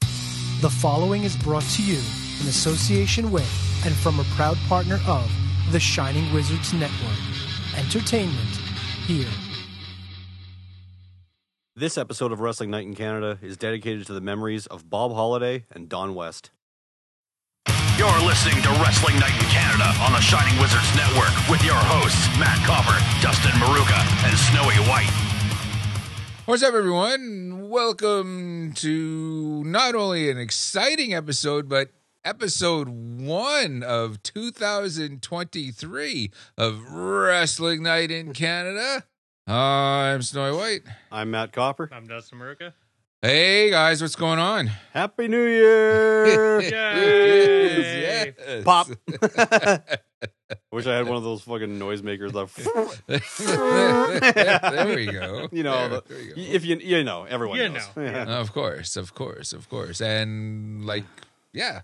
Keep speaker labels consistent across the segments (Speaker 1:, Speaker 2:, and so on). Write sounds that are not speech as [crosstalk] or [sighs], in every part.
Speaker 1: The following is brought to you in association with and from a proud partner of the Shining Wizards Network. Entertainment here.
Speaker 2: This episode of Wrestling Night in Canada is dedicated to the memories of Bob Holliday and Don West.
Speaker 3: You're listening to Wrestling Night in Canada on the Shining Wizards Network with your hosts, Matt Copper, Dustin Maruka, and Snowy White.
Speaker 4: What's up, everyone? Welcome to not only an exciting episode, but episode one of 2023 of Wrestling Night in Canada. I'm Snowy White.
Speaker 2: I'm Matt Copper.
Speaker 5: I'm Dustin Maruka.
Speaker 4: Hey, guys, what's going on?
Speaker 2: Happy New
Speaker 5: [laughs]
Speaker 2: Year!
Speaker 5: Yay!
Speaker 4: Yes. [laughs]
Speaker 2: Pop. [laughs] Wish I had one of those fucking noisemakers.
Speaker 4: [laughs]
Speaker 2: That,
Speaker 4: there we go.
Speaker 2: [laughs] you know,
Speaker 4: There-
Speaker 2: the-
Speaker 4: there you go.
Speaker 2: y- if you you know, everyone
Speaker 5: You
Speaker 2: knows.
Speaker 5: know.
Speaker 2: Yeah.
Speaker 4: Of course, of course, of course. And like, yeah.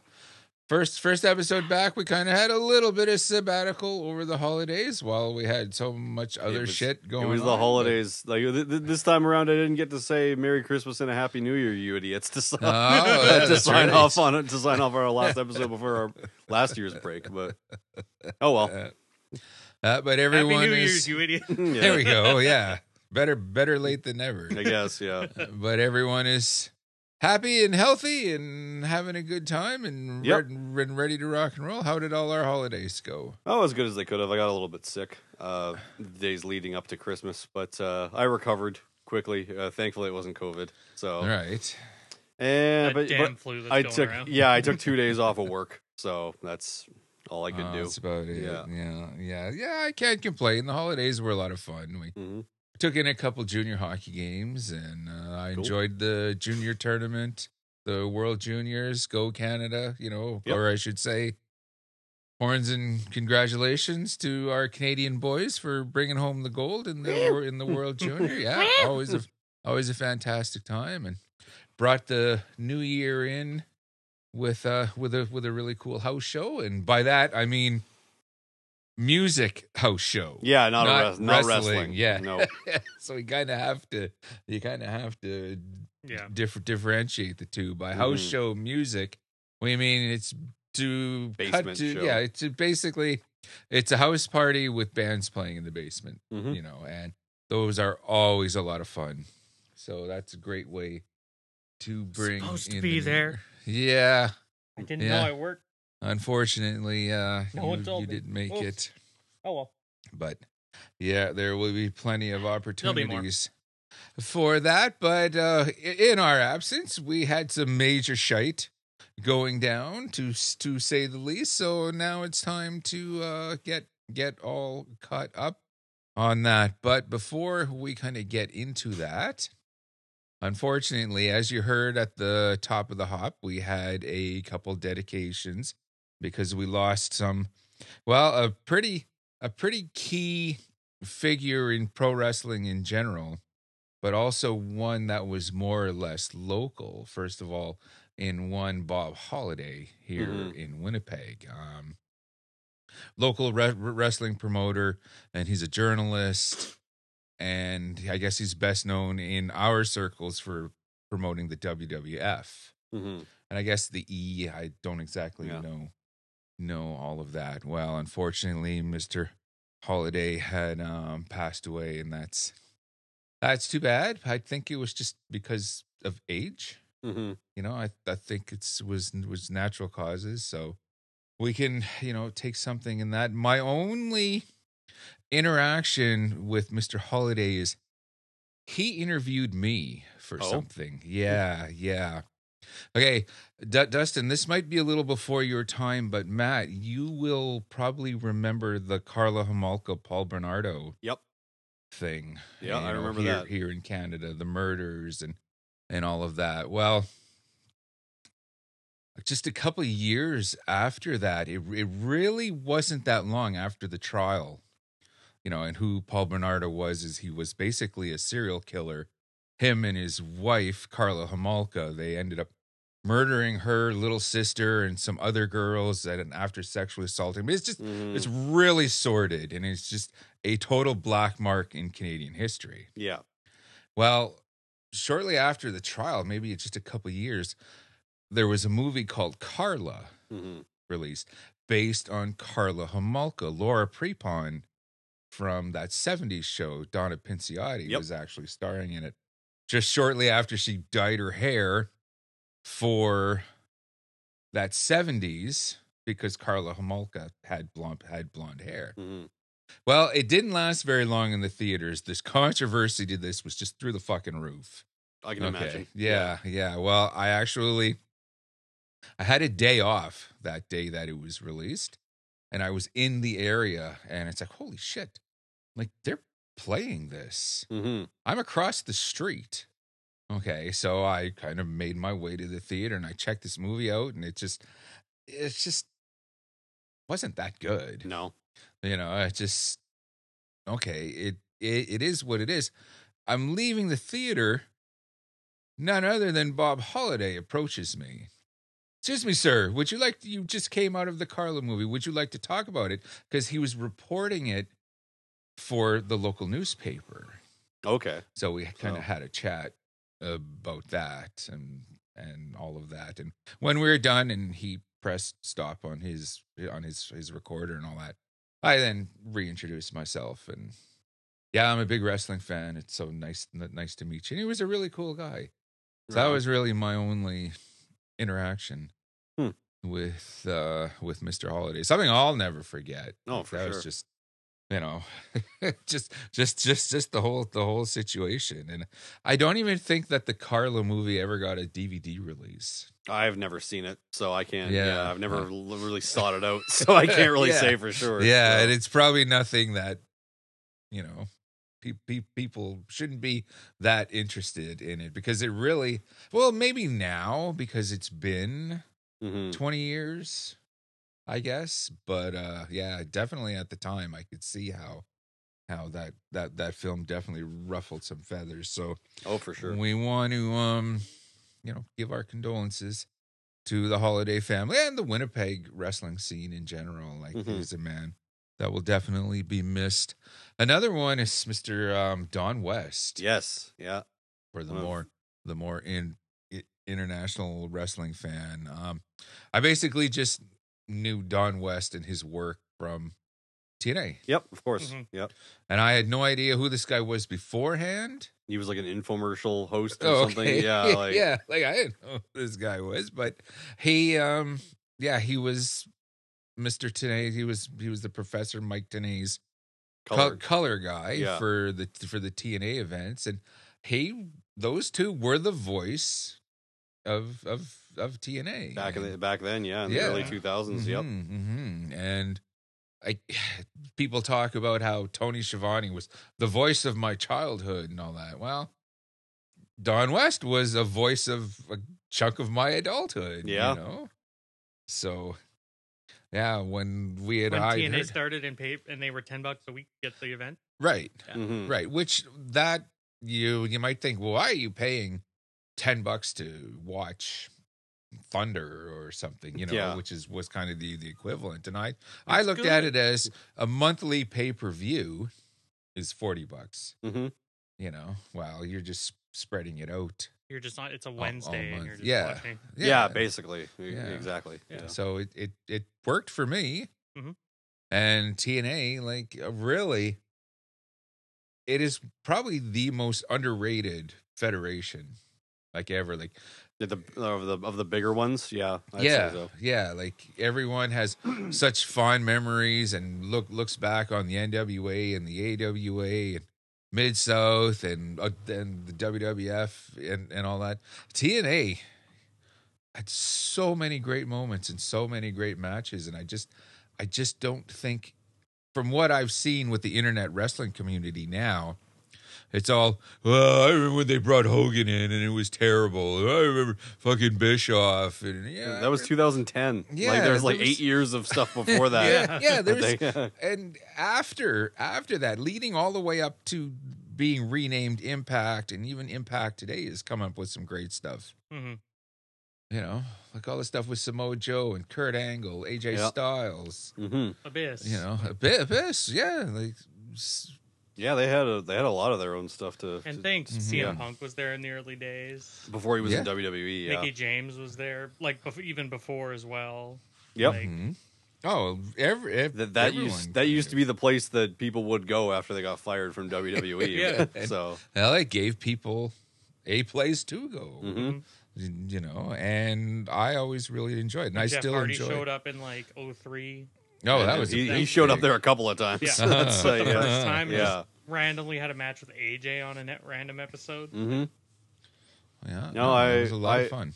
Speaker 4: First first episode back, we kind of had a little bit of sabbatical over the holidays while we had so much [laughs] other
Speaker 2: It was-
Speaker 4: shit going
Speaker 2: It
Speaker 4: on.
Speaker 2: was the holidays. Like th- th- this time around, I didn't get to say Merry Christmas and a Happy New Year, you idiots. [laughs] To sign,
Speaker 4: Oh,
Speaker 2: [laughs] to
Speaker 4: that's
Speaker 2: sign
Speaker 4: right.
Speaker 2: off on it, to sign off on our last episode before our last year's break.
Speaker 4: [laughs]
Speaker 2: But oh well.
Speaker 4: Uh, but everyone
Speaker 5: Happy New
Speaker 4: is
Speaker 5: Year's, you idiot.
Speaker 2: Yeah,
Speaker 4: [laughs] There we go. Yeah. Better better late than
Speaker 2: [laughs]
Speaker 4: never.
Speaker 2: I guess. Yeah.
Speaker 4: but everyone is happy and healthy and having a good time and
Speaker 2: Yep.
Speaker 4: re- and ready to rock and roll. How did all our holidays go?
Speaker 2: Oh, as good as they could have. I got a little bit sick uh, the days leading up to Christmas, but uh, I recovered quickly. Uh, thankfully, it wasn't COVID. So,
Speaker 4: All right.
Speaker 2: and
Speaker 5: That
Speaker 2: but,
Speaker 5: damn
Speaker 2: but
Speaker 5: flu that's
Speaker 2: I
Speaker 5: going
Speaker 2: took
Speaker 5: around.
Speaker 2: yeah, I
Speaker 4: [laughs]
Speaker 2: took two days off of work, so that's all I could
Speaker 4: Uh,
Speaker 2: do.
Speaker 4: That's about it.
Speaker 2: Yeah.
Speaker 4: Yeah. yeah, yeah, I can't complain. The holidays were a lot of fun. We
Speaker 2: Mhm.
Speaker 4: took in a couple junior hockey games, and uh, I
Speaker 2: Cool.
Speaker 4: enjoyed the junior tournament, the World Juniors, Go Canada. You know,
Speaker 2: Yep.
Speaker 4: or I should say, horns and congratulations to our Canadian boys for bringing home the gold in the wor-
Speaker 2: [laughs]
Speaker 4: in the World Junior. Yeah, always a always a fantastic time, and brought the new year in with uh with a with a really cool house show and by that i mean music house show
Speaker 2: Yeah, not,
Speaker 4: Not
Speaker 2: a res- not
Speaker 4: wrestling,
Speaker 2: wrestling.
Speaker 4: yeah. [laughs]
Speaker 2: no.
Speaker 4: so you kind of have to you kind of have to
Speaker 5: Yeah.
Speaker 4: differ- differentiate the two by house
Speaker 2: Mhm.
Speaker 4: show music we mean it's to cut
Speaker 2: Basement
Speaker 4: to
Speaker 2: show.
Speaker 4: yeah it's basically it's a house party with bands playing in the basement
Speaker 2: Mhm.
Speaker 4: you know and those are always a lot of fun so that's a great way to bring
Speaker 5: Supposed to
Speaker 4: in
Speaker 5: be
Speaker 4: the new
Speaker 5: there.
Speaker 4: year. yeah
Speaker 5: I didn't
Speaker 4: Yeah.
Speaker 5: know I worked.
Speaker 4: Unfortunately, uh,
Speaker 5: No
Speaker 4: you,
Speaker 5: one told
Speaker 4: you
Speaker 5: me.
Speaker 4: didn't make
Speaker 5: Oops.
Speaker 4: it,
Speaker 5: Oh well.
Speaker 4: but yeah, there will be plenty of
Speaker 5: be more.
Speaker 4: opportunities for that. But uh, i- in our absence, we had some major shite going down, to s- to say the least. So now it's time to uh, get get all caught up on that. But before we kind of get into that, unfortunately, as you heard at the top of the hop, we had a couple dedications because we lost some well, a pretty a pretty key figure in pro wrestling in general, but also one that was more or less local. First of all, in one Bob Holiday here
Speaker 2: Mhm.
Speaker 4: in Winnipeg. Um local re- wrestling promoter and he's a journalist and i guess he's best known in our circles for promoting the wwf
Speaker 2: Mhm.
Speaker 4: and i guess the e i don't exactly
Speaker 2: Yeah.
Speaker 4: know know all of that well unfortunately mr holiday had um passed away and that's that's too bad i think it was just because of age
Speaker 2: Mhm.
Speaker 4: you know i i think it's was was natural causes so we can you know take something in that my only interaction with mr holiday is he interviewed me for
Speaker 2: Oh.
Speaker 4: something yeah yeah okay D- dustin this might be a little before your time but matt you will probably remember the carla Homolka paul bernardo
Speaker 2: Yep.
Speaker 4: thing
Speaker 2: Yeah, I
Speaker 4: you know,
Speaker 2: remember
Speaker 4: here,
Speaker 2: that.
Speaker 4: here in Canada, the murders and and all of that. Well, just a couple of years after that, it it really wasn't that long after the trial, you know, and who Paul Bernardo was is he was basically a serial killer. Him and his wife Carla Homolka, they ended up murdering her little sister and some other girls, and after sexually assaulting. But it's just
Speaker 2: Mhm.
Speaker 4: it's really sordid and it's just a total black mark in Canadian history.
Speaker 2: Yeah.
Speaker 4: Well, shortly after the trial, maybe it's just a couple years, there was a movie called Carla Mm-hmm.
Speaker 2: Mhm.
Speaker 4: released based on Carla Homolka. Laura Prepon from that 70s show, Donna Pinciotti,
Speaker 2: Yep.
Speaker 4: was actually starring in it just shortly after she dyed her hair for that 70s because Carla Homolka had blonde, had blonde hair.
Speaker 2: Mhm.
Speaker 4: Well, it didn't last very long in the theaters. This controversy to this was just through the fucking roof.
Speaker 2: I can imagine.
Speaker 4: Yeah, yeah. Well, I actually I had a day off that day that it was released, and I was in the area, and it's like, holy shit, like they're playing this.
Speaker 2: hmm
Speaker 4: I'm across the street. Okay, so I kind of made my way to the theater and I checked this movie out, and it just, it's just wasn't that good
Speaker 2: No.
Speaker 4: you know i just okay it, it it is what it is i'm leaving the theater none other than bob holliday approaches me excuse me sir would you like to, you just came out of the carla movie would you like to talk about it because he was reporting it for the local newspaper
Speaker 2: Okay.
Speaker 4: so we kind of
Speaker 2: Oh.
Speaker 4: had a chat about that and and all of that. And when we were done, and he pressed stop on his on his his recorder and all that, I then reintroduced myself and yeah, I'm a big wrestling fan. It's so nice n- nice to meet you. And he was a really cool guy. So that
Speaker 2: Right.
Speaker 4: was really my only interaction.
Speaker 2: Hmm.
Speaker 4: With uh with Mr. Holiday, something I'll never forget.
Speaker 2: Oh,
Speaker 4: Like,
Speaker 2: for
Speaker 4: that was
Speaker 2: sure.
Speaker 4: just you know, [laughs] just just just just the whole the whole situation. And I don't even think that the Carla movie ever got a DVD release.
Speaker 2: I've never seen it, so I can't. Yeah,
Speaker 4: Yeah. Mm.
Speaker 2: I've never l- really sought it out, [laughs] so I can't really
Speaker 4: [laughs] Yeah.
Speaker 2: say for sure.
Speaker 4: yeah,
Speaker 2: so.
Speaker 4: and it's probably nothing that you know pe- pe- people shouldn't be that interested in it because it really well maybe now because it's been
Speaker 2: Mhm.
Speaker 4: 20 years i guess but uh yeah definitely at the time i could see how how that that that film definitely ruffled some feathers so
Speaker 2: Oh, for sure.
Speaker 4: We want to, um, you know, give our condolences to the Holiday family and the Winnipeg wrestling scene in general. Like,
Speaker 2: Mhm.
Speaker 4: he's a man that will definitely be missed. Another one is Mr. Um, Don West
Speaker 2: Yes. Yeah.
Speaker 4: for the
Speaker 2: Wow.
Speaker 4: more the more in, i- international wrestling fan. Um, I basically just knew Don West and his work from TNA,
Speaker 2: Yep. Of course.
Speaker 4: Mm-hmm.
Speaker 5: Mhm.
Speaker 2: Yep.
Speaker 4: and I had no idea who this guy was beforehand. [laughs]
Speaker 2: He was like an infomercial host or
Speaker 4: Oh, [laughs]
Speaker 2: something.
Speaker 4: okay.
Speaker 2: Yeah. Like,
Speaker 4: yeah, like I didn't know who this guy was, but he, um, yeah, he was Mr. Tenay. He was he was the professor Mike Tenay's co-
Speaker 2: Color.
Speaker 4: color guy
Speaker 2: Yeah.
Speaker 4: for the for the TNA events, and he those two were the voice of of of TNA
Speaker 2: back in
Speaker 4: and,
Speaker 2: the, back then. Yeah. In
Speaker 4: Yeah.
Speaker 2: the early two Yep.
Speaker 4: hmm And I, [sighs] people talk about how Tony Schiavone was the voice of my childhood and all that. Well, Don West was a voice of a chunk of my adulthood.
Speaker 2: Yeah.
Speaker 4: You know? So, yeah, when we had
Speaker 5: When
Speaker 4: I'd
Speaker 5: TNA
Speaker 4: heard-
Speaker 5: started and paid, and they were ten bucks a week to get the event.
Speaker 4: right,
Speaker 2: Mhm.
Speaker 4: right, which that you you might think, well, why are you paying ten bucks to watch Thunder or something? You know,
Speaker 2: Yeah.
Speaker 4: which is was kind of the the equivalent. And I I
Speaker 5: It's
Speaker 4: looked
Speaker 5: good.
Speaker 4: at it as a monthly pay per view is forty bucks.
Speaker 2: Mhm.
Speaker 4: You know, well, you're just spreading it out.
Speaker 5: You're just not. It's a
Speaker 4: all
Speaker 5: Wednesday, and
Speaker 4: month.
Speaker 5: you're just
Speaker 4: Yeah.
Speaker 5: watching.
Speaker 2: Yeah. Basically. E-
Speaker 4: Yeah.
Speaker 2: Exactly.
Speaker 5: Yeah.
Speaker 2: Yeah. Mm-hmm.
Speaker 4: So it it it worked for me.
Speaker 5: Mhm.
Speaker 4: And TNA, like uh, really, it is probably the most underrated federation, like ever. Like
Speaker 2: Did the of the of the bigger ones. Yeah. I'd say
Speaker 4: yeah,
Speaker 2: so.
Speaker 4: yeah. Like
Speaker 2: [clears throat]
Speaker 4: everyone has such fond memories and look looks back on the NWA and the AWA and Mid South and uh, and the WWF and and all that. TNA had so many great moments and so many great matches, and I just I just don't think from what I've seen with the internet wrestling community now. It's all. Well, I remember when they brought Hogan in, and it was terrible. I remember fucking Bischoff, and yeah,
Speaker 2: That was 2010.
Speaker 4: Yeah,
Speaker 2: Like there's like
Speaker 4: there was-
Speaker 2: eight years of
Speaker 4: [laughs]
Speaker 2: stuff before that. [laughs]
Speaker 4: yeah, yeah.
Speaker 2: that
Speaker 4: There was,
Speaker 2: they-
Speaker 4: and after after that, leading all the way up to being renamed Impact, and even Impact today has come up with some great stuff.
Speaker 5: hmm
Speaker 4: You know, like all the stuff with Samoa Joe and Kurt Angle, AJ
Speaker 2: Yeah.
Speaker 4: Styles.
Speaker 2: Mhm.
Speaker 5: Abyss.
Speaker 4: You know, Ab- Abyss, yeah, like s-
Speaker 2: Yeah, they had a they had a lot of their own stuff to.
Speaker 5: And
Speaker 2: to-
Speaker 5: thanks,
Speaker 4: Mm-hmm.
Speaker 5: CM
Speaker 2: Yeah.
Speaker 5: Punk was there in the early days.
Speaker 2: before he was in
Speaker 4: Yeah.
Speaker 2: WWE. Yeah.
Speaker 5: Mickey James was there, like bef- even before as well.
Speaker 2: Yep.
Speaker 5: Like,
Speaker 4: Oh, every, ev-
Speaker 2: That that
Speaker 4: everyone
Speaker 2: used that used to be the place that people would go after they got fired from WWE.
Speaker 4: [laughs]
Speaker 2: [laughs]
Speaker 4: Yeah.
Speaker 2: So
Speaker 4: Well, it gave people a place to go.
Speaker 2: Mhm.
Speaker 4: You know, and I always really enjoyed, it, and I
Speaker 5: Jeff
Speaker 4: still
Speaker 5: Hardy
Speaker 4: enjoy.
Speaker 5: showed
Speaker 4: it.
Speaker 5: up in like 03.
Speaker 4: Oh, that was a
Speaker 2: he, he
Speaker 4: big
Speaker 2: showed up
Speaker 4: thing.
Speaker 2: there a couple of times. [laughs]
Speaker 5: Yeah.
Speaker 2: That's, uh,
Speaker 5: the
Speaker 4: Uh-huh.
Speaker 2: yeah.
Speaker 5: [laughs] first time.
Speaker 2: Yeah.
Speaker 5: Just randomly had a match with AJ on a net random episode.
Speaker 4: Yeah,
Speaker 2: No, I-
Speaker 4: it was a lot
Speaker 2: I-
Speaker 4: of fun.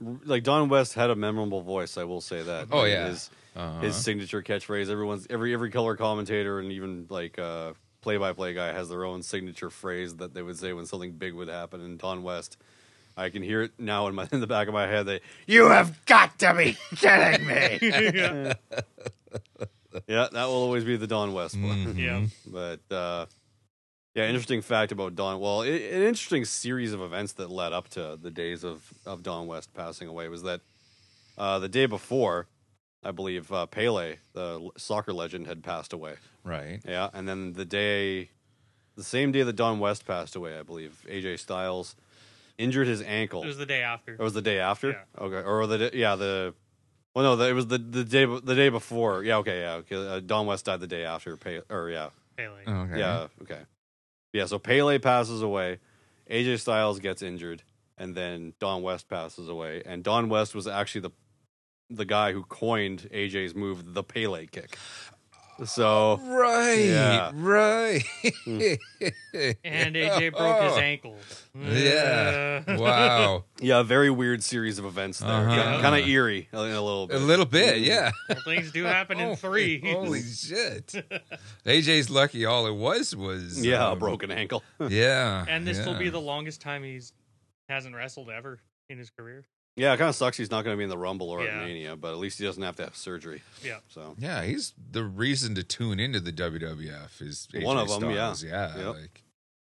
Speaker 2: like Don West had a memorable voice. I will say that.
Speaker 4: Oh,
Speaker 2: Like,
Speaker 4: yeah.
Speaker 2: his his signature catchphrase. Everyone's every every color commentator and even like uh, play-by-play guy has their own signature phrase that they would say when something big would happen. And Don West, I can hear it now in my [laughs] in the back of my head. They, you have got to be [laughs] kidding me.
Speaker 5: yeah.
Speaker 2: yeah, that will always be the Don West [laughs] one.
Speaker 5: yeah.
Speaker 2: But uh, yeah, interesting fact about Don. Well, i an interesting series of events that led up to the days of of Don West passing away was that uh, the day before, I believe uh, Pele, the l- soccer legend, had passed away.
Speaker 4: Right.
Speaker 2: Yeah, and then the day, the same day that Don West passed away, I believe AJ Styles injured his ankle.
Speaker 5: It was the day after.
Speaker 4: Oh.
Speaker 2: It was the day after.
Speaker 5: Yeah.
Speaker 2: Okay, or the day- yeah the. Well, no, the- it was the the day be- the day before. Yeah, okay, yeah, okay. Uh, Don West died the day after. Pele, or yeah,
Speaker 5: Bailey.
Speaker 4: Okay.
Speaker 2: yeah. Okay. Yeah. So Pele passes away. AJ Styles gets injured, and then Don West passes away. And Don West was actually the the guy who coined AJ's move, the Pele kick. So
Speaker 4: Right.
Speaker 2: Yeah. Mm.
Speaker 4: Right.
Speaker 5: And AJ
Speaker 4: [laughs]
Speaker 5: broke his ankle.
Speaker 4: Oh. Yeah.
Speaker 5: [laughs] Uh,
Speaker 4: wow.
Speaker 2: yeah, very weird series of events there.
Speaker 4: Uh-huh.
Speaker 2: Kind of eerie a, a little
Speaker 4: A
Speaker 2: bit.
Speaker 4: little bit, yeah.
Speaker 5: well, [laughs] things do happen in three.
Speaker 2: [laughs]
Speaker 4: [laughs] Holy shit. AJ's lucky all it was was
Speaker 2: yeah, a [laughs]
Speaker 4: um,
Speaker 2: broken ankle.
Speaker 4: Yeah.
Speaker 5: [laughs] and this will be
Speaker 4: yeah.
Speaker 5: the longest time he's hasn't wrestled ever in his career.
Speaker 2: yeah, it kind of sucks. He's not going to be in the Rumble or
Speaker 5: Yeah.
Speaker 2: at Mania, but at least he doesn't have to have surgery.
Speaker 5: Yeah.
Speaker 2: So
Speaker 4: Yeah, he's the reason to tune into the WWF is AJ
Speaker 2: One of 'em, yeah.
Speaker 4: Styles, yeah.
Speaker 2: Yep.
Speaker 4: like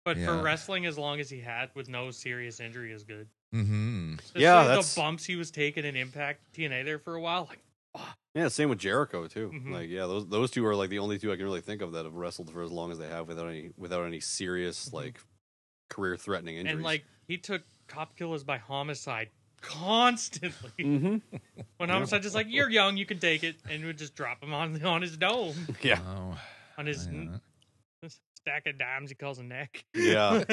Speaker 5: But
Speaker 4: Yeah.
Speaker 5: for wrestling as long as he had with no serious injury is good.
Speaker 4: hmm
Speaker 5: Just
Speaker 2: Yeah,
Speaker 5: like
Speaker 2: that's-
Speaker 5: the bumps he was taking in Impact TNA there for a while. Like,
Speaker 2: yeah, same with Jericho too.
Speaker 5: Mhm.
Speaker 2: Like yeah, those those two are like the only two I can really think of that have wrestled for as long as they have without any without any serious like career threatening injuries.
Speaker 5: Mm-hmm. and like [laughs] he took cop killers by homicide constantly. [laughs] When homicide just like you're young, you can take it, and would just drop him on on his dome
Speaker 2: yeah, Mm-hmm.
Speaker 4: Oh,
Speaker 5: on his
Speaker 4: yeah.
Speaker 5: [laughs] stack of dimes he calls a neck. [laughs]
Speaker 2: yeah,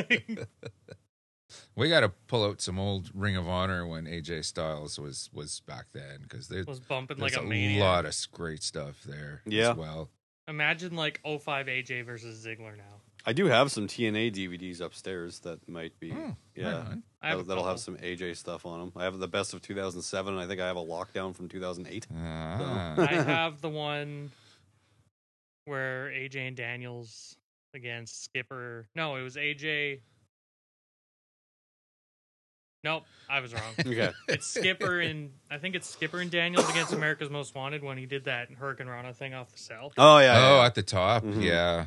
Speaker 4: We got to pull out some old Ring of Honor when AJ Styles was was back then because there,
Speaker 5: was
Speaker 4: there's
Speaker 5: bumping like a,
Speaker 4: a
Speaker 5: maniac.
Speaker 4: lot of great stuff there.
Speaker 2: Yeah.
Speaker 4: as well.
Speaker 5: Imagine like 05 AJ versus Ziggler now.
Speaker 2: I do have some TNA DVDs upstairs that might be
Speaker 4: Oh,
Speaker 2: yeah.
Speaker 4: right on.
Speaker 5: Hmm. I have
Speaker 2: that'll,
Speaker 5: a
Speaker 2: that'll have some
Speaker 5: couple.
Speaker 2: AJ stuff on them. I have the best of 2007, and I think I have a lockdown from
Speaker 5: [laughs]
Speaker 2: 2008.
Speaker 4: Ah. [laughs]
Speaker 5: I have the one where AJ and Daniels against Skipper. No, it was AJ. Nope, I was wrong.
Speaker 2: Okay,
Speaker 4: [laughs]
Speaker 5: It's Skipper and I think it's Skipper and Daniels against America's Most Wanted when he did that Hurricane Rana thing off the cell.
Speaker 2: oh yeah,
Speaker 4: oh,
Speaker 2: yeah.
Speaker 4: at the top,
Speaker 2: Mhm.
Speaker 4: yeah,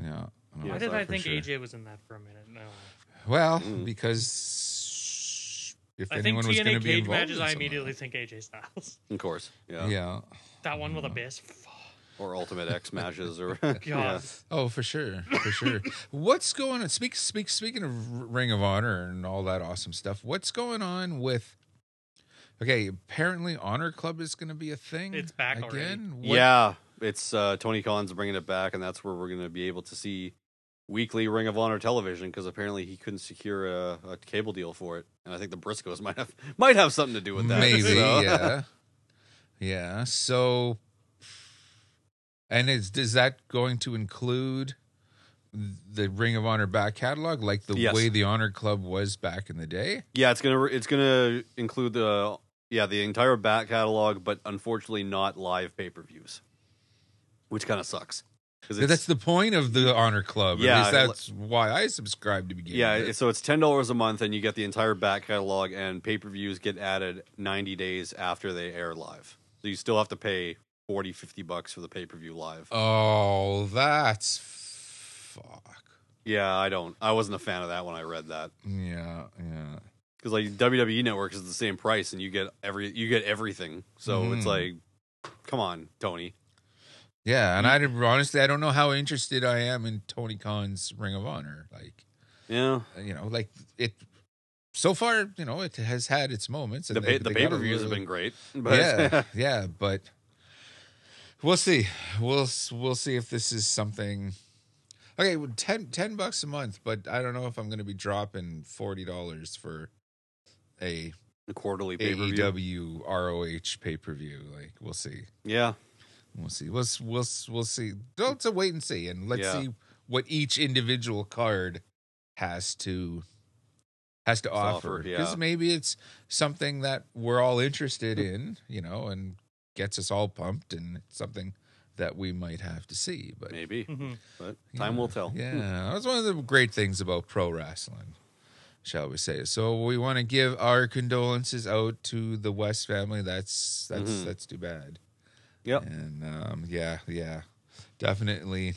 Speaker 4: yeah.
Speaker 2: Yeah,
Speaker 5: Why
Speaker 4: Oh,
Speaker 5: did
Speaker 2: so
Speaker 5: I
Speaker 4: for
Speaker 5: think
Speaker 4: sure.
Speaker 5: AJ was in that for a minute? No,
Speaker 4: Well,
Speaker 2: Mm.
Speaker 4: because if
Speaker 5: I think
Speaker 4: anyone was going to
Speaker 5: TNA
Speaker 4: be
Speaker 5: cage
Speaker 4: involved,
Speaker 5: matches.
Speaker 4: in
Speaker 5: I
Speaker 4: some of
Speaker 5: immediately think AJ Styles. [laughs]
Speaker 2: of course, yeah,
Speaker 4: that- yeah.
Speaker 5: That one with Abyss. Fuck,
Speaker 2: or Ultimate X matches, or
Speaker 5: God.
Speaker 2: [laughs] yeah.
Speaker 4: Oh, for sure, for sure.
Speaker 5: [laughs]
Speaker 4: what's going on? Speak, speak, speaking of R- Ring of Honor and all that awesome stuff, what's going on with? Okay, apparently Honor Club is going to be a thing.
Speaker 5: It's back already.
Speaker 4: again. What-
Speaker 2: Yeah, it's uh, Tony Khan's bringing it back, and that's where we're going to be able to see weekly Ring of Honor television because apparently he couldn't secure a, a cable deal for it, and I think the Briscoes [laughs] might have might have something to do with that.
Speaker 4: maybe.
Speaker 2: so-
Speaker 4: Yeah, yeah. So, and is is that going to include? The Ring of Honor back catalog, like the
Speaker 2: Yes.
Speaker 4: way the Honor Club was back in the day.
Speaker 2: Yeah, it's gonna it's gonna include the yeah the entire back catalog, but unfortunately not live pay per views, which kind of sucks. 'Cause it's-
Speaker 4: That's the point of the Honor Club.
Speaker 2: Yeah,
Speaker 4: At least that's why I subscribe to begin
Speaker 2: yeah,
Speaker 4: with.
Speaker 2: it's, so it's ten dollars a month, and you get the entire back catalog, and pay per views get added ninety days after they air live. So you still have to pay 40, 50 bucks for the pay per view live.
Speaker 4: Oh, that's fuck.
Speaker 2: Yeah, I don't. I wasn't a fan of that when I read that
Speaker 4: Yeah, yeah.
Speaker 2: because like WWE Network is the same price, and you get every you get everything. So
Speaker 4: Mhm.
Speaker 2: it's like, come on, Tony.
Speaker 4: Yeah, and I did-
Speaker 2: Mm.
Speaker 4: honestly I don't know how interested I am in Tony Khan's Ring of Honor. Like
Speaker 2: Yeah.
Speaker 4: you know, like it. So far, you know, it has had its moments.
Speaker 2: The,
Speaker 4: and
Speaker 2: ba-
Speaker 4: they-
Speaker 2: the
Speaker 4: they got
Speaker 2: pay
Speaker 4: a
Speaker 2: per views have
Speaker 4: little-
Speaker 2: been great. But [laughs]
Speaker 4: yeah, yeah, but we'll see. We'll s- we'll see if this is something. Okay, well, 10, 10 bucks a month, but I don't know if I'm going to be dropping forty dollars for a E
Speaker 2: the quarterly pay per view.
Speaker 4: AEW ROH pay per view. Like, we'll see.
Speaker 2: Yeah.
Speaker 4: We'll see. We'll s- we'll s- we'll see. Don't so wait and see, and let's
Speaker 2: Yeah.
Speaker 4: see what each individual card has to has to
Speaker 2: offer,
Speaker 4: offer.
Speaker 2: yeah.
Speaker 4: maybe it's something that we're all interested in, you know, and gets us all pumped, and it's something that we might have to see. But
Speaker 2: Maybe.
Speaker 5: Mhm.
Speaker 2: But time will
Speaker 4: yeah,
Speaker 2: tell.
Speaker 4: Yeah, that's one of the great things about pro wrestling, shall we say? So we want to give our condolences out to the West family. That's that's
Speaker 2: Mhm.
Speaker 4: that's too bad.
Speaker 2: Yep.
Speaker 4: And um, yeah, yeah, definitely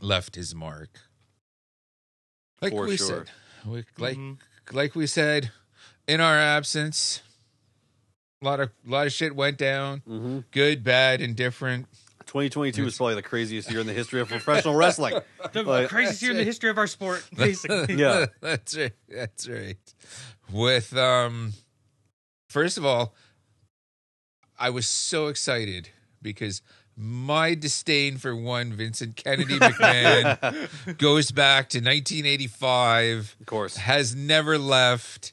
Speaker 4: left his mark. Like
Speaker 2: For
Speaker 4: we
Speaker 2: sure. Mm-hmm.
Speaker 4: said, we, like
Speaker 5: Mhm.
Speaker 4: like we said, in our absence, a lot of lot of shit went down.
Speaker 2: hmm
Speaker 4: Good, bad, indifferent.
Speaker 2: 2022 is probably the craziest year in the history of professional wrestling.
Speaker 4: [laughs]
Speaker 5: The
Speaker 2: But-
Speaker 5: craziest year in the
Speaker 4: it.
Speaker 5: history of our sport,
Speaker 4: [laughs]
Speaker 5: basically.
Speaker 2: Yeah.
Speaker 4: that's right. That's right. With um, first of all, I was so excited because my disdain for one
Speaker 2: [laughs]
Speaker 4: Vincent Kennedy McMahon
Speaker 2: of
Speaker 4: goes back to 1985,
Speaker 2: course.
Speaker 4: has never left,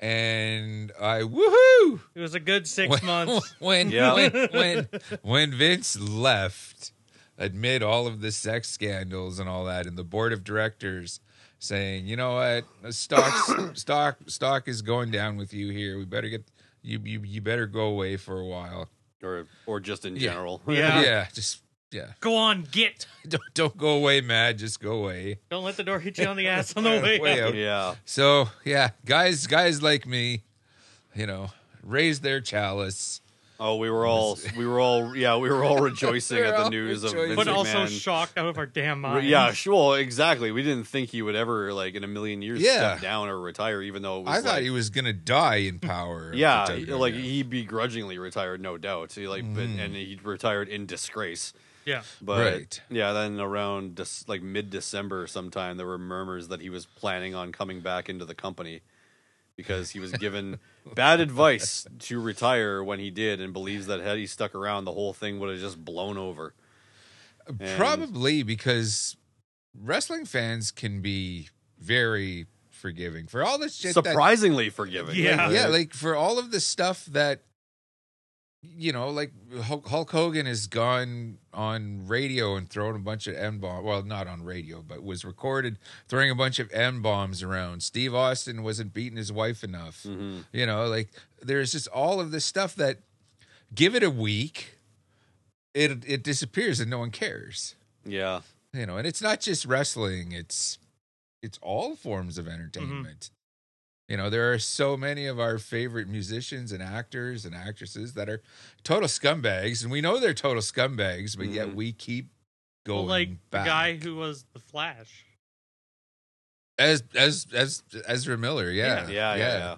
Speaker 4: and I woohoo!
Speaker 5: It was a good six months.
Speaker 4: [laughs] When
Speaker 2: Yeah.
Speaker 4: when, when when Vince left, amid all of the sex scandals and all that, and the board of directors saying, you know
Speaker 2: [coughs]
Speaker 4: what, stock stock stock is going down with you here. We better get you you you better go away for a while.
Speaker 2: Or or just in
Speaker 4: Yeah.
Speaker 2: general.
Speaker 5: Yeah.
Speaker 4: [laughs] yeah just yeah. [laughs]
Speaker 5: Go on, get.
Speaker 4: Don't don't go away, Mad. Just go away.
Speaker 5: Don't let the door hit you on the ass on the way,
Speaker 4: Way
Speaker 5: out.
Speaker 2: [laughs]
Speaker 4: out.
Speaker 2: Yeah.
Speaker 4: So yeah, guys, guys like me, you know, raise their chalice.
Speaker 2: Oh, we were all we were all yeah we were all
Speaker 4: [laughs]
Speaker 2: rejoicing
Speaker 4: We're
Speaker 2: at the
Speaker 4: all
Speaker 2: news of Vince
Speaker 4: rejoicing.
Speaker 5: But also
Speaker 2: McMahon.
Speaker 5: shocked out of our damn
Speaker 2: Re-
Speaker 5: minds.
Speaker 2: Yeah, sure, exactly. We didn't think he would ever, like, in a million years,
Speaker 4: Yeah.
Speaker 2: step down or retire, even though it was.
Speaker 4: I thought
Speaker 2: like-
Speaker 4: he was gonna die in power. of
Speaker 2: Yeah,
Speaker 4: the
Speaker 2: he- like
Speaker 4: WWE.
Speaker 2: he begrudgingly retired, no doubt. He, like, but,
Speaker 4: Mm-hmm.
Speaker 2: and he retired in disgrace.
Speaker 5: Yeah.
Speaker 2: But
Speaker 4: Right.
Speaker 2: yeah, then around dis- like mid December, sometime there were murmurs that he was planning on coming back into the company because he was
Speaker 4: [laughs]
Speaker 2: given bad advice to retire when he did, and believes that had he stuck around, the whole thing would have just blown over. and-
Speaker 4: probably because wrestling fans can be very forgiving for all the shit. that-
Speaker 2: Surprisingly forgiving.
Speaker 5: Yeah.
Speaker 4: yeah, like for all of the stuff that you know, like Hulk, Hulk Hogan has gone on radio and thrown a bunch of n bombs. Well, not on radio, but was recorded throwing a bunch of n bombs around. Steve Austin wasn't beating his wife enough.
Speaker 2: hmm
Speaker 4: You know, like there's just all of this stuff that give it a week, it it disappears and no one cares.
Speaker 2: Yeah.
Speaker 4: You know, and it's not just wrestling, it's it's all forms
Speaker 5: Mm-hmm.
Speaker 4: of entertainment. You know, there are so many of our favorite musicians and actors and actresses that are total scumbags, and we know they're total scumbags, but yet
Speaker 2: Mhm.
Speaker 4: we keep going
Speaker 5: Mm-hmm. Well, like
Speaker 4: back.
Speaker 5: the guy who was the Flash.
Speaker 4: as as as Ezra Miller, yeah,
Speaker 2: Yeah. Yeah. Yeah.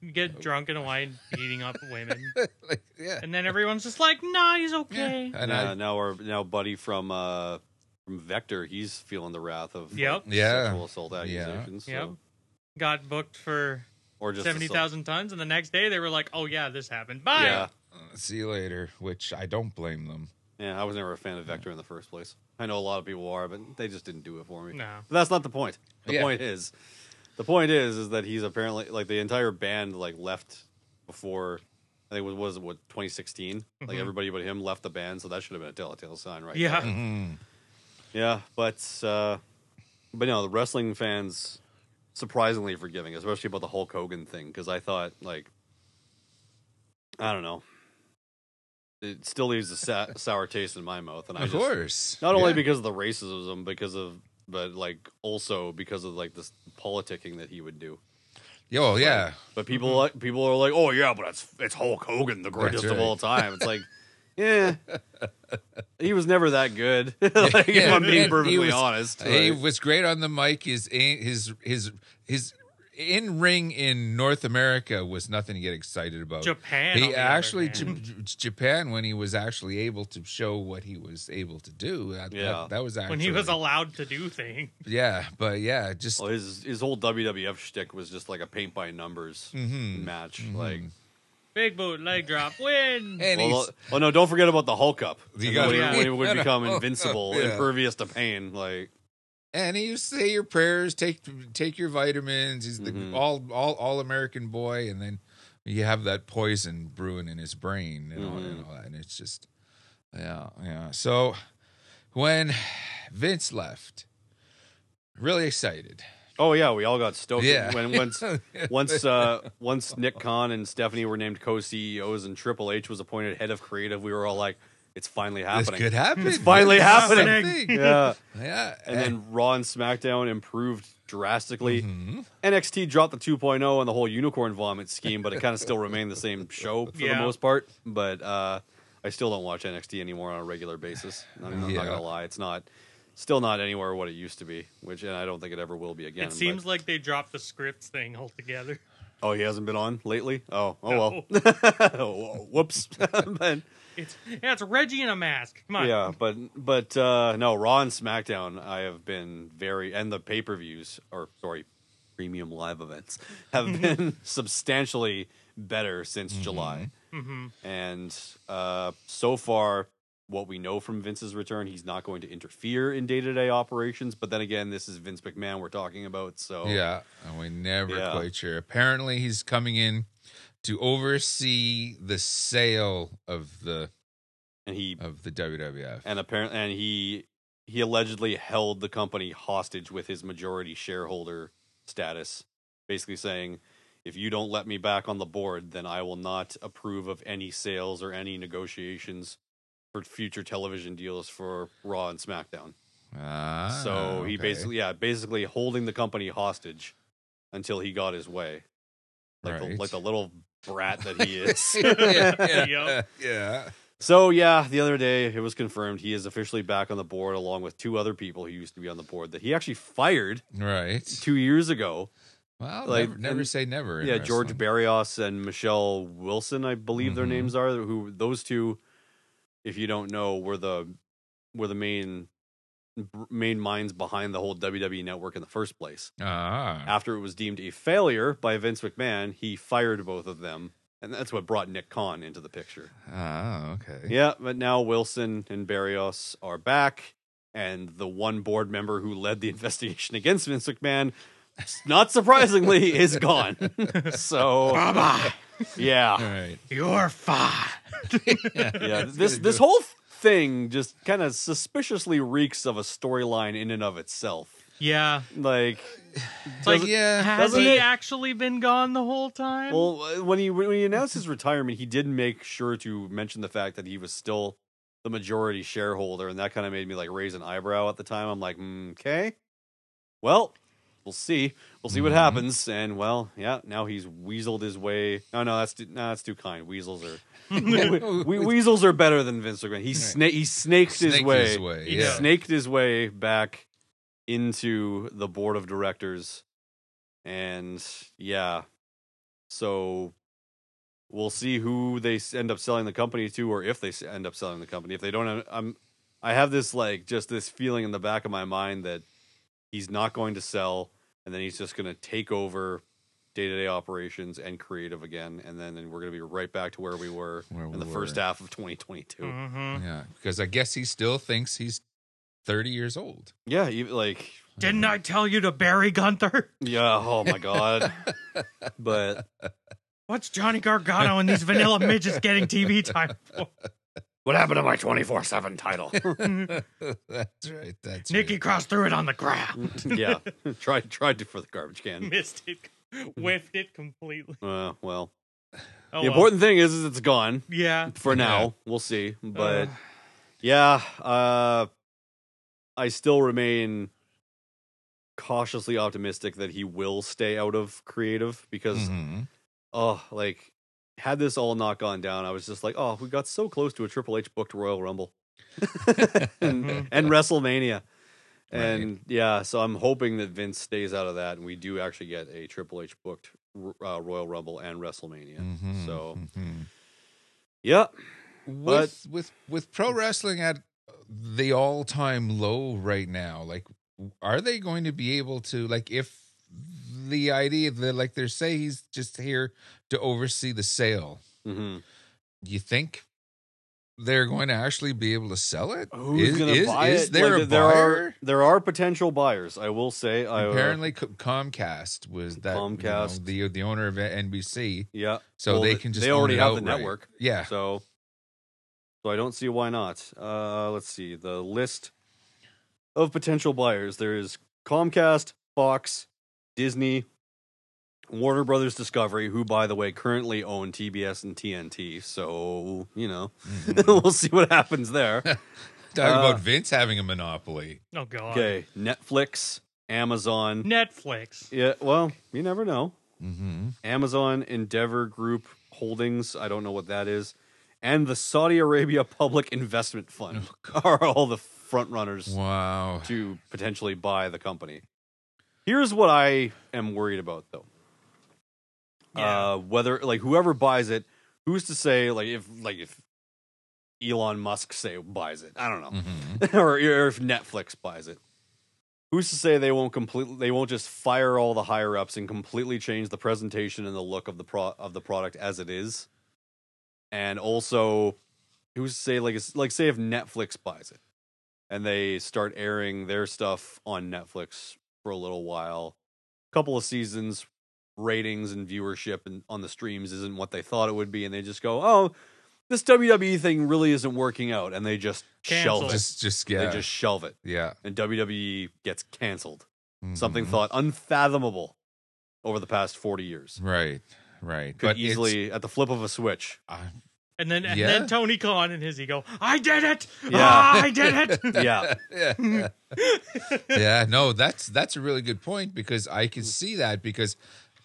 Speaker 5: You get drunk and wine, beating up women.
Speaker 4: like, yeah.
Speaker 5: And then everyone's just like, nah, he's okay.
Speaker 4: And
Speaker 2: now,
Speaker 4: I,
Speaker 2: now our now buddy from uh from Vector, he's feeling the wrath of like,
Speaker 5: Yep.
Speaker 4: Yeah.
Speaker 2: sexual assault
Speaker 4: Yeah.
Speaker 2: accusations.
Speaker 5: Yep.
Speaker 2: so-
Speaker 5: Got booked for
Speaker 2: Or just assault.
Speaker 5: 70,000 tons. And the next day they were like, oh, yeah, this happened. Bye.
Speaker 2: Yeah.
Speaker 4: see you later, which I don't blame them.
Speaker 2: Yeah, I was never a fan of Vector in the first place. I know a lot of people are, but they just didn't do it for me.
Speaker 5: No.
Speaker 2: But that's not the point. The
Speaker 4: Yeah.
Speaker 2: point is, the point is, is that he's apparently like the entire band like left before. I think it was was it, what 2016. Like
Speaker 5: Mhm.
Speaker 2: everybody but him left the band, so that should have been a telltale sign, right?
Speaker 5: Yeah.
Speaker 2: there. yeah. But uh, but no, the wrestling fans surprisingly forgiving, especially about the Hulk Hogan thing, because I thought like I don't know, it still leaves a sa- [laughs] sour taste in my mouth, and I
Speaker 4: [laughs] Of
Speaker 2: just,
Speaker 4: course.
Speaker 2: not only
Speaker 4: Yeah.
Speaker 2: because of the racism because of but like also because of like this politicking that he would do
Speaker 4: Oh, yeah.
Speaker 2: but people like people are like oh yeah but it's it's hulk hogan the greatest of
Speaker 4: right.
Speaker 2: all time it's
Speaker 4: [laughs]
Speaker 2: like yeah [laughs] he was never that good [laughs] like, if i'm
Speaker 4: Yeah,
Speaker 2: being
Speaker 4: he
Speaker 2: perfectly
Speaker 4: was-
Speaker 2: honest
Speaker 4: He
Speaker 2: Like,
Speaker 4: was great on the mic. His aim- his his his in ring in North America was nothing to get excited about.
Speaker 5: Japan. on
Speaker 4: He
Speaker 5: the
Speaker 4: actually
Speaker 5: other hand.
Speaker 4: J- J- Japan when he was actually able to show what he was able to do. That, that-
Speaker 2: Yeah.
Speaker 4: that, was actually
Speaker 5: when he was allowed to do things. [laughs]
Speaker 4: yeah, but yeah, just
Speaker 2: Well, his his whole WWF shtick was just like a paint by numbers
Speaker 4: Mm-hmm.
Speaker 2: match. Like,
Speaker 5: Big boot leg drop
Speaker 2: [laughs]
Speaker 5: win.
Speaker 4: and
Speaker 2: well,
Speaker 4: he's,
Speaker 2: oh no, don't forget about the Hulk up.
Speaker 4: You
Speaker 2: And
Speaker 4: got
Speaker 2: when,
Speaker 4: [laughs]
Speaker 5: it.
Speaker 2: he- when he
Speaker 4: Yeah. Oh,
Speaker 2: would become invincible,
Speaker 4: Yeah.
Speaker 2: impervious to pain. Like,
Speaker 4: and you say your prayers, take take your vitamins. He's the
Speaker 2: Mhm.
Speaker 4: all all all American boy, and then you have that poison brewing in his brain and, all,
Speaker 2: Mm-hmm.
Speaker 4: and all that, and it's just yeah, yeah. So when Vince left, really excited.
Speaker 2: oh yeah, we all got stoked.
Speaker 4: Yeah.
Speaker 2: When
Speaker 4: [laughs]
Speaker 2: once once uh, once Nick Khan and Stephanie were named co CEOs and Triple H was appointed head of creative, we were all like, it's finally
Speaker 4: This
Speaker 2: happening.
Speaker 4: could happen. It's
Speaker 2: finally happening.
Speaker 4: something.
Speaker 2: Yeah.
Speaker 4: Yeah, [laughs]
Speaker 2: and then Raw and SmackDown improved drastically.
Speaker 4: Mm-hmm.
Speaker 2: NXT dropped the 2.0 and the whole unicorn vomit scheme, but it kind of still remained the same show for the
Speaker 5: Yeah.
Speaker 2: most part. But uh, I still don't watch NXT anymore on a regular basis. I'm, I'm
Speaker 4: Yeah.
Speaker 2: not gonna lie, it's not still not anywhere what it used to be, which and I don't think it ever will be again.
Speaker 5: it seems
Speaker 2: but-
Speaker 5: like they dropped the scripts thing altogether. [laughs]
Speaker 2: oh, he hasn't been on lately. Oh, oh well. [laughs]
Speaker 5: No.
Speaker 2: Oh, Whoops. [laughs] but,
Speaker 5: it's yeah, it's Reggie in a mask. Come on.
Speaker 2: yeah, but but uh, no, Raw and SmackDown, I have been very, and the pay per views, or sorry, premium live events, [laughs] have been substantially better since July.
Speaker 5: hmm
Speaker 2: And uh, so far, what we know from Vince's return, he's not going to interfere in day to day operations. But then again, this is Vince McMahon we're talking about, so
Speaker 4: Yeah, and we never
Speaker 2: oh. Yeah.
Speaker 4: quite sure. Apparently, he's coming in to oversee the sale of the
Speaker 2: and he
Speaker 4: of the WWF.
Speaker 2: and apparently and he he allegedly held the company hostage with his majority shareholder status basically saying if you don't let me back on the board then i will not approve of any sales or any negotiations for future television deals for raw and smackdown
Speaker 4: Ah,
Speaker 2: so he
Speaker 4: okay.
Speaker 2: [laughs] basically yeah basically holding the company hostage until he got his way like the,
Speaker 4: Right.
Speaker 2: like the little brat that
Speaker 4: [laughs]
Speaker 2: he is
Speaker 4: [laughs] yeah, yeah, yeah,
Speaker 5: Yep.
Speaker 4: yeah.
Speaker 2: So yeah, the other day it was confirmed he is officially back on the board along with two other people who used to be on the board that he actually fired
Speaker 4: Right.
Speaker 2: two years ago.
Speaker 4: Well,
Speaker 2: Like,
Speaker 4: never, never
Speaker 2: and-
Speaker 4: say never. in
Speaker 2: yeah, George
Speaker 4: wrestling.
Speaker 2: Barrios and Michelle Wilson, I believe their
Speaker 4: Mhm.
Speaker 2: names are. Who those two, if you don't know, were the were the main main minds behind the whole WWE network in the first place.
Speaker 4: Ah,
Speaker 2: After it was deemed a failure by Vince McMahon, he fired both of them, and that's what brought Nick Khan into the picture.
Speaker 4: ah, okay.
Speaker 2: Yeah, but now Wilson and Barrios are back, and the one board member who led the [laughs] investigation against Vince McMahon, s- not surprisingly, is gone. so,
Speaker 4: All [laughs]
Speaker 2: yeah,
Speaker 4: right.
Speaker 5: You're fine.
Speaker 2: yeah. This this whole thing just kind of suspiciously reeks of a storyline in and of itself.
Speaker 5: Yeah.
Speaker 2: Like,
Speaker 5: It's like,
Speaker 4: Yeah.
Speaker 5: has
Speaker 2: doesn't
Speaker 5: he
Speaker 2: it-
Speaker 5: actually been gone the whole time?
Speaker 2: well, uh, when he when he announced his retirement, he did make sure to mention the fact that he was still the majority shareholder, and that kind of made me like raise an eyebrow at the time. I'm like, "Mm, okay, well, we'll see, we'll see what
Speaker 4: Mhm.
Speaker 2: happens, and well, yeah, now he's weaseled his way. No, no, that's too, no, that's too kind. Weasels are we, weasels are better than Vince McMahon. He sna- he snaked, his
Speaker 4: Snaked
Speaker 2: way.
Speaker 4: his way,
Speaker 2: He
Speaker 5: yeah.
Speaker 2: snaked his way back into the board of directors, and yeah, so we'll see who they s- end up selling the company to, or if they s- end up selling the company. If they don't, I'm I have this like just this feeling in the back of my mind that he's not going to sell, and then he's just going to take over. Day to day operations and creative again, and then and we're going to be right back to where we were
Speaker 4: Where we
Speaker 2: in the
Speaker 4: were.
Speaker 2: first half of 2022.
Speaker 5: Mhm.
Speaker 4: yeah, because I guess he still thinks he's thirty years old. [laughs]
Speaker 2: Yeah, even like
Speaker 5: Didn't I tell you to bury Gunther? [laughs]
Speaker 2: yeah, oh my god. but
Speaker 5: What's Johnny Gargano and these vanilla midgets getting TV time
Speaker 2: [laughs]
Speaker 5: for?
Speaker 2: what happened to my 24/7
Speaker 4: [laughs]
Speaker 2: title?
Speaker 4: That's right. That's
Speaker 5: Nikki
Speaker 4: Right.
Speaker 5: Cross threw it on the ground.
Speaker 2: yeah, tried tried to for the garbage can.
Speaker 5: [laughs] Missed it. Whiffed it completely.
Speaker 2: Uh, well,
Speaker 5: Oh,
Speaker 2: the
Speaker 5: well.
Speaker 2: important thing is, is it's gone
Speaker 5: Yeah.
Speaker 2: for
Speaker 4: Yeah.
Speaker 2: now. We'll see, but
Speaker 5: Uh,
Speaker 2: yeah, uh, I still remain cautiously optimistic that he will stay out of creative because
Speaker 4: Mhm.
Speaker 2: oh, like had this all not gone down, I was just like, oh, we [laughs]
Speaker 4: Mm-hmm.
Speaker 2: got so close to a Triple H booked Royal Rumble and, and WrestleMania, And yeah, so I'm hoping that Vince stays out of that, and we do actually get a Triple H booked uh, Royal Rumble and WrestleMania.
Speaker 4: Mhm,
Speaker 2: So
Speaker 4: mhm.
Speaker 2: yeah,
Speaker 4: with with with pro wrestling at the all time low right now, like are they going to be able to like if the idea that like they're say he's just here to oversee the sale,
Speaker 2: hmm
Speaker 4: you think they're going to actually be able to sell it?
Speaker 2: who's
Speaker 4: Is-
Speaker 2: gonna
Speaker 4: is-
Speaker 2: buy
Speaker 4: is
Speaker 2: it?
Speaker 4: there
Speaker 2: Like,
Speaker 4: a
Speaker 2: there
Speaker 4: buyer?
Speaker 2: are there are potential buyers. I will say, I, uh,
Speaker 4: Apparently, Co- Comcast was that you know,
Speaker 2: Comcast.
Speaker 4: the the owner of NBC,
Speaker 2: yeah.
Speaker 4: so
Speaker 2: Well,
Speaker 4: they can just
Speaker 2: they
Speaker 4: own
Speaker 2: already
Speaker 4: it
Speaker 2: have the
Speaker 4: outright.
Speaker 2: network.
Speaker 4: Yeah,
Speaker 2: So, so I don't see why not. Uh, let's see the list of potential buyers. There is Comcast, Fox, Disney, Warner Brothers Discovery, who, by the way, currently own TBS and TNT. So you know, [laughs] we'll see what happens there.
Speaker 4: talk
Speaker 2: uh,
Speaker 4: about Vince having a monopoly.
Speaker 5: Oh god.
Speaker 2: Okay, Netflix, Amazon.
Speaker 5: Netflix.
Speaker 2: Yeah, well, you never know.
Speaker 4: Mm-hmm.
Speaker 2: Amazon Endeavor Group Holdings, I don't know what that is, and the Saudi Arabia Public Investment Fund [laughs] are all the front runners
Speaker 4: Wow.
Speaker 2: to potentially buy the company. Here's what I am worried about though.
Speaker 5: Yeah.
Speaker 2: Uh whether like whoever buys it, who's to say like if like if Elon Musk say buys it. I don't know.
Speaker 4: Mhm.
Speaker 2: or, or if Netflix buys it. Who's to say they won't completely they won't just fire all the higher ups and completely change the presentation and the look of the pro- of the product as it is? And also who's to say like it's- like say if Netflix buys it and they start airing their stuff on Netflix for a little while, couple of seasons ratings and viewership and on the streams isn't what they thought it would be and they just go, "Oh, this WWE thing really isn't working out." And they just
Speaker 5: Cancel.
Speaker 2: shelve it.
Speaker 4: Just, just yeah,
Speaker 2: They just shelve it,
Speaker 4: yeah.
Speaker 2: and WWE gets canceled. Something
Speaker 4: Mhm.
Speaker 2: thought unfathomable over the past forty years
Speaker 4: right, right.
Speaker 2: could
Speaker 4: but it's- [laughs]
Speaker 2: easily, at the flip of a switch,
Speaker 4: I-
Speaker 5: And then and
Speaker 4: Yeah.
Speaker 5: then Tony Khan and his ego. I did it.
Speaker 2: Yeah.
Speaker 5: Ah, I did
Speaker 4: [laughs]
Speaker 5: it.
Speaker 2: yeah,
Speaker 4: yeah. no, that's that's a really good point because I can see that because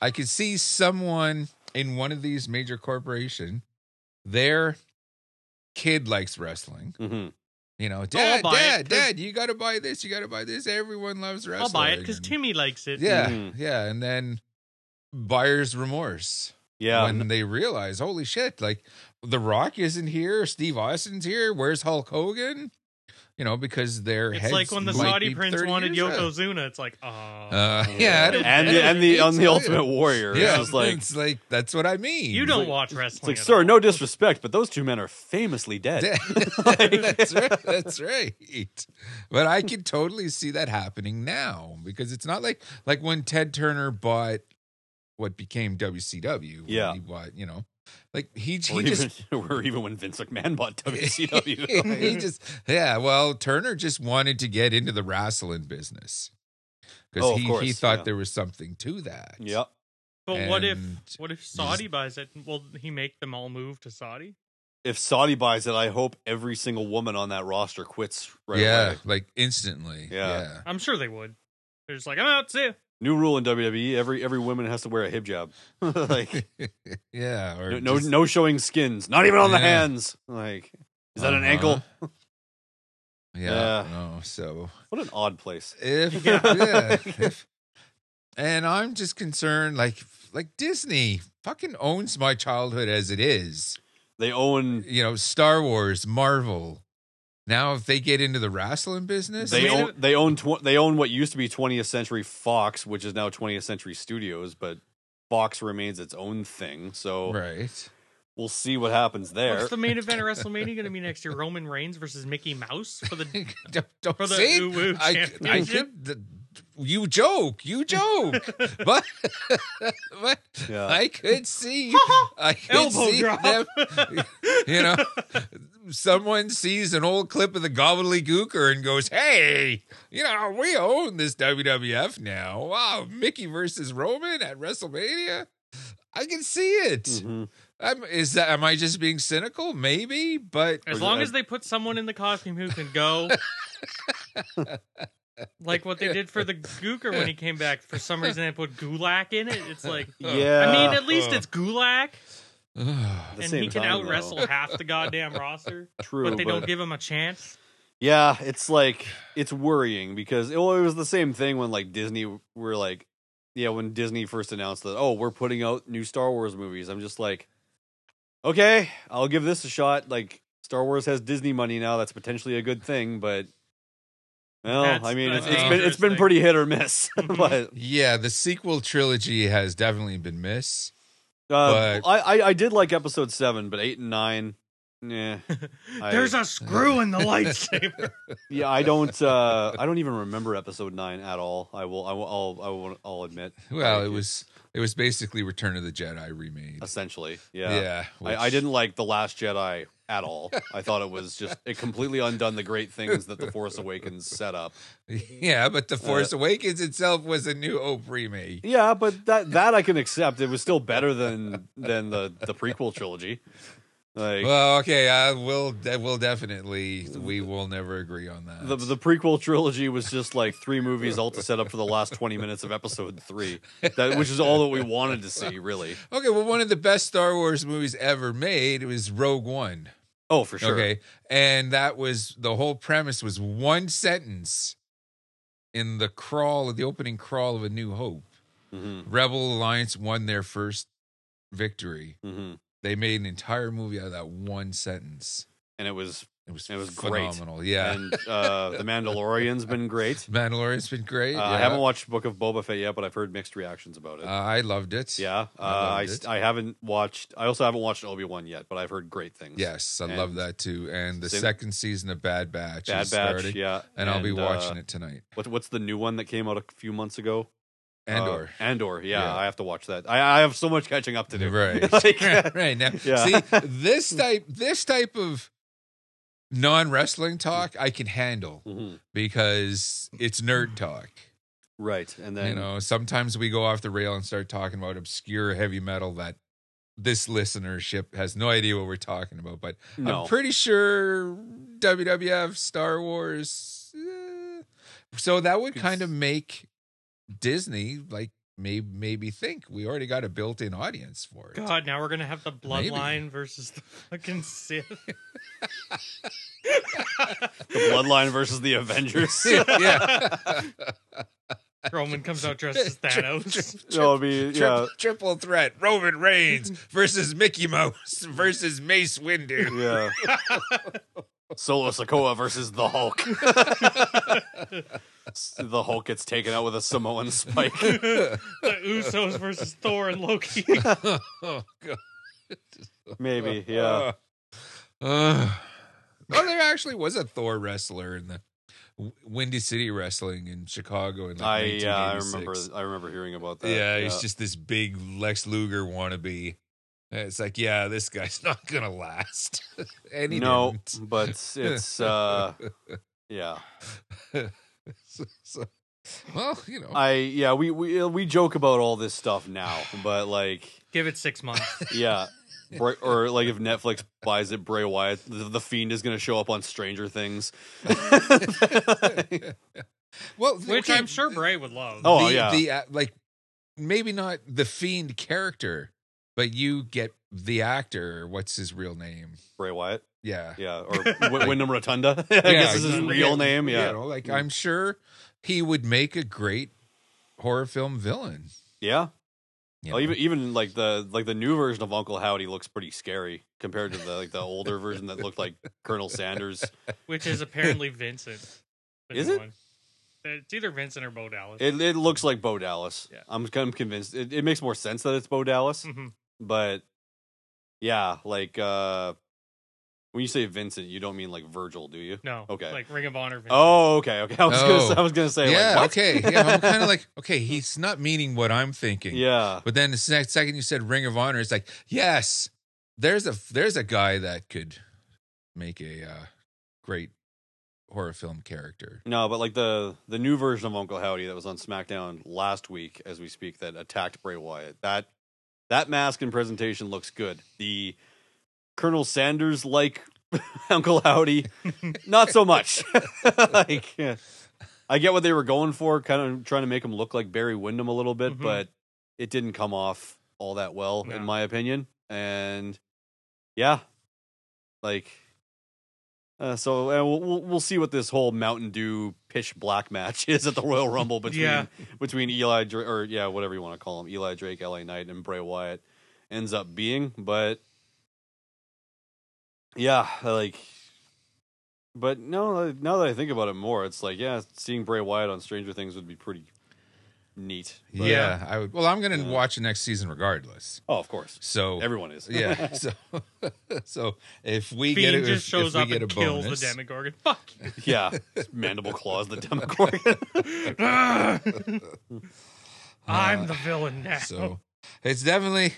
Speaker 4: I can see someone in one of these major corporation, their kid likes wrestling.
Speaker 2: hmm
Speaker 4: You know, dad,
Speaker 5: Oh, buy it
Speaker 4: dad,
Speaker 5: 'cause-
Speaker 4: dad, you got to buy this, you got to buy this. Everyone loves wrestling.
Speaker 5: [laughs] I'll buy it Mm. because
Speaker 4: And-
Speaker 5: Timmy likes it.
Speaker 4: Yeah,
Speaker 2: Mhm.
Speaker 4: yeah, and then buyer's remorse.
Speaker 2: yeah,
Speaker 4: when they realize, holy shit, like The Rock isn't here, Steve Austin's here, where's Hulk Hogan? You know, because their
Speaker 5: It's
Speaker 4: heads
Speaker 5: like when the
Speaker 4: might
Speaker 5: Saudi
Speaker 4: be
Speaker 5: prince
Speaker 4: 30
Speaker 5: wanted
Speaker 4: years out.
Speaker 5: Yokozuna. It's like, ah,
Speaker 4: Uh, yeah, I don't-
Speaker 2: Oh, and the, and the
Speaker 4: [laughs]
Speaker 2: on the Ultimate Warrior,
Speaker 4: Yeah,
Speaker 2: it's just like
Speaker 4: it's like that's what I mean.
Speaker 5: you don't watch wrestling.
Speaker 2: it's like,
Speaker 5: at
Speaker 2: sir,
Speaker 5: all."
Speaker 2: no disrespect, but those two men are famously
Speaker 5: [laughs]
Speaker 2: dead.
Speaker 4: [laughs] that's right. That's right. But I can totally see that happening now because it's not like like when Ted Turner bought what became WCW. when
Speaker 2: Yeah.
Speaker 4: he bought you know, like
Speaker 2: [laughs]
Speaker 4: he
Speaker 2: or,
Speaker 4: he just
Speaker 2: even, or even when Vince McMahon bought
Speaker 4: [laughs]
Speaker 2: [laughs]
Speaker 4: he
Speaker 2: WCW.
Speaker 4: just yeah well turner just wanted to get into the wrestling business because
Speaker 2: Oh, of
Speaker 4: he, he
Speaker 2: course,
Speaker 4: thought
Speaker 2: yeah.
Speaker 4: there was something to that
Speaker 2: yep.
Speaker 5: But what if
Speaker 4: And
Speaker 5: what if Saudi buys it? Will he make them all move to Saudi?
Speaker 2: If Saudi buys it, I hope every single woman on that roster quits right
Speaker 4: yeah
Speaker 2: away.
Speaker 4: like instantly
Speaker 2: Yeah.
Speaker 4: yeah [laughs]
Speaker 5: I'm sure they would. They're just like, I'm out. See ya.
Speaker 2: New rule in WWE: every every woman has to wear a hijab. [laughs] like
Speaker 4: yeah or
Speaker 2: No, no,
Speaker 4: just-
Speaker 2: no showing skins, not even on the
Speaker 4: Yeah.
Speaker 2: hands. Like, is that an
Speaker 4: Uh-huh.
Speaker 2: ankle?
Speaker 4: yeah
Speaker 2: Yeah.
Speaker 4: no so
Speaker 2: [laughs] What an odd place.
Speaker 4: if yeah,
Speaker 2: Yeah.
Speaker 4: if- and i'm just concerned like like disney fucking owns my childhood as it is
Speaker 2: They own.
Speaker 4: you know star wars marvel now if they get into the wrestling business
Speaker 2: They
Speaker 5: made
Speaker 2: own.
Speaker 5: it-
Speaker 2: They own. Tw- they own what used to be 20th Century Fox, which is now 20th Century Studios, but Fox remains its own thing. So
Speaker 4: right
Speaker 2: we'll see what happens there.
Speaker 5: What's the main event of WrestleMania going to be next year? Roman Reigns versus Mickey Mouse
Speaker 4: [laughs]
Speaker 5: for the
Speaker 4: don't, don't
Speaker 5: For the
Speaker 4: say it.
Speaker 5: Uwu
Speaker 4: I, I
Speaker 5: Championship?
Speaker 4: could, the, you joke, you joke,
Speaker 5: [laughs]
Speaker 4: but [laughs] but
Speaker 2: Yeah.
Speaker 4: I could see, I could
Speaker 5: elbow
Speaker 4: see
Speaker 5: drop. [laughs]
Speaker 4: them. You know, someone sees an old clip of the gobbledygooker and goes, "Hey, you know, we own this WWF now. Wow, Mickey versus Roman at WrestleMania." I can see it.
Speaker 2: Mhm.
Speaker 4: I'm, is that am I just being cynical? Maybe, but
Speaker 5: as long as they put someone in the costume who can go. like what they did for the Gooker when he came back. For some reason, they put Gulak in it. It's like,
Speaker 2: Yeah.
Speaker 5: uh, I mean, at least it's Gulak,
Speaker 2: At the
Speaker 5: and
Speaker 2: same
Speaker 5: he can
Speaker 2: time,
Speaker 5: out wrestle
Speaker 2: though,
Speaker 5: half the goddamn roster.
Speaker 2: [laughs] True,
Speaker 5: but they don't give him a chance.
Speaker 2: Yeah, it's like it's worrying because it, well, it was the same thing when like Disney were like, yeah, when Disney first announced that oh we're putting out new Star Wars movies. I'm just like, okay, I'll give this a shot. Like Star Wars has Disney money now. That's potentially a good thing, but well,
Speaker 5: That's Mm-hmm.
Speaker 2: I mean,
Speaker 5: the
Speaker 2: it's, it's been it's
Speaker 5: dangerous
Speaker 2: been
Speaker 5: thing.
Speaker 2: pretty hit or miss. [laughs] but um,
Speaker 4: Yeah, the sequel trilogy has definitely been missed.
Speaker 2: uh,
Speaker 4: But-
Speaker 2: I, I I did like Episode Seven, but eight and nine, yeah, I-
Speaker 5: [laughs] There's a
Speaker 2: [laughs]
Speaker 5: screw in the lightsaber.
Speaker 2: yeah. I don't uh I don't even remember Episode Nine at all. I will I will I'll I will, I'll admit.
Speaker 4: Well,
Speaker 2: Like,
Speaker 4: it was it was basically Return of the Jedi remade.
Speaker 2: essentially. Yeah,
Speaker 4: Yeah,
Speaker 2: I, I
Speaker 4: which-
Speaker 2: didn't like the Last Jedi at all. I thought it was just it completely undone the great things that the Force Awakens set up.
Speaker 4: [laughs] Yeah, but
Speaker 2: Uh,
Speaker 4: the Force Awakens itself was a New Hope remake.
Speaker 2: Yeah, but that that I can accept. It was still better than than the the prequel trilogy. Like
Speaker 4: Well, okay, I will. de- We'll definitely. We will never agree on that.
Speaker 2: the the prequel trilogy was just like three movies all to set up for the last twenty minutes of Episode Three, that which is all that we wanted to see, really.
Speaker 4: okay, well, one of the best Star Wars movies ever made was Rogue One.
Speaker 2: Oh, for sure.
Speaker 4: Okay, and that was the whole premise was one sentence in the crawl, the opening crawl of A New Hope.
Speaker 2: Mhm,
Speaker 4: Rebel Alliance won their first victory.
Speaker 2: mhm.
Speaker 4: They made an entire movie out of that one sentence.
Speaker 2: And it was
Speaker 4: It was
Speaker 2: It was great.
Speaker 4: phenomenal. Yeah,
Speaker 2: and uh, the Mandalorian's been great.
Speaker 4: Mandalorian's been [laughs] great.
Speaker 2: Uh,
Speaker 4: yeah.
Speaker 2: I haven't watched Book of Boba Fett yet, but I've heard mixed reactions about it.
Speaker 4: Uh, I loved it.
Speaker 2: yeah, uh,
Speaker 4: loved
Speaker 2: I,
Speaker 4: it.
Speaker 2: I haven't watched. I also haven't watched Obi Wan yet, but I've heard great things.
Speaker 4: Yes, I
Speaker 2: And-
Speaker 4: love that too. And the
Speaker 2: Same-
Speaker 4: second season of Bad Batch
Speaker 2: Bad Batch.
Speaker 4: is starting,
Speaker 2: Yeah,
Speaker 4: and, I'll be
Speaker 2: uh,
Speaker 4: watching it tonight.
Speaker 2: What, what's the new one that came out a few months ago? Uh,
Speaker 4: Andor.
Speaker 2: [laughs] Andor. Yeah,
Speaker 4: Yeah.
Speaker 2: I have to watch that. I, I have so much catching up to do.
Speaker 4: Right.
Speaker 2: [laughs]
Speaker 4: [laughs]
Speaker 2: Like,
Speaker 4: right now,
Speaker 2: Yeah.
Speaker 4: see
Speaker 2: [laughs]
Speaker 4: this type this type of non wrestling talk I can handle
Speaker 2: Mhm.
Speaker 4: because it's nerd talk.
Speaker 2: Right, and then
Speaker 4: you know, sometimes we go off the rail and start talking about obscure heavy metal that this listenership has no idea what we're talking about. But
Speaker 2: no.
Speaker 4: I'm pretty sure WWF, Star Wars. eh. so that would
Speaker 2: Could
Speaker 4: kind of
Speaker 2: s-
Speaker 4: make Disney like maybe maybe think we already got a built-in audience for it.
Speaker 5: God, now we're gonna have the
Speaker 4: Maybe.
Speaker 5: bloodline versus the fucking Sith.
Speaker 2: the Bloodline versus the Avengers.
Speaker 4: [laughs] yeah.
Speaker 5: Roman comes out
Speaker 2: [laughs]
Speaker 4: [laughs]
Speaker 5: dressed as Thanos.
Speaker 2: It'll be yeah,
Speaker 4: Triple, triple threat: Roman Reigns versus Mickey Mouse versus Mace Windu.
Speaker 2: yeah. [laughs] Solo Sokoa versus the [laughs] Hulk. the Hulk gets taken out with a Samoan spike.
Speaker 5: the Usos versus Thor and Loki.
Speaker 4: oh God.
Speaker 2: [laughs] Maybe, yeah.
Speaker 4: Uh, well, there actually was a Thor wrestler in the W- Windy City Wrestling in Chicago in
Speaker 2: I
Speaker 4: like
Speaker 2: yeah, I remember
Speaker 4: 1986.
Speaker 2: I remember hearing about that.
Speaker 4: yeah, he's just this big Lex Luger wannabe. And It's like, yeah, this guy's [laughs] not gonna last. [laughs] and he
Speaker 2: no, [laughs]
Speaker 4: didn't. [laughs]
Speaker 2: but it's uh yeah.
Speaker 4: So- so- well, you know,
Speaker 2: I yeah, we we uh, we joke about all this stuff now, but like
Speaker 5: Give it six months.
Speaker 2: yeah. Bray, or like if Netflix buys it, Bray Wyatt, the, the fiend is going to show up on Stranger [laughs] Things.
Speaker 4: well,
Speaker 5: Which
Speaker 4: okay,
Speaker 5: I'm sure Bray would love.
Speaker 2: Oh,
Speaker 4: the,
Speaker 2: yeah.
Speaker 4: the uh, like maybe not the fiend character, but you get the actor. What's his real name?
Speaker 2: Bray Wyatt,
Speaker 4: Yeah,
Speaker 2: yeah,
Speaker 4: [laughs]
Speaker 2: or w- Wyndham Rotunda. [laughs] I guess is his
Speaker 4: exactly.
Speaker 2: real name.
Speaker 4: You
Speaker 2: Yeah,
Speaker 4: know, like I'm sure he would make a great horror film villain.
Speaker 2: yeah. Oh,
Speaker 4: you know.
Speaker 2: even even like the like the new version of Uncle Howdy looks pretty scary compared to the like the older version that looked like Colonel Sanders.
Speaker 5: Which is apparently Vincent.
Speaker 2: [laughs]
Speaker 5: the
Speaker 2: Is
Speaker 5: new
Speaker 2: it?
Speaker 5: one. Uh, It's either Vincent or Bo Dallas. [laughs]
Speaker 2: It it looks like Bo Dallas.
Speaker 5: Yeah.
Speaker 2: I'm I'm convinced. It, it makes more sense that it's Bo Dallas,
Speaker 4: Hmm.
Speaker 5: Mhm.
Speaker 2: but yeah, like uh when you say Vincent, you don't mean like Virgil, do you?
Speaker 5: No.
Speaker 2: Okay.
Speaker 5: Like Ring of Honor. Vincent.
Speaker 2: Oh, okay, okay. I was gonna
Speaker 4: Oh.
Speaker 2: say, I was gonna say
Speaker 4: yeah,
Speaker 2: like, what?
Speaker 4: okay.
Speaker 2: [laughs]
Speaker 4: Yeah, I'm kind of like, okay, he's not meaning what I'm thinking.
Speaker 2: yeah,
Speaker 4: But then the se- second you said Ring of Honor, it's like, yes, there's a there's a guy that could make a uh, great horror film character.
Speaker 2: no, but like the the new version of Uncle Howdy that was on SmackDown last week, as we speak, that attacked Bray Wyatt. That that mask and presentation looks good. The Colonel Sanders like [laughs] Uncle Howdy, not so much. like, yeah. I get what they were going for, kind of trying to make him look like Barry Windham a little bit,
Speaker 5: Mhm.
Speaker 2: but it didn't come off all that well,
Speaker 5: No.
Speaker 2: in my opinion. And yeah, like Uh, so uh, we'll, we'll we'll see what this whole Mountain Dew pitch black match [laughs] is at the Royal Rumble between
Speaker 5: Yeah.
Speaker 2: between Eli Dra- or yeah whatever you want to call him Eli Drake, LA Knight, and Bray Wyatt ends up being. But yeah, like, but no, now that I think about it more, it's like yeah, seeing Bray Wyatt on Stranger Things would be pretty neat. But-
Speaker 4: yeah, uh, I would. Well, I'm going to
Speaker 2: Yeah.
Speaker 4: watch the next season regardless.
Speaker 2: Oh, of course.
Speaker 4: So
Speaker 2: Everyone is. [laughs]
Speaker 4: yeah. So [laughs] so if we get
Speaker 5: Fiend
Speaker 4: it,
Speaker 5: just shows
Speaker 4: if
Speaker 5: up
Speaker 4: we get
Speaker 5: and
Speaker 4: a
Speaker 5: kills
Speaker 4: bonus,
Speaker 5: the Demogorgon.
Speaker 2: [laughs]
Speaker 5: Fuck.
Speaker 2: Uh,
Speaker 5: you.
Speaker 2: yeah. Mandible claws the Demogorgon.
Speaker 5: I'm the villain now.
Speaker 4: So it's definitely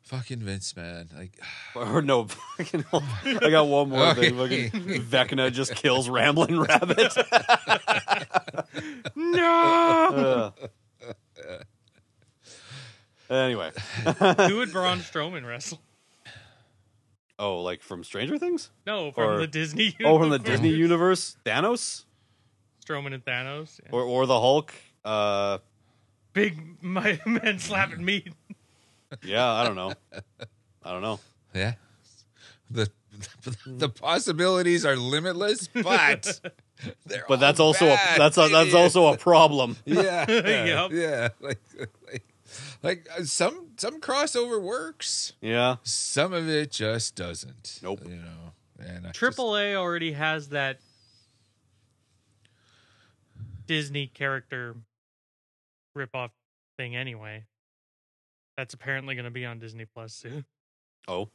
Speaker 4: fucking Vince, man. Like [sighs]
Speaker 2: [laughs] Or no, fucking. I got one more
Speaker 4: Okay.
Speaker 2: thing. Fucking Vecna just kills Rambling [laughs] Rabbit.
Speaker 5: [laughs] no.
Speaker 2: [laughs] Uh. Anyway,
Speaker 5: Who would Braun Strowman wrestle?
Speaker 2: oh, like from Stranger Things?
Speaker 5: No, from
Speaker 2: Or-
Speaker 5: the Disney.
Speaker 2: Oh, from the
Speaker 5: universe.
Speaker 2: Disney universe, Thanos
Speaker 5: Strowman and Thanos. Yeah.
Speaker 2: or or the Hulk? Uh,
Speaker 5: Big [laughs] my man slapping me.
Speaker 2: yeah, I don't know. I don't know.
Speaker 4: yeah, the [laughs] the possibilities are limitless, but they're
Speaker 2: But that's
Speaker 4: all
Speaker 2: also a,
Speaker 4: Oh, bad
Speaker 2: that's a, that's
Speaker 4: ideas.
Speaker 2: also a problem.
Speaker 4: [laughs] yeah
Speaker 5: Yep.
Speaker 4: yeah like like, like uh, some some crossover works,
Speaker 2: Yeah.
Speaker 4: some of it just doesn't.
Speaker 2: Nope.
Speaker 4: You know, and I just-
Speaker 5: Triple A already has that Disney character ripoff thing anyway. That's apparently going to be on Disney Plus soon.
Speaker 2: Oh.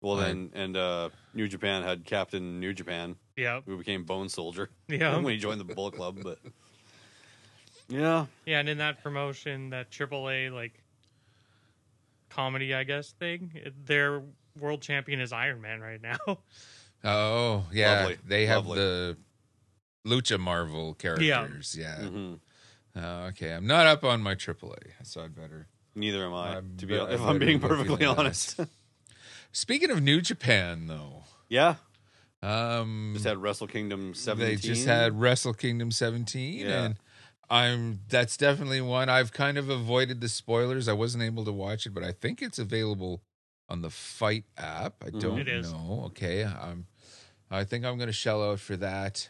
Speaker 2: Well
Speaker 4: Right.
Speaker 2: then, and uh, New Japan had Captain New Japan,
Speaker 5: Yep.
Speaker 2: who became Bone Soldier. [laughs]
Speaker 5: Yeah.
Speaker 2: when he joined the Bullet Club, but yeah,
Speaker 5: Yeah, and in that promotion, that AAA like comedy, I guess thing, it- their world champion is Iron Man right now. [laughs]
Speaker 4: Oh yeah,
Speaker 2: Lovely,
Speaker 4: they have
Speaker 2: lovely.
Speaker 4: the lucha Marvel characters. Yeah.
Speaker 2: Mhm.
Speaker 4: Oh, okay, I'm not up on my AAA, so I'd better.
Speaker 2: neither am I.
Speaker 4: I'm
Speaker 2: to be,
Speaker 4: be-
Speaker 2: if
Speaker 4: I'm
Speaker 2: I'm being
Speaker 4: being
Speaker 2: perfectly
Speaker 4: [laughs] perfectly
Speaker 2: honest, [laughs]
Speaker 4: Speaking of New Japan, though,
Speaker 2: yeah,
Speaker 4: um,
Speaker 2: just had Wrestle Kingdom
Speaker 4: they
Speaker 2: seventeen.
Speaker 4: just had Wrestle Kingdom 17,
Speaker 2: Yeah.
Speaker 4: and I'm that's definitely one I've kind of avoided the spoilers. I wasn't able to watch it, but I think it's available on the Fight app.
Speaker 2: Mm-hmm.
Speaker 4: I don't
Speaker 5: It is.
Speaker 4: know. Okay, I'm. I think I'm going to shell out for
Speaker 2: [laughs]
Speaker 4: that.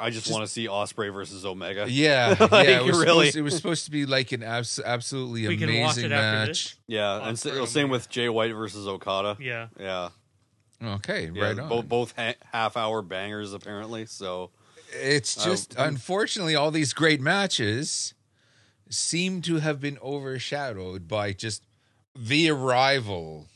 Speaker 2: I just, want to see Osprey versus Omega.
Speaker 4: Yeah,
Speaker 2: Like,
Speaker 4: yeah. It was,
Speaker 2: really?
Speaker 4: supposed, it was supposed to be like an abs- absolutely
Speaker 5: we can
Speaker 4: amazing
Speaker 5: watch it
Speaker 4: match.
Speaker 5: after this.
Speaker 2: yeah, and
Speaker 5: Osprey,
Speaker 2: sa- same
Speaker 5: Omega.
Speaker 2: with Jay White versus Okada.
Speaker 5: Yeah.
Speaker 2: Yeah,
Speaker 4: Okay,
Speaker 2: yeah,
Speaker 4: right on.
Speaker 2: bo- both ha- half-hour bangers apparently. So
Speaker 4: it's
Speaker 2: Uh,
Speaker 4: just unfortunately all these great matches seem to have been overshadowed by just the arrival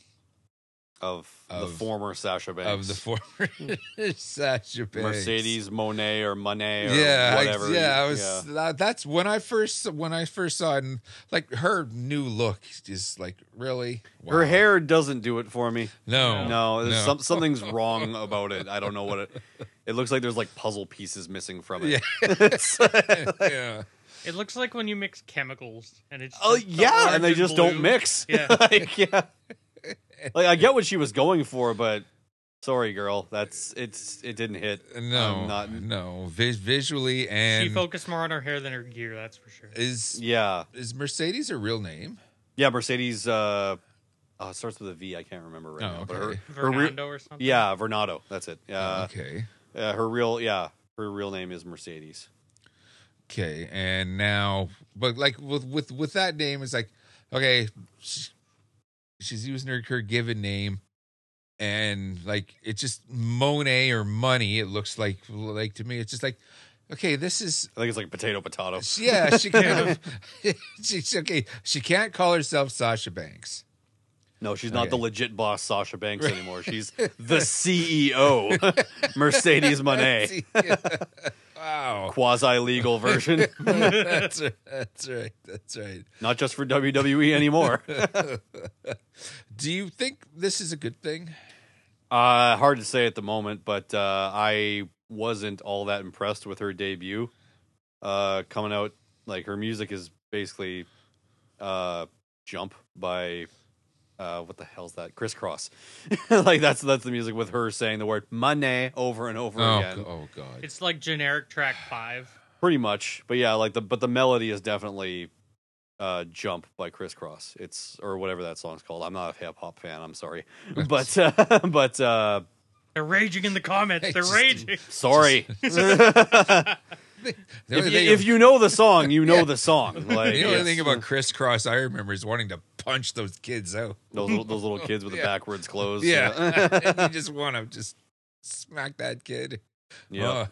Speaker 2: of, the
Speaker 4: Of-
Speaker 2: former Sasha Banks,
Speaker 4: of the former [laughs] Sasha Banks.
Speaker 2: Mercedes Monet or Monet or
Speaker 4: yeah, I-
Speaker 2: whatever.
Speaker 4: yeah, I was. That, that's when I first when I first saw it. And, like her new look is like really
Speaker 2: Her
Speaker 4: wow.
Speaker 2: hair doesn't do it for me.
Speaker 4: No,
Speaker 2: No, there's Some, something's wrong about it. I don't know what it. It looks like there's like puzzle pieces missing from it. It's-
Speaker 4: [laughs] yeah.
Speaker 5: It looks like when you mix chemicals and it's
Speaker 2: oh
Speaker 5: just the
Speaker 2: yeah,
Speaker 5: orange
Speaker 2: and they just don't
Speaker 5: blue.
Speaker 2: mix.
Speaker 5: Yeah.
Speaker 2: [laughs] like, yeah. Like I get what she was going for, but sorry, girl, that's it's it didn't hit.
Speaker 4: No,
Speaker 2: I'm not.
Speaker 4: no. Vis- visually
Speaker 5: She
Speaker 4: and
Speaker 5: focused more on her hair than her gear, that's for sure.
Speaker 4: is
Speaker 2: Yeah,
Speaker 4: is Mercedes her real name?
Speaker 2: yeah. Mercedes. Uh, oh, it starts with a V. I can't remember right
Speaker 4: Oh,
Speaker 2: now. But
Speaker 4: okay. Uh-huh.
Speaker 2: her, her real,
Speaker 5: Fernando or something.
Speaker 2: yeah, Vernado. That's it. Uh,
Speaker 4: okay,
Speaker 2: uh, her real, yeah, her real name is Mercedes.
Speaker 4: okay. And now, but like with with with that name, it's like okay, she, she's using her her given name, and like it just Monet or money. It looks like like to me, it's just like okay, this is
Speaker 2: I think it's like potato potato. [laughs]
Speaker 4: Yeah, she kind of. [laughs] she, she- okay, she can't call herself Sasha Banks.
Speaker 2: No, she's not the
Speaker 4: Okay.
Speaker 2: legit boss Sasha Banks anymore. She's the CEO, [laughs] Mercedes
Speaker 4: [laughs]
Speaker 2: [laughs]
Speaker 4: E
Speaker 2: Monet,
Speaker 4: wow,
Speaker 2: quasi legal version,
Speaker 4: that's right, that's right, that's right.
Speaker 2: not just for
Speaker 4: [laughs]
Speaker 2: WWE anymore. Uh,
Speaker 4: Do you think this is a good thing?
Speaker 2: Uh, hard to say at the moment, but uh, I wasn't all that impressed with her debut uh, coming out. Like her music is basically uh, "Jump" by uh, what the hell's that? Crisscross. [laughs] like that's that's the music with her saying the word "money" over and over again.
Speaker 4: go- oh God,
Speaker 5: It's like generic track five.
Speaker 2: pretty much but yeah like the but the melody is definitely uh jump by crisscross
Speaker 4: [laughs]
Speaker 2: it's or whatever that song's called i'm not a hip-hop fan i'm sorry [laughs] but uh, but uh
Speaker 5: They're raging in
Speaker 2: [laughs]
Speaker 5: the comments.
Speaker 4: Hey,
Speaker 5: They're
Speaker 4: just-
Speaker 5: raging.
Speaker 4: [laughs]
Speaker 2: Sorry.
Speaker 4: The
Speaker 2: [laughs] if,
Speaker 4: only,
Speaker 2: you,
Speaker 4: thing,
Speaker 2: if you know the song, you know the song. Like
Speaker 4: [laughs] the only
Speaker 2: yes.
Speaker 4: thing about crisscross I remember is wanting to punch those kids out.
Speaker 2: [laughs] those little, those little kids with
Speaker 4: Yeah.
Speaker 2: the backwards clothes.
Speaker 4: [laughs] Yeah, you just want to just smack that kid.
Speaker 2: [laughs] yeah.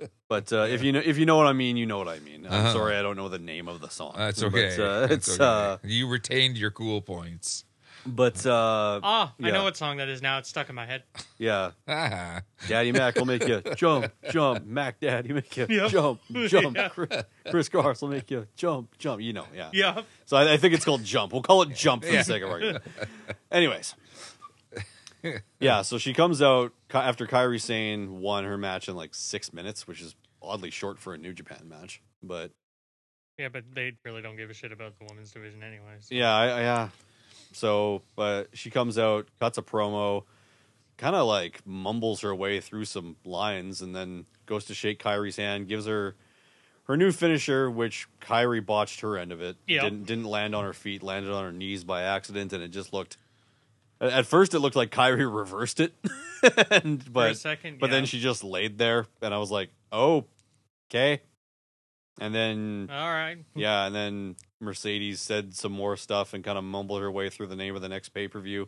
Speaker 4: Ugh.
Speaker 2: But uh, if you know if you know what I mean, you know what I mean. I'm
Speaker 4: Uh-huh.
Speaker 2: sorry, I don't know the name of the song.
Speaker 4: Oh, [laughs] That's okay.
Speaker 2: But, uh,
Speaker 4: That's
Speaker 2: it's
Speaker 4: okay.
Speaker 2: uh,
Speaker 4: you retained your cool points. [laughs]
Speaker 2: but uh,
Speaker 5: Ah, I
Speaker 2: Yeah.
Speaker 5: know what song that is now. It's stuck in my head. [laughs]
Speaker 2: yeah,
Speaker 4: Ah,
Speaker 2: Daddy Mac will make you jump, jump. Mac Daddy make you
Speaker 5: Yep.
Speaker 2: jump, jump.
Speaker 5: [laughs] Yeah.
Speaker 2: Chris, Chris Cars will make you jump, jump. You know, yeah.
Speaker 5: Yeah.
Speaker 2: So I, I think it's called jump. We'll call it jump for
Speaker 4: Yeah.
Speaker 2: the sake of
Speaker 5: [laughs]
Speaker 2: argument. Anyways, yeah. So she comes out Ki- after Kyrie Sane won her match in like six minutes, which is oddly short for a New Japan match, but.
Speaker 5: Yeah, but they really don't give a shit about the women's division anyways.
Speaker 2: Yeah, I, I- yeah. So, but she comes out, cuts a promo, kind of like mumbles her way through some lines, and then goes to shake Kyrie's hand, gives her her new finisher, which Kyrie botched her end of it.
Speaker 5: Yeah.
Speaker 2: didn't didn't land on her feet, landed on her knees by accident, and it just looked. at- At first, it looked like Kyrie reversed it, [laughs] and, but
Speaker 5: For a second,
Speaker 2: but
Speaker 5: yeah.
Speaker 2: then she just laid there, and I was like, "Oh, okay." And then
Speaker 5: All right.
Speaker 2: yeah, and then Mercedes said some more stuff and kind of mumbled her way through the name of the next pay per view,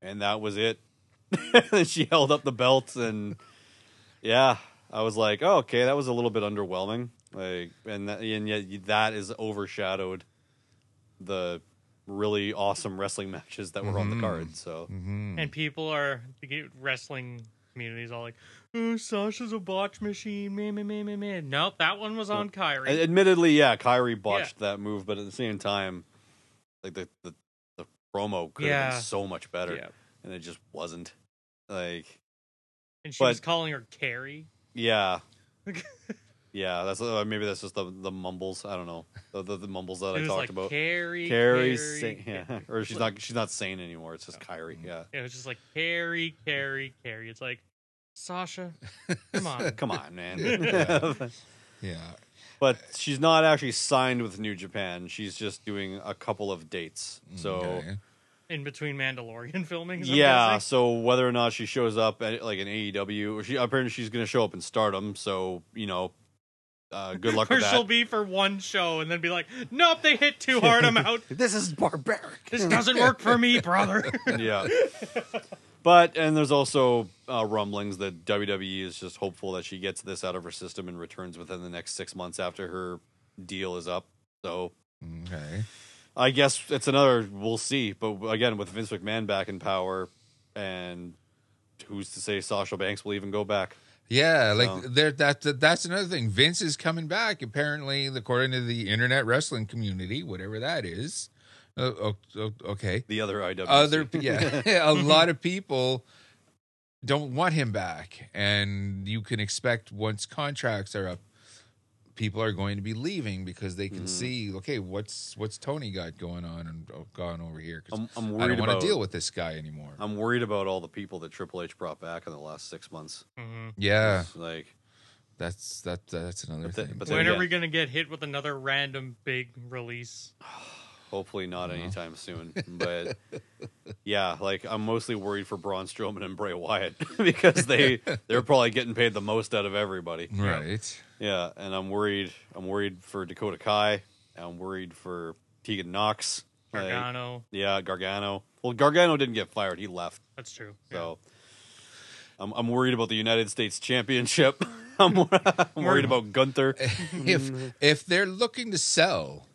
Speaker 2: and that was it. [laughs] and she held up the belt, and yeah, I was like, oh, okay, that was a little bit underwhelming. Like, and that, and yet that is overshadowed the really awesome wrestling [laughs] matches that were on the card. So
Speaker 5: And people are the ga- wrestling communities all like, "Oh, Sasha's a botch machine." Man, man, man, man, man. Nope, that one was on Kyrie.
Speaker 2: Ad- Admittedly, yeah, Kyrie botched that move, but at the same time, like the the, the promo could have
Speaker 5: Yeah.
Speaker 2: been so much better,
Speaker 5: Yeah.
Speaker 2: and it just wasn't. Like,
Speaker 5: and she
Speaker 2: but-
Speaker 5: was calling her Carrie. [laughs]
Speaker 2: yeah, yeah, that's uh, maybe that's just the the mumbles. I don't know the the, the mumbles that
Speaker 5: it
Speaker 2: I
Speaker 5: was
Speaker 2: talked
Speaker 5: like
Speaker 2: about.
Speaker 5: Carrie,
Speaker 2: Carrie,
Speaker 5: Carrie. Oh. Mm-hmm.
Speaker 2: Sane, yeah, [laughs] or she's not she's not sane anymore. It's just Kyrie. Yeah,
Speaker 5: It was just like Carrie, Carrie, Carrie. It's like Sasha.
Speaker 2: [laughs]
Speaker 5: Come on.
Speaker 2: come on, man. [laughs]
Speaker 5: [laughs]
Speaker 4: yeah.
Speaker 2: but she's not actually signed with New Japan. She's just doing a couple of dates. So.
Speaker 4: Okay.
Speaker 5: In between Mandalorian [laughs] filming.
Speaker 2: Yeah, so whether or not she shows up at like an AEW, or she apparently she's going to show up in Stardom, so you know, uh, good luck
Speaker 5: Or
Speaker 2: with
Speaker 5: she'll
Speaker 2: that.
Speaker 5: be for one show and then be like, "Nope, they hit too hard. I'm out.
Speaker 4: [laughs]
Speaker 2: this is barbaric.
Speaker 5: This doesn't work for me, brother."
Speaker 2: yeah, [laughs] but and there's also uh, rumblings that WWE is just hopeful that she gets this out of her system and returns within the next six months after her deal is up. So
Speaker 4: Okay.
Speaker 2: I guess it's another we'll see. But again, with Vince McMahon back in power, and who's to say Sasha Banks will even go back?
Speaker 4: Yeah, like
Speaker 2: So-
Speaker 4: there that, that that's another thing. Vince is coming back apparently according to the internet wrestling community, whatever that is. Uh, o- o- okay.
Speaker 2: The other IW.
Speaker 4: Other pe-
Speaker 2: [laughs]
Speaker 4: yeah, [laughs] a lot of people don't want him back and you can expect once contracts are up people are going to be leaving because they
Speaker 2: Mm-hmm.
Speaker 4: can see okay, what's what's Tony got going on and oh, gone over here cuz
Speaker 2: I'm, I'm
Speaker 4: I
Speaker 2: worried
Speaker 4: don't want
Speaker 2: about
Speaker 4: to deal with this guy anymore.
Speaker 2: I'm worried about all the people that Triple H brought back in the last six months.
Speaker 5: Mhm.
Speaker 4: yeah,
Speaker 2: Like,
Speaker 4: that's that that's another
Speaker 2: But the-
Speaker 4: thing.
Speaker 2: but
Speaker 4: too.
Speaker 2: the-
Speaker 5: When
Speaker 2: yeah.
Speaker 5: are we gonna get hit with another random big release?
Speaker 2: hopefully not
Speaker 4: Uh-huh.
Speaker 2: anytime soon. But [laughs] yeah, like I'm mostly worried for Braun Strowman and Bray Wyatt [laughs] because
Speaker 4: [laughs]
Speaker 2: they they're probably getting paid the most out of everybody.
Speaker 4: right.
Speaker 2: Yeah, and I'm worried. I'm worried for Dakota Kai. I'm worried for Tegan Knox. Like,
Speaker 5: Gargano.
Speaker 2: yeah, Gargano. Well, Gargano didn't get fired. He left.
Speaker 5: That's true. Yeah.
Speaker 2: So I'm I'm worried about the United States Championship. [laughs] I'm, I'm worried about Gunther.
Speaker 5: Mm-hmm.
Speaker 4: if if they're looking to sell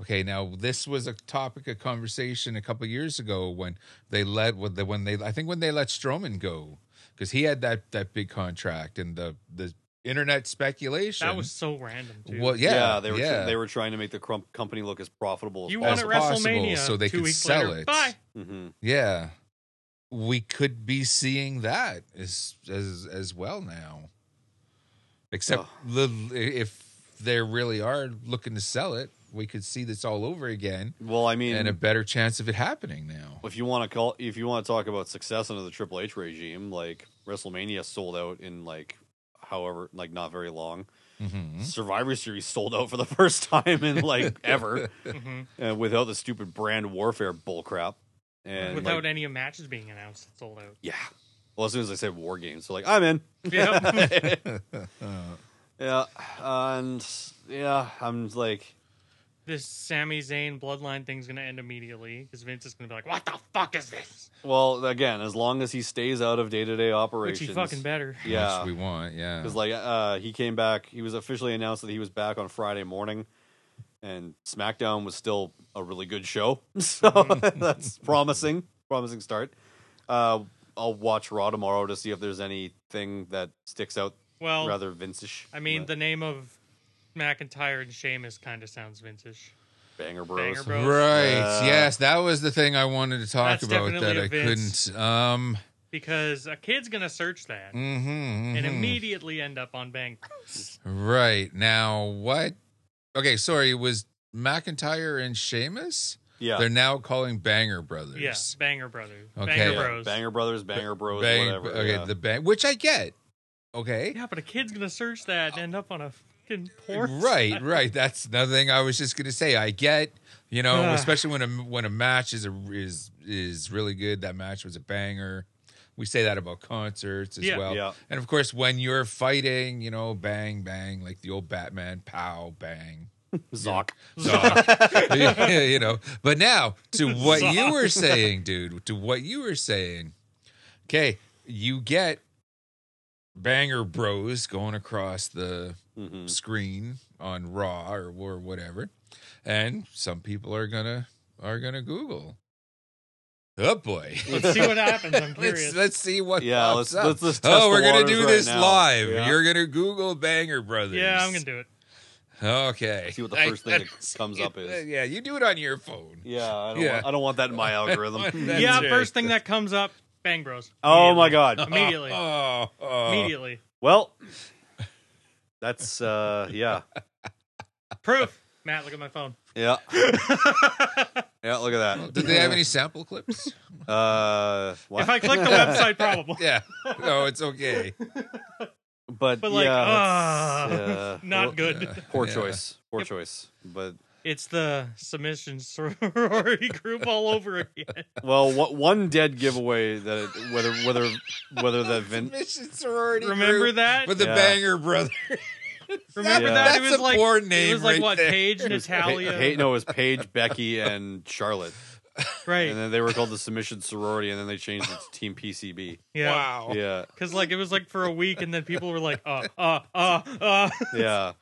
Speaker 4: okay now this was a topic of conversation a couple years ago when they let when they, when they i think when they let Strowman go because he had that that big contract and the the internet speculation
Speaker 5: That was so random. Dude.
Speaker 4: well yeah,
Speaker 2: Yeah, they were
Speaker 4: yeah.
Speaker 2: they were trying to make the crump company look as profitable as
Speaker 5: you
Speaker 2: possible.
Speaker 5: want
Speaker 4: as
Speaker 5: at
Speaker 4: possible,
Speaker 5: WrestleMania
Speaker 4: so they
Speaker 5: two
Speaker 4: could
Speaker 5: weeks
Speaker 4: sell
Speaker 5: later.
Speaker 4: it.
Speaker 5: Bye.
Speaker 2: Mhm.
Speaker 4: yeah we could be seeing that as as as well now except the, if they really are looking to sell it we could see this all over again
Speaker 2: Well, I mean,
Speaker 4: and a better chance of it happening now.
Speaker 2: if you want to call, if you want to talk about success under the Triple H regime, like WrestleMania sold out in like however, like not very long. Survivor Series sold out for the [laughs] first time in like ever,
Speaker 5: Mm-hmm.
Speaker 2: uh, without the stupid brand warfare bullcrap. And
Speaker 5: Without
Speaker 2: like,
Speaker 4: [laughs]
Speaker 5: any matches being announced, it's sold out.
Speaker 2: yeah, Well, as soon as I said war games, so like I'm in.
Speaker 5: Yep. [laughs]
Speaker 2: Yeah, and yeah, I'm like,
Speaker 5: this Sami Zayn bloodline thing's gonna end immediately because Vince is gonna be like, "What the fuck is this?"
Speaker 2: well, again, as long as he stays out of day to day
Speaker 5: Which
Speaker 2: operations,
Speaker 5: he fucking better.
Speaker 2: Yeah,
Speaker 4: Which we want, yeah.
Speaker 2: Because like uh, he came back, he was officially announced that he was back on Friday morning, and SmackDown was still a really good show, [laughs] so that's promising, promising start. Uh, I'll watch Raw tomorrow to see if there's anything that sticks out
Speaker 5: Well,
Speaker 2: rather Vince-ish.
Speaker 5: I mean,
Speaker 2: but
Speaker 5: the name of McIntyre and Sheamus kind of sounds Vince-ish.
Speaker 2: Banger Bros.
Speaker 5: Banger Bros.
Speaker 4: Right.
Speaker 2: Uh,
Speaker 4: yes, that was the thing I wanted to talk
Speaker 5: That's
Speaker 4: about that
Speaker 5: definitely a
Speaker 4: I
Speaker 5: Vince.
Speaker 4: couldn't. Um,
Speaker 5: because a kid's gonna search that
Speaker 4: mhm, mhm.
Speaker 5: and immediately end up on Bang.
Speaker 4: Right now, what? Okay, sorry. It was McIntyre and Sheamus.
Speaker 2: [laughs] Yeah,
Speaker 4: They're now calling Banger Brothers.
Speaker 5: Yeah, Banger Brothers,
Speaker 4: Okay.
Speaker 5: Banger
Speaker 2: yeah,
Speaker 5: Bros.
Speaker 2: Banger Brothers, Banger Bros,
Speaker 4: Bang-
Speaker 2: whatever.
Speaker 4: Okay,
Speaker 2: yeah.
Speaker 4: the bang, which I get. Okay.
Speaker 5: Yeah, but a kid's gonna search that and end up on a fucking porn.
Speaker 4: Right,
Speaker 5: site.
Speaker 4: right. That's another thing I was just gonna say. I get, you know,
Speaker 5: Ugh.
Speaker 4: especially when a when a match is a is is really good. That match was a banger. We say that about concerts as
Speaker 5: Yeah.
Speaker 4: well.
Speaker 2: Yeah.
Speaker 4: And of course, when you're fighting, you know, bang bang, like the old Batman, pow bang.
Speaker 2: Zoc.
Speaker 5: [laughs]
Speaker 4: Yeah, [laughs] you know. But now to what you were saying, dude, to what you were saying. Okay, you get banger bros going across the
Speaker 2: Mhm.
Speaker 4: screen on Raw or, or whatever, and some people are gonna are gonna Google. Oh boy.
Speaker 5: Let's see what happens. I'm
Speaker 4: [laughs] Let's
Speaker 5: curious.
Speaker 4: let's see what.
Speaker 2: Yeah, let's-
Speaker 4: pops up.
Speaker 2: let's- let's test
Speaker 4: oh,
Speaker 2: the
Speaker 4: we're gonna
Speaker 2: waters
Speaker 4: do
Speaker 2: right
Speaker 4: this
Speaker 2: now.
Speaker 4: live.
Speaker 2: Yeah.
Speaker 4: You're gonna Google Banger Brothers.
Speaker 5: yeah, I'm gonna do it.
Speaker 4: Okay.
Speaker 2: See what the
Speaker 4: I
Speaker 2: first thing
Speaker 4: gotta
Speaker 2: that comes
Speaker 4: see-
Speaker 2: up is.
Speaker 4: Yeah, you do it on your phone.
Speaker 2: Yeah, I don't,
Speaker 4: Yeah.
Speaker 2: Want, I don't want that
Speaker 4: [laughs]
Speaker 2: in my algorithm. [laughs]
Speaker 4: That's
Speaker 5: yeah,
Speaker 4: it.
Speaker 5: first thing that comes up, Bang Bros.
Speaker 2: Oh my
Speaker 4: [laughs]
Speaker 2: god.
Speaker 5: Immediately,
Speaker 4: Oh, oh.
Speaker 5: immediately,
Speaker 2: Well, that's uh yeah.
Speaker 5: proof. Matt, look at my phone.
Speaker 2: Yeah. [laughs] yeah, look at
Speaker 4: Did they have any sample
Speaker 5: [laughs]
Speaker 4: clips?
Speaker 2: that. Uh what?
Speaker 5: If I click the
Speaker 2: [laughs]
Speaker 5: website, probably.
Speaker 4: yeah. No, it's okay.
Speaker 2: but,
Speaker 5: But like,
Speaker 2: yeah,
Speaker 5: ah,
Speaker 2: that's, uh, well,
Speaker 5: not good.
Speaker 2: Poor
Speaker 4: Yeah.
Speaker 2: choice. Poor choice. But
Speaker 5: It's the submission sorority [laughs] group all over again.
Speaker 4: [laughs]
Speaker 2: well, what one dead giveaway that it- whether whether whether that Vin
Speaker 4: Mission sorority.
Speaker 5: Remember
Speaker 4: group
Speaker 5: that?
Speaker 4: With the
Speaker 2: Yeah.
Speaker 4: Banger Brothers.
Speaker 5: Remember
Speaker 2: Yeah.
Speaker 5: that?
Speaker 4: That's
Speaker 5: it was
Speaker 4: a
Speaker 5: like
Speaker 4: poor
Speaker 5: it
Speaker 4: name
Speaker 5: was like
Speaker 4: right
Speaker 5: what
Speaker 4: there.
Speaker 5: Paige, Natalia,
Speaker 2: Hey, no, it was Paige, Becky, and Charlotte,
Speaker 5: right?
Speaker 2: and then they were called the Submission Sorority, and then they changed it to Team PCB.
Speaker 5: yeah.
Speaker 4: Wow.
Speaker 2: Yeah,
Speaker 5: [laughs] Cause like it was like for a week, and then people were like, uh, uh, uh, uh.
Speaker 2: yeah,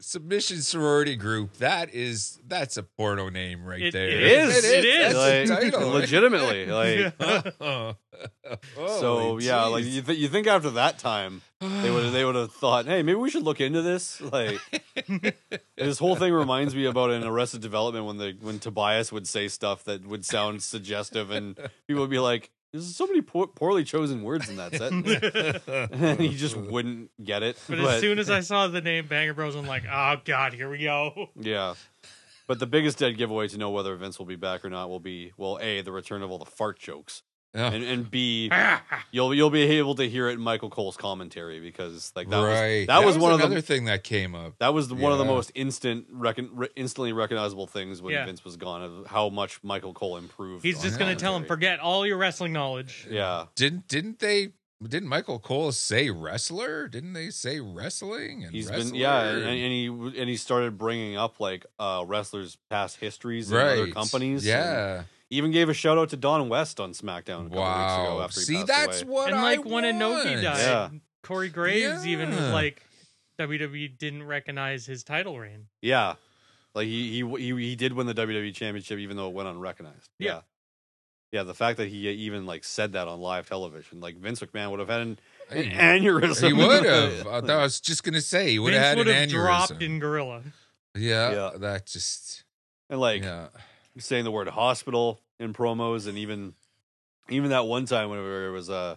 Speaker 4: Submission sorority group. That is that's a porno name right
Speaker 5: It
Speaker 4: there.
Speaker 5: is. It is.
Speaker 4: That's the
Speaker 2: Like,
Speaker 4: title.
Speaker 2: legitimately, like
Speaker 5: [laughs]
Speaker 4: Oh.
Speaker 2: So
Speaker 4: Holy
Speaker 2: yeah,
Speaker 4: jeez.
Speaker 2: like you, th- you think after that time they would they would have thought, hey, maybe we should look into this.
Speaker 5: [laughs]
Speaker 2: Like this whole thing reminds me about an Arrested Development when the when Tobias would say stuff that would sound suggestive, and people would be like, "There's so many poor, poorly chosen words in that sentence," [laughs] and he just wouldn't get it.
Speaker 5: But, as soon as I saw the name Banger Bros, I'm like, oh god, here we go.
Speaker 4: [laughs]
Speaker 2: yeah. But the biggest dead giveaway to know whether Vince will be back or not will be well, a the return of all the fart jokes,
Speaker 4: Oh.
Speaker 2: and and
Speaker 5: [laughs]
Speaker 2: b you'll you'll be able to hear it in Michael Cole's commentary because like that
Speaker 4: right.
Speaker 2: was that, was, one of
Speaker 4: another
Speaker 2: the
Speaker 4: thing that came up.
Speaker 2: that was the- one of the
Speaker 4: Yeah.
Speaker 2: most instant recon, re- instantly recognizable things when
Speaker 5: Yeah.
Speaker 2: Vince was gone of how much Michael Cole improved.
Speaker 5: He's
Speaker 2: on
Speaker 5: just gonna tell him,
Speaker 2: commentary.
Speaker 5: forget all your wrestling knowledge.
Speaker 2: Yeah,
Speaker 4: Didn't didn't they didn't Michael Cole say wrestler? Didn't they say wrestling and
Speaker 2: he's
Speaker 4: wrestler?
Speaker 2: been yeah, and, and he w- and he started bringing up like uh, wrestlers' past histories and
Speaker 4: right.
Speaker 2: other companies. and
Speaker 4: Yeah.
Speaker 2: even gave a shout out to Don West on SmackDown. A couple weeks ago
Speaker 4: Wow.
Speaker 2: after he
Speaker 4: See,
Speaker 2: passed
Speaker 4: that's
Speaker 2: away.
Speaker 4: what
Speaker 5: and
Speaker 4: I
Speaker 5: like when Anoki
Speaker 4: want.
Speaker 5: died,
Speaker 2: Yeah.
Speaker 5: Corey Graves even was
Speaker 4: Yeah.
Speaker 5: like, WWE didn't recognize his title reign.
Speaker 2: yeah. Like he, he he he did win the WWE championship even though it went unrecognized.
Speaker 5: Yeah.
Speaker 2: yeah. Yeah, the fact that he even like said that on live television, like Vince McMahon would have had an [laughs]
Speaker 4: He-
Speaker 2: aneurysm.
Speaker 4: He would have. I, thought- I was just gonna say he would
Speaker 5: Vince
Speaker 4: have had
Speaker 5: would
Speaker 4: an
Speaker 5: have
Speaker 4: aneurysm.
Speaker 5: dropped in Gorilla.
Speaker 4: yeah,
Speaker 2: Yeah.
Speaker 4: that just
Speaker 2: and like
Speaker 4: yeah. [laughs]
Speaker 2: saying the word hospital in promos, and even even that one time whenever it was uh,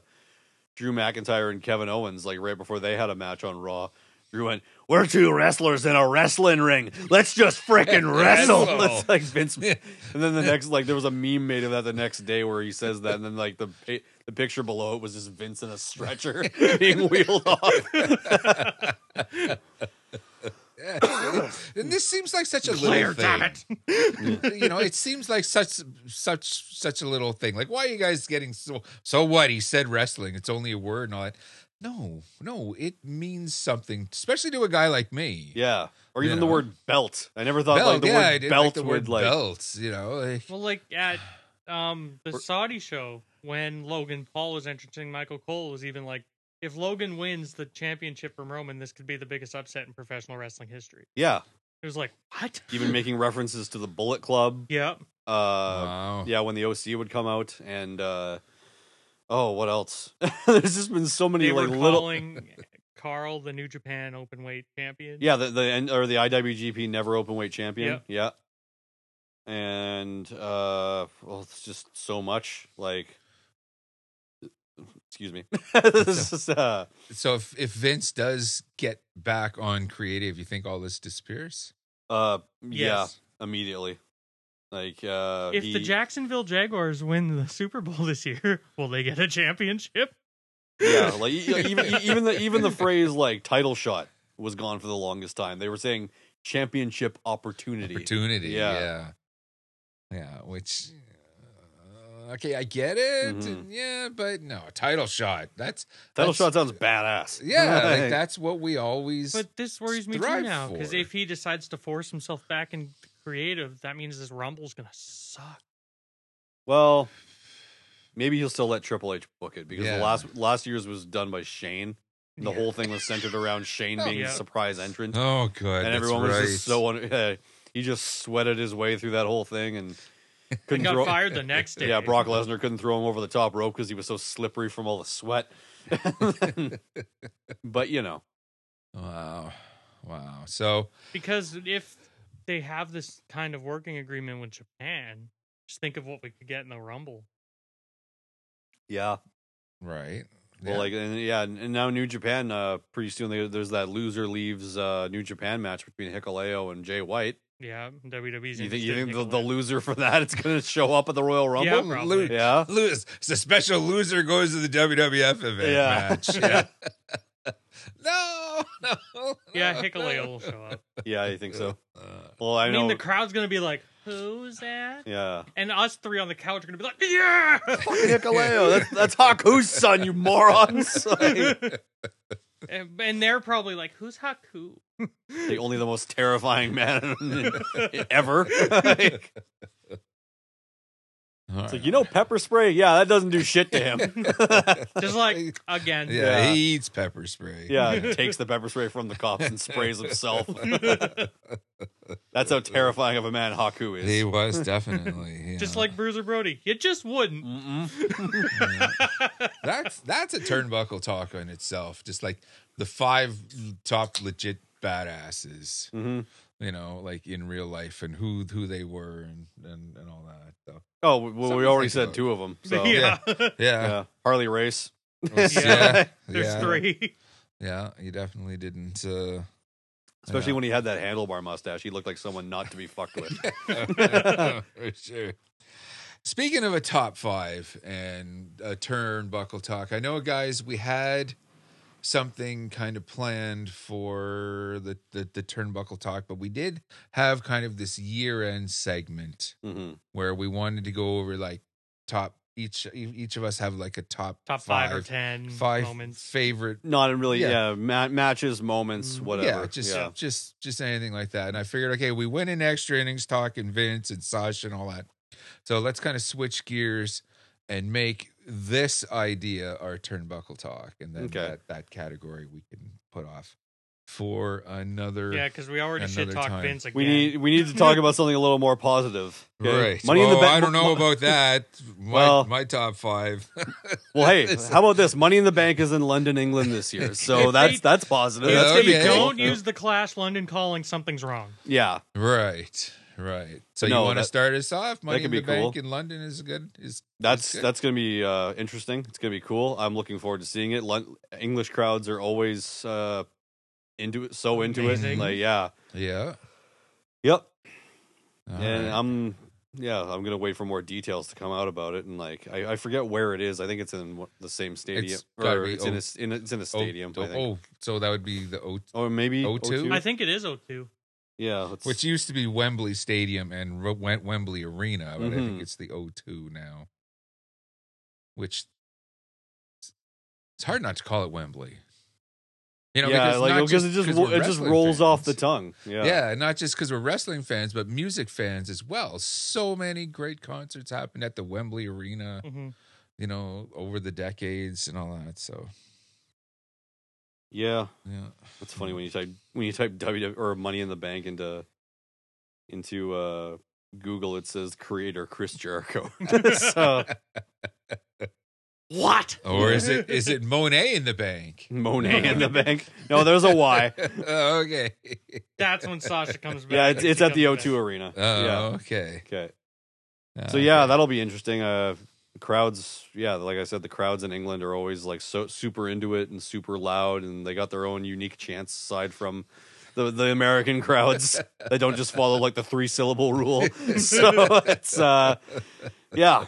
Speaker 2: Drew McIntyre and Kevin Owens, like right before they had a match on Raw. Drew went, "We're two wrestlers in a wrestling ring. Let's just
Speaker 4: [laughs]
Speaker 2: frickin' wrestle."
Speaker 4: Wrestle.
Speaker 2: That's like Vince. and then the next, like, there was a meme made of that the next day where he says that, and then like the pa- the picture below it was just Vince in a [laughs]
Speaker 4: [laughs]
Speaker 2: stretcher being wheeled off.
Speaker 4: and this seems
Speaker 2: [laughs]
Speaker 4: like such a
Speaker 5: Claire,
Speaker 4: little thing.
Speaker 5: damn
Speaker 4: [laughs]
Speaker 5: it!
Speaker 4: you know, it seems like such such such a little thing. Like, why are you guys getting so so what? He said wrestling. It's only a word and all that. No, no, it means something, especially to a guy like me.
Speaker 2: Yeah. Or
Speaker 4: You
Speaker 2: even
Speaker 4: know.
Speaker 2: the word belt. I never thought like the
Speaker 4: yeah, I
Speaker 2: word
Speaker 4: didn't
Speaker 2: belt
Speaker 4: like the
Speaker 2: would
Speaker 4: word
Speaker 2: like
Speaker 4: belts. You know, like-
Speaker 5: Well, like at um the Saudi show when Logan Paul was entertaining Michael Cole was even like, if Logan wins the championship from Roman, this could be the biggest upset in professional wrestling history.
Speaker 2: Yeah.
Speaker 5: It was like what?
Speaker 2: Even making references to the Bullet Club.
Speaker 5: Yep.
Speaker 2: Uh
Speaker 4: wow.
Speaker 2: yeah, when the OC would come out and uh oh, what else? [laughs] There's just been so many
Speaker 5: They were
Speaker 2: like little
Speaker 5: calling Carl the New Japan Open Weight Champion.
Speaker 2: Yeah, the, the and- or the IWGP Never Open Weight Champion. Yeah. And uh well, it's just so much like excuse me. [laughs] this is uh
Speaker 4: So if if Vince does get back on creative, you think all this disappears?
Speaker 2: uh yeah,
Speaker 5: Yes.
Speaker 2: immediately. Like uh
Speaker 5: If the
Speaker 2: he-
Speaker 5: Jacksonville Jaguars win the Super Bowl this year, [laughs] will they get a championship?
Speaker 2: Yeah, like e- e- even e- even the even the phrase like title shot was gone for the longest time. They were saying championship opportunity.
Speaker 4: Opportunity.
Speaker 2: Yeah.
Speaker 4: Yeah. Yeah. which. uh, Okay, I get it.
Speaker 2: Mhm.
Speaker 4: and yeah, but no, title shot. That's
Speaker 2: title
Speaker 4: that's-
Speaker 2: shot sounds badass.
Speaker 4: [laughs] Yeah, like
Speaker 2: Like,
Speaker 4: that's what we always.
Speaker 5: But this worries me too
Speaker 4: strive
Speaker 5: now because
Speaker 4: for.
Speaker 5: if he decides to force himself back in creative, that means this Rumble's gonna suck.
Speaker 2: Well, maybe he'll still let Triple H book it because
Speaker 4: Yeah.
Speaker 2: the last last year's was done by Shane. The
Speaker 5: Yeah.
Speaker 2: whole thing was centered around Shane being
Speaker 5: Oh, Yeah.
Speaker 2: the surprise entrant,
Speaker 4: oh god,
Speaker 2: and
Speaker 4: that's
Speaker 2: everyone
Speaker 4: right.
Speaker 2: was just so un- [laughs] he just sweated his way through that whole thing
Speaker 5: [laughs]
Speaker 2: and
Speaker 5: He
Speaker 2: couldn't
Speaker 5: got
Speaker 2: throw. [laughs]
Speaker 5: fired the next day.
Speaker 2: Yeah, Brock Lesnar couldn't throw him over the top rope because he was so slippery from all the sweat. [laughs] but you know,
Speaker 4: Wow, wow. So
Speaker 5: Because if they have this kind of working agreement with Japan, just think of what we could get in the Rumble.
Speaker 2: yeah.
Speaker 4: right.
Speaker 2: Well, like, and yeah, and and now New Japan. Uh, pretty soon they, there's that loser leaves uh, New Japan match between Hikuleo and Jay White.
Speaker 5: Yeah, WWE's.
Speaker 2: You think you
Speaker 5: interested in
Speaker 2: think the,
Speaker 5: Nick
Speaker 2: the
Speaker 5: Wayne.
Speaker 2: loser for that is going to show up at the Royal
Speaker 5: Yeah,
Speaker 2: Rumble?
Speaker 5: probably.
Speaker 2: Yeah,
Speaker 4: [laughs] Lose. It's a special loser goes to the WWF event
Speaker 2: Yeah. [laughs]
Speaker 4: match. Yeah. [laughs] no, [laughs] no, no.
Speaker 5: Yeah, Hikuleo will show up.
Speaker 2: yeah, I think [laughs] so.
Speaker 4: Uh,
Speaker 2: Well, I,
Speaker 5: I,
Speaker 2: know.
Speaker 5: mean, the crowd's gonna be like, "Who's that?"
Speaker 2: [laughs] yeah,
Speaker 5: And us three on the couch are gonna be like, "Yeah."
Speaker 2: [laughs] Hikuleo, that's, that's Haku's son, you morons. [laughs] Like,
Speaker 5: and, and they're probably like, "Who's Haku?"
Speaker 2: the only the most terrifying man [laughs] ever. Like,
Speaker 4: all
Speaker 2: it's
Speaker 4: right.
Speaker 2: like you know, pepper spray. Yeah, that doesn't do shit to him.
Speaker 5: Just like again,
Speaker 4: yeah,
Speaker 2: Yeah.
Speaker 4: he eats pepper spray. [laughs]
Speaker 2: Yeah, he takes the pepper spray from the cops and sprays himself. That's how terrifying of a man Haku is.
Speaker 4: he was definitely. you
Speaker 5: just
Speaker 4: know.
Speaker 5: like Bruiser Brody, you just wouldn't.
Speaker 2: Mm-mm.
Speaker 4: that's that's a turnbuckle talk in itself. Just like the five top legit badasses,
Speaker 2: Mhm.
Speaker 4: you know, like in real life and who who they were and and, and all that. So
Speaker 2: Oh, well, we
Speaker 4: Something
Speaker 2: already
Speaker 4: to think
Speaker 2: said
Speaker 4: about.
Speaker 2: two of them. So yeah.
Speaker 5: yeah,
Speaker 4: yeah,
Speaker 2: Harley Race.
Speaker 4: yeah,
Speaker 5: Yeah. there's
Speaker 4: yeah.
Speaker 5: three. [laughs]
Speaker 4: Yeah, he definitely didn't. Uh,
Speaker 2: Especially
Speaker 4: Yeah.
Speaker 2: when he had that handlebar mustache, he looked like someone not to be fucked
Speaker 4: [laughs]
Speaker 2: with.
Speaker 4: for sure. Speaking of a top five and a turnbuckle talk, I know, guys, we had something kind of planned for the, the, the turnbuckle talk, but we did have kind of this year end segment
Speaker 2: Mhm.
Speaker 4: where we wanted to go over like top each e-, each of us have like a top
Speaker 5: Top five, or ten
Speaker 4: five
Speaker 5: moments.
Speaker 4: favorite
Speaker 2: Not in really,
Speaker 4: Yeah. Mm,
Speaker 2: yeah, ma- matches, moments, whatever.
Speaker 4: Yeah, just
Speaker 2: yeah.
Speaker 4: just just anything like that. And I figured, okay, we went in extra innings talking Vince and Sasha and all that. So let's kind of switch gears and make this idea our turnbuckle talk, and then
Speaker 2: Okay.
Speaker 4: that, that category we can put off for another.
Speaker 5: Yeah, because we already
Speaker 4: Another
Speaker 5: shit talked
Speaker 4: time.
Speaker 5: Vince again.
Speaker 2: We need we need to talk about something a little more positive. okay?
Speaker 4: Right.
Speaker 2: Money in
Speaker 4: Oh,
Speaker 2: the bank.
Speaker 4: I don't know
Speaker 2: [laughs]
Speaker 4: about that. My,
Speaker 2: Well-
Speaker 4: my top five. [laughs]
Speaker 2: Well, hey, how about this? Money in the Bank is in London, England this
Speaker 5: [laughs]
Speaker 2: year, so that's that's positive.
Speaker 5: If
Speaker 2: That's
Speaker 5: they
Speaker 2: gonna be
Speaker 4: Okay.
Speaker 2: cool.
Speaker 5: don't use the Clash London calling, something's wrong.
Speaker 2: Yeah,
Speaker 4: right. Right. So
Speaker 2: No,
Speaker 4: you want to
Speaker 2: that-
Speaker 4: start us off? Money
Speaker 2: could
Speaker 4: in
Speaker 2: be
Speaker 4: the bank
Speaker 2: cool.
Speaker 4: in London is good. Is
Speaker 2: that's
Speaker 4: good.
Speaker 2: that's gonna be uh, interesting. It's gonna be cool. I'm looking forward to seeing it. Lon- English crowds are always uh, into it, so into
Speaker 5: Amazing.
Speaker 2: it. Like, yeah,
Speaker 4: yeah.
Speaker 2: yep.
Speaker 4: All
Speaker 2: and
Speaker 4: right.
Speaker 2: I'm yeah, I'm gonna wait for more details to come out about it, and like I, I forget where it is. I think it's in wh- the same stadium,
Speaker 4: It's gotta
Speaker 2: or
Speaker 4: be
Speaker 2: it's
Speaker 4: O-
Speaker 2: in a, s- in a- it's in a stadium.
Speaker 4: Oh,
Speaker 2: I think.
Speaker 4: oh, so that would be the O,
Speaker 2: or maybe
Speaker 4: O2?
Speaker 5: I think it is O2.
Speaker 2: Yeah, it's-
Speaker 4: which used to be Wembley Stadium and Ro- Wem- Wembley Arena, but I think
Speaker 2: Mhm.
Speaker 4: it's the O2 now. Which it's hard not to call it Wembley. You know,
Speaker 2: yeah,
Speaker 4: because
Speaker 2: like
Speaker 4: not
Speaker 2: because it just
Speaker 4: because
Speaker 2: ro-
Speaker 4: we're
Speaker 2: it just
Speaker 4: wrestling
Speaker 2: rolls off the
Speaker 4: fans.
Speaker 2: tongue. Yeah,
Speaker 4: Yeah. not just because we're wrestling fans, but music fans as well. So many great concerts happened at the Wembley Arena,
Speaker 5: hmm
Speaker 4: you know, over the decades and all that. So,
Speaker 2: yeah.
Speaker 4: yeah.
Speaker 2: It's funny when you type when you type W or Money in the Bank into into uh, Google, it says creator Chris Jericho. [laughs]
Speaker 4: [laughs]
Speaker 2: so
Speaker 5: What?
Speaker 4: Or is it is it Monet in the bank?
Speaker 2: Monet in the bank. No, there's a
Speaker 4: [laughs]
Speaker 2: Y.
Speaker 4: okay.
Speaker 5: That's when Sasha comes back.
Speaker 2: Yeah, it's,
Speaker 5: and
Speaker 2: it's at
Speaker 5: becomes
Speaker 2: the
Speaker 5: a-
Speaker 2: O2 Arena.
Speaker 4: Oh,
Speaker 2: [laughs] yeah.
Speaker 4: okay.
Speaker 2: Okay.
Speaker 4: Uh,
Speaker 2: So yeah, that'll be interesting. Uh, crowds, yeah, like I said, the crowds in England are always like so super into it and super loud, and they got their own unique chants aside from the the American crowds. they don't just follow like the three syllable rule. so it's uh, yeah.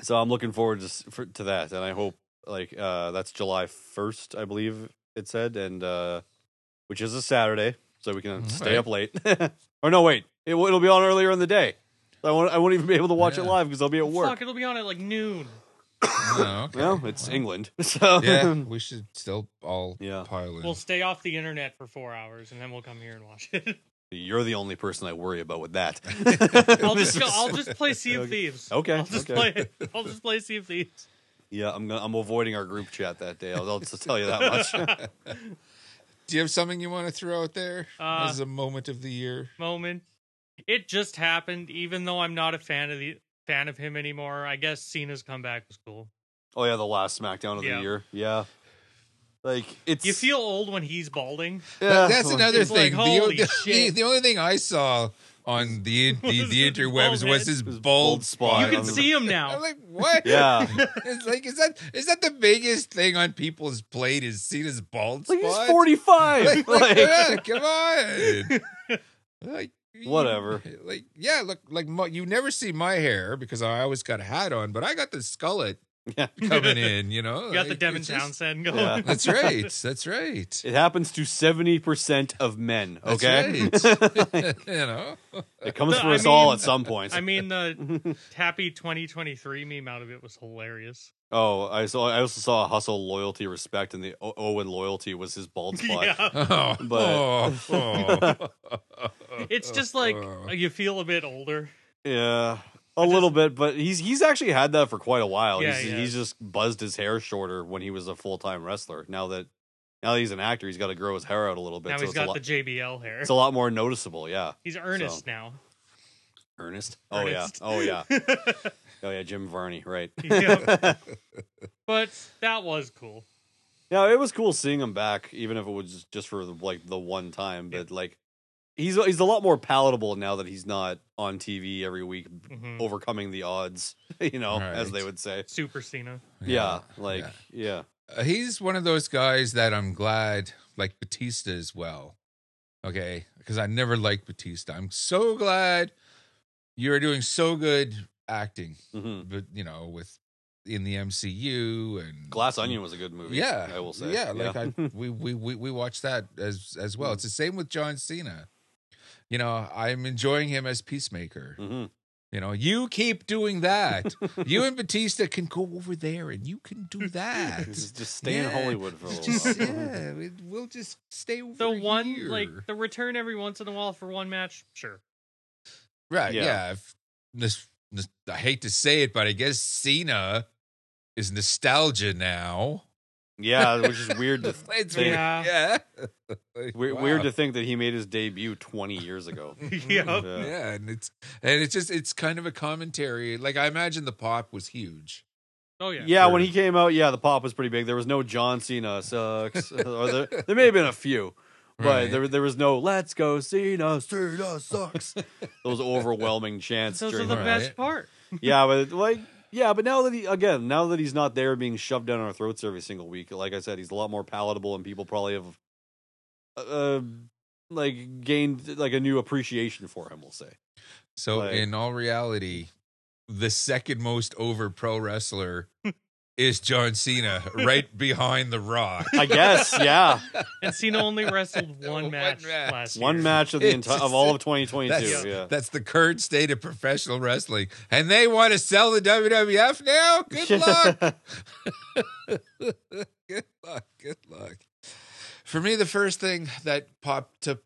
Speaker 2: So I'm looking forward to s- for, to that, and I hope like uh, that's July first, I believe it said, and uh, which is a Saturday, so we can stay
Speaker 4: Mm-hmm. right.
Speaker 2: up late. [laughs] or no, wait, it, will- it'll be on earlier in the day. I won't, I won't even be able to watch it
Speaker 4: Yeah.
Speaker 2: live because I'll be at work.
Speaker 5: Fuck, it'll be on at like noon.
Speaker 4: Oh, okay. [laughs]
Speaker 2: Well, it's
Speaker 4: Wow.
Speaker 2: England. [laughs] So
Speaker 4: Yeah, we should still all
Speaker 2: Yeah.
Speaker 4: pile in.
Speaker 5: We'll stay off the internet for four hours and then we'll come here and watch
Speaker 2: [laughs]
Speaker 5: it.
Speaker 2: you're the only person I worry about with
Speaker 4: [laughs]
Speaker 2: that.
Speaker 5: I'll just go, I'll just play Sea of Thieves.
Speaker 2: Okay,
Speaker 5: I'll just
Speaker 2: okay.
Speaker 5: play I'll just play Sea of Thieves.
Speaker 2: [laughs] yeah, I'm gonna, I'm avoiding our group chat that day. I'll, I'll just tell you that
Speaker 5: [laughs]
Speaker 2: much. [laughs]
Speaker 4: Do you have something you want to throw out there
Speaker 5: Uh,
Speaker 4: as a moment of the year?
Speaker 5: moment. It just happened, even though I'm not a fan of the fan of him anymore. I guess Cena's comeback was cool.
Speaker 2: oh yeah, the last SmackDown of
Speaker 5: Yeah.
Speaker 2: the year. Yeah, like it's
Speaker 5: You feel old when he's balding.
Speaker 2: Yeah,
Speaker 4: That's
Speaker 2: well,
Speaker 4: another
Speaker 5: It's
Speaker 4: thing.
Speaker 5: like,
Speaker 4: The-
Speaker 5: holy
Speaker 4: the, The,
Speaker 5: shit.
Speaker 4: the only thing I saw on
Speaker 5: [laughs]
Speaker 4: the the,
Speaker 5: Was
Speaker 4: the
Speaker 5: his
Speaker 4: interwebs
Speaker 5: bald
Speaker 4: was his
Speaker 5: head.
Speaker 2: His
Speaker 4: bald
Speaker 2: bald spot.
Speaker 4: spot.
Speaker 5: You can
Speaker 2: I'm-
Speaker 5: see him
Speaker 2: [laughs]
Speaker 4: I'm
Speaker 5: now.
Speaker 4: like, what?
Speaker 2: Yeah.
Speaker 4: [laughs] it's like is that is that the biggest thing on people's plate is Cena's bald
Speaker 2: Like
Speaker 4: spot?
Speaker 2: he's 45.
Speaker 4: [laughs]
Speaker 2: [laughs]
Speaker 4: Like,
Speaker 2: Like-
Speaker 4: like, [laughs] yeah, come
Speaker 2: [laughs]
Speaker 4: on. like you-
Speaker 2: Whatever.
Speaker 4: Like yeah, look like my, you never see my hair because I always got a hat on, but I got the skullet
Speaker 2: Yeah. [laughs]
Speaker 4: coming in. You know,
Speaker 5: You got the
Speaker 4: Like,
Speaker 5: Devin
Speaker 4: it's just-
Speaker 5: Townsend going.
Speaker 2: Yeah.
Speaker 4: That's
Speaker 5: [laughs]
Speaker 4: right. That's right.
Speaker 2: It happens to 70% of men,
Speaker 4: That's
Speaker 2: okay? [laughs]
Speaker 4: right. [laughs] you know.
Speaker 2: It comes
Speaker 5: [laughs] No,
Speaker 2: for
Speaker 5: I
Speaker 2: us all
Speaker 5: mean-
Speaker 2: at some point.
Speaker 5: I
Speaker 2: [laughs]
Speaker 5: mean the Happy 2023 meme out of it was hilarious.
Speaker 2: oh, I saw I also saw hustle loyalty respect and the O- Owen loyalty was his
Speaker 5: [laughs]
Speaker 2: bald spot.
Speaker 5: Yeah.
Speaker 4: Oh,
Speaker 2: But- [laughs]
Speaker 4: oh, oh.
Speaker 5: It's
Speaker 2: Uh,
Speaker 5: just like you feel a bit older.
Speaker 2: Yeah, A little bit, but he's he's actually had that for quite a while.
Speaker 5: Yeah,
Speaker 2: he's,
Speaker 5: he
Speaker 2: he's
Speaker 5: has.
Speaker 2: just buzzed his hair shorter when he was a full time wrestler. Now that now that he's an actor, he's got to grow his hair out a little bit.
Speaker 5: now
Speaker 2: so
Speaker 5: he's
Speaker 2: it's, a
Speaker 5: got
Speaker 2: lot,
Speaker 5: the JBL hair.
Speaker 2: it's a lot more noticeable. Yeah,
Speaker 5: he's earnest
Speaker 2: so.
Speaker 5: now.
Speaker 2: Ernest.
Speaker 5: Ernest.
Speaker 2: Oh
Speaker 5: [laughs]
Speaker 2: yeah. Oh yeah. oh yeah. Jim Varney. Right.
Speaker 5: Yep. but that was cool.
Speaker 2: Yeah, it was cool seeing him back, even if it was just for the, like the one time. But like, he's he's a lot more palatable now that he's not on TV every week,
Speaker 5: Mhm.
Speaker 2: overcoming the odds. [laughs] You know, as
Speaker 4: Mm-hmm. Right.
Speaker 2: they would say.
Speaker 5: Super Cena.
Speaker 2: Yeah, like yeah.
Speaker 4: Uh, he's one of those guys that I'm glad, like Batista as well. Okay, because I never liked Batista. I'm so glad you're doing so good acting,
Speaker 2: hmm
Speaker 4: but you know, with in the MCU and
Speaker 2: Glass Onion was a good movie.
Speaker 4: Mm-hmm. Yeah,
Speaker 2: I will say.
Speaker 4: Yeah, like
Speaker 2: [laughs]
Speaker 4: I we, we we we watched that as as well. It's the same with John Cena. You know, I'm enjoying him as Peacemaker. [laughs]
Speaker 2: Mhm.
Speaker 4: You know, you keep
Speaker 2: [laughs]
Speaker 4: doing that. you and Batista can go over there, and you can do that.
Speaker 2: Just, just stay in
Speaker 4: Yeah.
Speaker 2: Hollywood for a little
Speaker 4: Just- [laughs]
Speaker 2: while. Mm-hmm.
Speaker 4: yeah, we- we'll just stay over
Speaker 5: The one
Speaker 4: here.
Speaker 5: like the return every once in a while for one match. Sure. [laughs]
Speaker 4: right,
Speaker 2: Yeah.
Speaker 4: yeah. if this, this- I hate to say it, but I guess Cena is nostalgia now.
Speaker 2: yeah, which is weird
Speaker 4: [laughs]
Speaker 2: to
Speaker 4: It's
Speaker 2: think.
Speaker 4: weird.
Speaker 5: Yeah.
Speaker 4: [laughs] yeah.
Speaker 2: we-
Speaker 4: Wow.
Speaker 2: Weird to think that he made his debut 20 years
Speaker 4: [laughs]
Speaker 2: ago.
Speaker 5: yep.
Speaker 2: Mm-hmm. Yeah.
Speaker 4: yeah, and it's and it's just it's kind of a commentary. Like I imagine the pop was huge.
Speaker 5: Oh yeah.
Speaker 2: Yeah, when he came out, yeah, the pop was pretty big. There was no John Cena
Speaker 5: [laughs]
Speaker 2: sucks. or there, there may have been a few, but
Speaker 4: Right.
Speaker 2: there there was no "Let's go Cena, Cena sucks." Those overwhelming chants.
Speaker 5: Those are
Speaker 2: during
Speaker 5: the
Speaker 2: that.
Speaker 5: best part.
Speaker 2: yeah, but like yeah, but now that he again, now that he's not there being shoved down our throats every single week, like I said, he's a lot more palatable, and people probably have uh, like gained like a new appreciation for him. We'll say
Speaker 4: [laughs] So
Speaker 2: Like-
Speaker 4: in all reality, the second most over
Speaker 2: [laughs]
Speaker 4: pro wrestler is John Cena, right behind The Rock.
Speaker 2: I guess,
Speaker 5: [laughs]
Speaker 2: yeah.
Speaker 5: And Cena only wrestled
Speaker 2: [laughs]
Speaker 5: one
Speaker 4: One
Speaker 5: match
Speaker 4: match.
Speaker 5: last year.
Speaker 2: One match of the
Speaker 4: It's
Speaker 2: entire of all of 2022.
Speaker 4: That's,
Speaker 2: yeah,
Speaker 4: that's the current state of professional wrestling, and they want to sell the WWF now. Good luck. [laughs] good luck. Good luck. For me, the first thing that popped to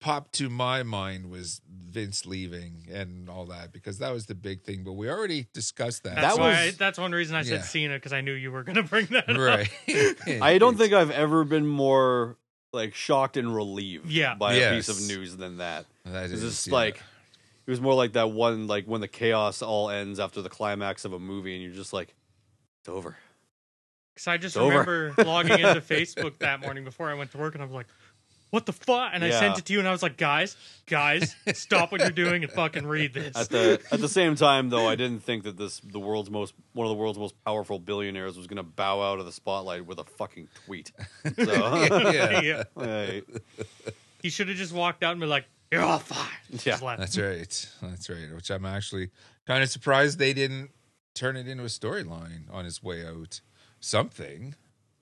Speaker 4: popped to my mind was Vince leaving and all that because that was the big thing. But we already discussed that.
Speaker 5: That's
Speaker 2: That
Speaker 5: why.
Speaker 2: was-
Speaker 5: I, that's one reason I said
Speaker 4: Yeah.
Speaker 5: Cena because I knew you were going to bring that up.
Speaker 4: [laughs]
Speaker 2: [laughs]
Speaker 4: right.
Speaker 2: I don't think I've ever been more like shocked and relieved
Speaker 5: Yeah.
Speaker 2: by a piece of
Speaker 4: Yes.
Speaker 2: news than that.
Speaker 4: that
Speaker 2: It's just
Speaker 4: yeah.
Speaker 2: like it was more like that one like when the chaos all ends after the climax of a movie and you're just like it's over.
Speaker 5: Because I just
Speaker 2: It's over.
Speaker 5: remember
Speaker 4: [laughs]
Speaker 5: logging into Facebook that morning before I went to work, and I was like, "What the fuck?" And I
Speaker 2: Yeah.
Speaker 5: sent it to you, and I was like, "Guys, guys, stop what you're doing and fucking read this."
Speaker 2: At
Speaker 5: [laughs]
Speaker 2: the at the same time though, I didn't think that this the world's most one of the world's most powerful billionaires was going to bow out of the spotlight with a fucking
Speaker 4: [laughs]
Speaker 2: tweet. [laughs] So
Speaker 4: yeah. [laughs]
Speaker 5: [laughs] Yeah.
Speaker 2: hey,
Speaker 5: He should have just walked out and been like, "You're all fired." Just
Speaker 2: Yeah.
Speaker 5: left.
Speaker 4: That's right. That's right. Which I'm actually kind of surprised they didn't turn it into a storyline on his way out. Something.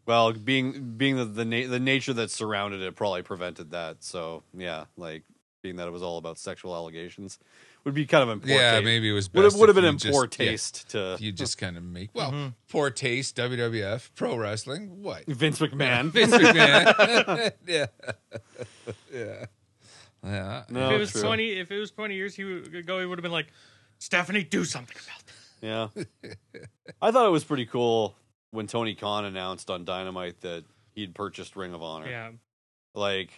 Speaker 2: well, being being the the, na- the nature that surrounded it probably prevented that. So, yeah, like being that it was all about sexual allegations would be kind of important.
Speaker 4: yeah, maybe it was.
Speaker 2: would
Speaker 4: best
Speaker 2: have, would have
Speaker 4: if
Speaker 2: been in
Speaker 4: you just-
Speaker 2: poor
Speaker 4: yeah,
Speaker 2: taste
Speaker 4: if
Speaker 2: to
Speaker 4: you just kind of make well
Speaker 5: Mm-hmm.
Speaker 4: poor taste. WWF pro wrestling. What?
Speaker 2: Vince
Speaker 4: [laughs]
Speaker 2: McMahon.
Speaker 4: Vince
Speaker 5: [laughs]
Speaker 4: McMahon. yeah. [laughs] yeah. Yeah.
Speaker 2: No,
Speaker 5: if it was
Speaker 2: true.
Speaker 5: twenty, if it was twenty years he would- ago, he would have been like, "Stephanie, do something about this."
Speaker 4: [laughs]
Speaker 2: Yeah. I thought it was pretty cool when Tony Khan announced on Dynamite that he'd purchased Ring of Honor.
Speaker 5: Yeah,
Speaker 2: Like,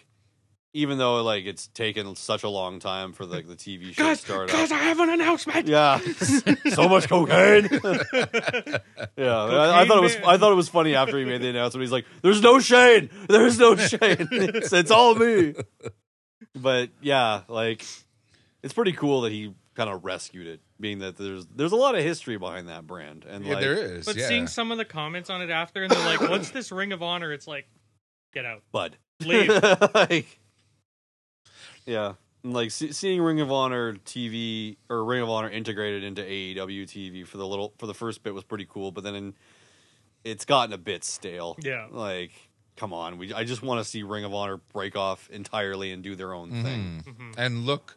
Speaker 2: even though like it's taken such a long time for like the TV show to
Speaker 5: guys,
Speaker 2: start
Speaker 5: guys,
Speaker 2: up.
Speaker 5: I have an announcement. [laughs]
Speaker 2: Yeah, so much cocaine. yeah, I, I thought it was.
Speaker 5: Cocaine man.
Speaker 2: I thought it was funny after he made the announcement. He's like, "There's no shade. There's no shade. It's, it's all me." But yeah, like, it's pretty cool that he kind of rescued it, being that there's there's a lot of history behind that brand, and
Speaker 4: Yeah,
Speaker 2: like,
Speaker 4: there is.
Speaker 5: But
Speaker 4: yeah. Mm-hmm.
Speaker 5: seeing some of the comments on it after, and they're like, "What's this Ring of Honor?" It's like, get out,
Speaker 2: Bud.
Speaker 4: [laughs]
Speaker 5: leave.
Speaker 2: [laughs] like, yeah, and like see, seeing Ring of Honor TV or Ring of Honor integrated into E AEW TV for the little for the first bit was pretty cool, but then in, it's gotten a bit stale.
Speaker 5: Yeah.
Speaker 2: like come on, we I just want to see Ring of Honor break off entirely and do their own thing.
Speaker 4: Mhm.
Speaker 5: Mm-hmm.
Speaker 4: and look,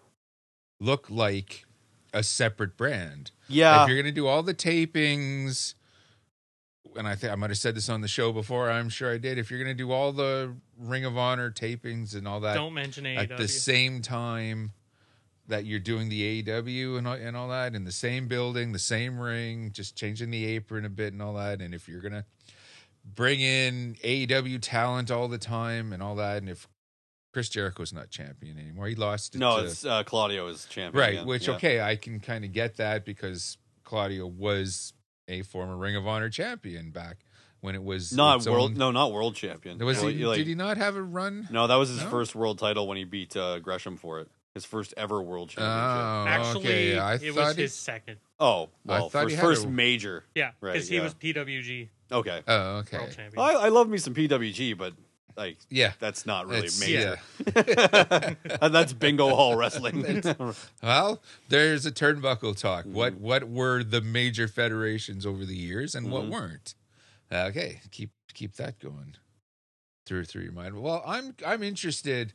Speaker 4: look like a separate brand.
Speaker 2: Yeah,
Speaker 4: if you're gonna do all the tapings and I think I might have said this on the show before, I'm sure I did. If you're gonna do all the Ring of Honor tapings and all that
Speaker 5: Don't mention E
Speaker 4: at
Speaker 5: AEW.
Speaker 4: the same time that you're doing the AEW and all, and all that in the same building, the same ring, just changing the apron a bit and all that. And if you're gonna bring in AEW talent all the time and all that, and if Chris Jericho's not champion anymore, he lost. It
Speaker 2: no,
Speaker 4: to-
Speaker 2: it's uh, Claudio is champion,
Speaker 4: Right,
Speaker 2: yeah,
Speaker 4: which
Speaker 2: yeah.
Speaker 4: okay, I can kind of get that because Claudio was a former Ring of Honor champion back when it was
Speaker 2: not
Speaker 4: its
Speaker 2: world,
Speaker 4: own-
Speaker 2: no, not world champion.
Speaker 4: was
Speaker 2: Well,
Speaker 4: he,
Speaker 2: you, like-
Speaker 4: did he not have a run?
Speaker 2: No, that was his
Speaker 4: No?
Speaker 2: first world title when he beat uh, Gresham for it. His first ever world championship.
Speaker 4: Oh,
Speaker 5: Actually,
Speaker 4: okay. I
Speaker 5: it
Speaker 4: thought
Speaker 5: was
Speaker 4: he-
Speaker 5: his second.
Speaker 2: Oh,
Speaker 4: I
Speaker 2: well,
Speaker 4: thought
Speaker 2: first,
Speaker 4: he had
Speaker 2: first
Speaker 4: a-
Speaker 2: major.
Speaker 5: Yeah,
Speaker 2: Right,
Speaker 5: because he
Speaker 2: yeah.
Speaker 5: was PWG
Speaker 2: Okay.
Speaker 4: Oh, okay.
Speaker 5: World Champion.
Speaker 2: I, I love me some PWG, but like
Speaker 4: Yeah,
Speaker 2: that's not really
Speaker 4: It's-
Speaker 2: major. [laughs] And that's bingo hall
Speaker 4: [laughs]
Speaker 2: wrestling.
Speaker 4: Well, there's a turnbuckle talk. What what were the major federations over the years, and what weren't? Okay, keep keep that going through through your mind. Well, I'm I'm interested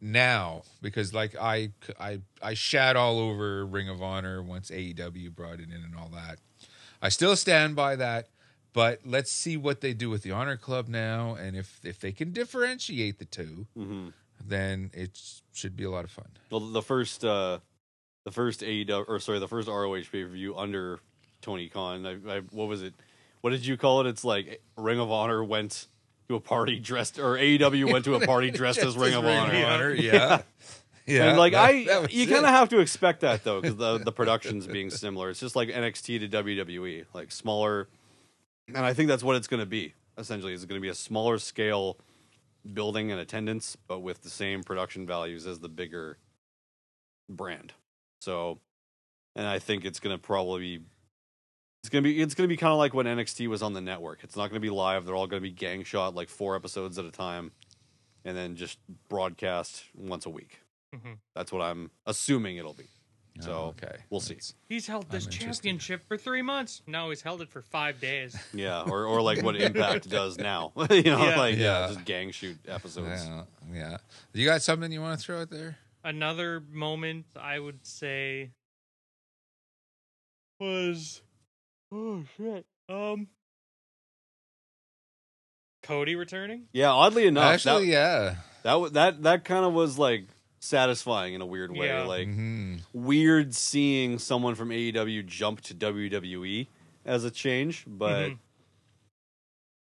Speaker 4: now because like I I I shat all over Ring of Honor once AEW brought it in and all that. I still stand by that, but let's see what they do with the Honor Club now, and if if they can differentiate the 2 then it should be a lot of fun.
Speaker 2: well, the first, uh, the first AEW, or sorry, the first ROH pay per view under Tony Khan. I, I, what was it? What did you call it? It's like Ring of Honor went to a party dressed, or AEW went to a
Speaker 4: [laughs]
Speaker 2: party dressed as Ring of Honor.
Speaker 4: Yeah. Yeah.
Speaker 2: and like
Speaker 4: that-
Speaker 2: I,
Speaker 4: that was
Speaker 2: you
Speaker 4: it.
Speaker 2: kind of have to expect that though, because the the production's being similar. It's just like NXT to WWE, like smaller, and I think that's what it's going to be. Essentially, it's going to be a smaller scale building and attendance, but with the same production values as the bigger brand. So, and I think it's going to probably be. It's gonna be it's gonna be kind of like when NXT was on the network. It's not gonna be live. They're all gonna be gang shot like four episodes at a time, and then just broadcast once a week.
Speaker 5: Mhm.
Speaker 2: That's what I'm assuming it'll be. So
Speaker 4: Oh, okay.
Speaker 2: we'll see.
Speaker 4: That's-
Speaker 5: He's held this
Speaker 4: I'm interested.
Speaker 5: championship for three months. No, he's held it for five days.
Speaker 2: Yeah, or, or like
Speaker 4: [laughs]
Speaker 2: what Impact does now. [laughs] you know,
Speaker 5: Yeah.
Speaker 2: like yeah.
Speaker 4: Yeah.
Speaker 2: just gang shoot episodes.
Speaker 4: Yeah, yeah. You got something you want to throw out there?
Speaker 5: Another moment I would say was oh shit. Um Cody returning?
Speaker 2: Yeah, oddly enough,
Speaker 4: Actually,
Speaker 2: that,
Speaker 4: yeah.
Speaker 2: that wa- that that kind of was like satisfying in a weird way.
Speaker 5: Yeah.
Speaker 2: Like
Speaker 4: Mhm.
Speaker 2: weird seeing someone from AEW jump to WWE as a change, but
Speaker 5: Mhm.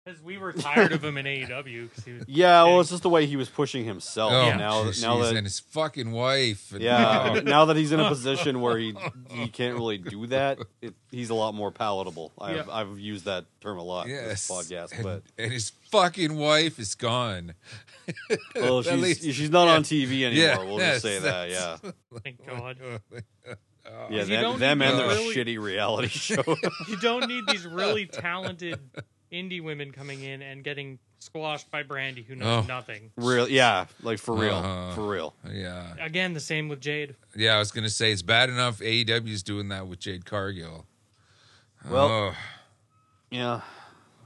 Speaker 5: Because we were tired of him in AEW.
Speaker 4: [laughs]
Speaker 5: 'cause he was-
Speaker 2: yeah, well, it's just the way he was pushing himself.
Speaker 4: Oh,
Speaker 2: now,
Speaker 4: geez,
Speaker 2: now that
Speaker 4: and his fucking wife. and- [laughs]
Speaker 2: yeah, now that he's in a position where he he can't really do that, it, he's a lot more palatable. I've
Speaker 5: Yeah.
Speaker 2: I've used that term a lot
Speaker 4: yes.
Speaker 2: in [laughs] this podcast,
Speaker 4: and, [laughs]
Speaker 2: but
Speaker 4: and his fucking wife is gone.
Speaker 2: well,
Speaker 4: At
Speaker 2: oh, she's
Speaker 4: least-
Speaker 2: she's not on TV anymore.
Speaker 4: Yeah,
Speaker 2: we'll
Speaker 4: yes,
Speaker 2: just say that. Yeah,
Speaker 4: [laughs]
Speaker 5: Thank God.
Speaker 4: uh.
Speaker 2: yeah,
Speaker 5: You don't
Speaker 2: them, them
Speaker 5: need
Speaker 2: and
Speaker 5: to
Speaker 2: their
Speaker 5: really-
Speaker 2: shitty
Speaker 4: [laughs]
Speaker 2: reality show. [laughs]
Speaker 5: you don't need these really talented indie women coming in and getting squashed by Brandy, who knows
Speaker 4: Oh.
Speaker 5: nothing.
Speaker 2: real, yeah, like for real,
Speaker 4: Uh-huh.
Speaker 2: for real.
Speaker 4: yeah,
Speaker 5: Again, the same with Jade.
Speaker 4: yeah. I was gonna say it's bad enough AEW's doing that with Jade Cargill.
Speaker 2: Well,
Speaker 4: Oh.
Speaker 2: yeah.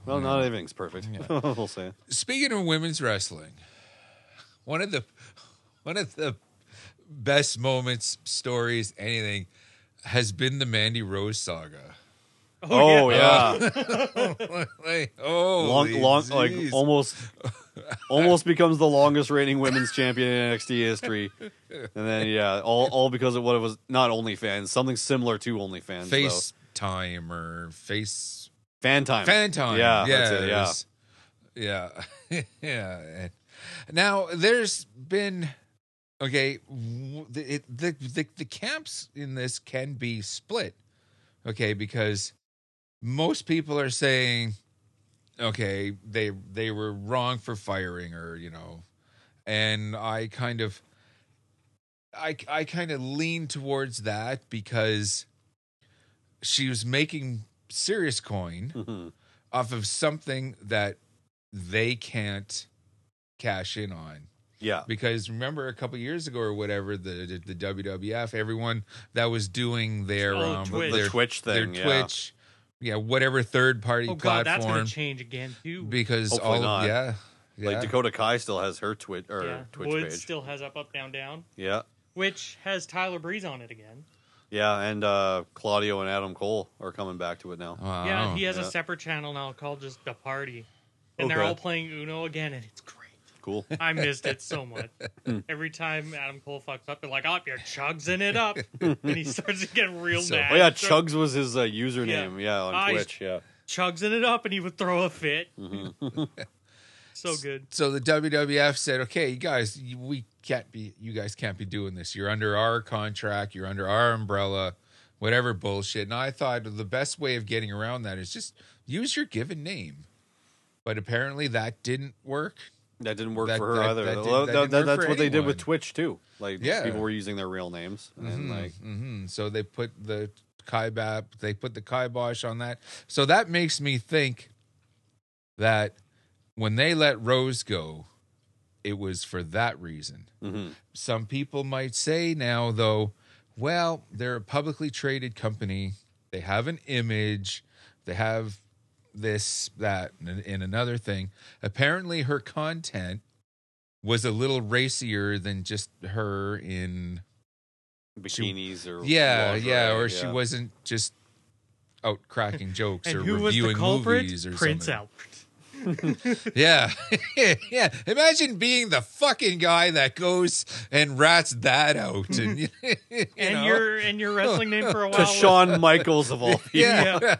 Speaker 2: Well, not everything's perfect. [laughs] we'll say.
Speaker 4: speaking of women's wrestling, one of the one of the best moments, stories, anything has been the Mandy Rose saga. [laughs]
Speaker 2: Oh, yeah,
Speaker 4: like, oh,
Speaker 2: long, long, like
Speaker 4: [laughs]
Speaker 2: almost, almost becomes the longest reigning women's champion in NXT history. And then yeah, all all because of what it was. Not OnlyFans, something similar to OnlyFans.
Speaker 4: face time or face
Speaker 2: though. fan time,
Speaker 4: fan time.
Speaker 2: Yeah,
Speaker 4: yeah,
Speaker 2: that's it, yeah.
Speaker 4: was- yeah, [laughs] yeah. Now there's been okay. w- The, it, the the the camps in this can be split. Okay, because most people are saying, okay, they they were wrong for firing her, you know, and I kind of. I, I kind of lean towards that because she was making serious coin
Speaker 2: Mhm.
Speaker 4: off of something that they can't cash in on
Speaker 2: Yeah,
Speaker 4: because remember a couple years ago or whatever the the, the WWF everyone that was doing their
Speaker 5: Oh,
Speaker 4: um
Speaker 5: Twitch.
Speaker 4: their
Speaker 2: the Twitch
Speaker 4: their
Speaker 2: thing. yeah.
Speaker 4: Twitch yeah whatever third party
Speaker 5: Oh god, that's
Speaker 4: platform
Speaker 5: gonna change again too.
Speaker 4: because
Speaker 2: Hopefully
Speaker 4: all
Speaker 2: not.
Speaker 4: yeah yeah
Speaker 2: Like Dakota Kai still has her Twitch or
Speaker 5: yeah.
Speaker 2: Twitch
Speaker 5: Woods
Speaker 2: page.
Speaker 5: still has up, up, down, down,
Speaker 2: yeah.
Speaker 5: which has Tyler Breeze on it again.
Speaker 2: Yeah, and uh, Claudio and Adam Cole are coming back to it now.
Speaker 4: wow.
Speaker 5: yeah, he has a
Speaker 2: Oh, yeah. Oh,
Speaker 5: separate channel now called just the Party, and they're
Speaker 2: Okay.
Speaker 5: all playing Uno again, and it's great.
Speaker 2: Cool.
Speaker 5: I missed it so
Speaker 2: [laughs]
Speaker 5: much. Every time Adam Cole fucks up, they're like, "Oh, you're chugsing it up," and he starts to
Speaker 2: [laughs]
Speaker 5: get real
Speaker 4: So-
Speaker 5: mad.
Speaker 2: Oh yeah,
Speaker 5: and starts
Speaker 2: Chugs was his uh, username. Yeah, on
Speaker 5: Ah, he's-
Speaker 2: Twitch. Yeah,
Speaker 5: chugs in it up and he would throw a fit.
Speaker 2: Mm-hmm.
Speaker 5: so good.
Speaker 4: so the WWF said, "Okay, you guys, you- we can't be. You guys can't be doing this. You're under our contract. You're under our umbrella. Whatever bullshit." And I thought the best way of getting around that is just use your given name. But apparently that didn't work.
Speaker 2: that didn't work
Speaker 4: That-
Speaker 2: for her
Speaker 4: that-
Speaker 2: either.
Speaker 4: that
Speaker 2: Well,
Speaker 4: did- that
Speaker 2: that-
Speaker 4: didn't
Speaker 2: that-
Speaker 4: work
Speaker 2: that's
Speaker 4: for
Speaker 2: what they did
Speaker 4: anyone.
Speaker 2: with Twitch too. Like
Speaker 4: Yeah.
Speaker 2: people were using their real names and like
Speaker 4: Mm, so they put the kibab, they put the kibosh on that. So that makes me think that when they let Rose go, it was for that reason. Some people might say now, though, well, they're a publicly traded company. They have an image. They have this, that, and, and another thing. Apparently, her content was a little racier than just her in
Speaker 2: bikinis or
Speaker 4: Mm-hmm. yeah,
Speaker 2: lingerie,
Speaker 4: yeah, or she
Speaker 2: yeah.
Speaker 4: wasn't just out cracking jokes
Speaker 5: And
Speaker 4: or
Speaker 5: who was the
Speaker 4: reviewing
Speaker 5: culprit?
Speaker 4: movies or
Speaker 5: Prince
Speaker 4: something.
Speaker 5: Albert.
Speaker 4: Yeah, [laughs] yeah. Imagine being the fucking guy that goes and rats that out, and [laughs] you
Speaker 5: and
Speaker 4: know,
Speaker 5: your and your wrestling name
Speaker 2: [laughs]
Speaker 5: for a while
Speaker 2: to
Speaker 5: was,
Speaker 2: Shawn Michaels of all people.
Speaker 4: [laughs] yeah.
Speaker 5: yeah.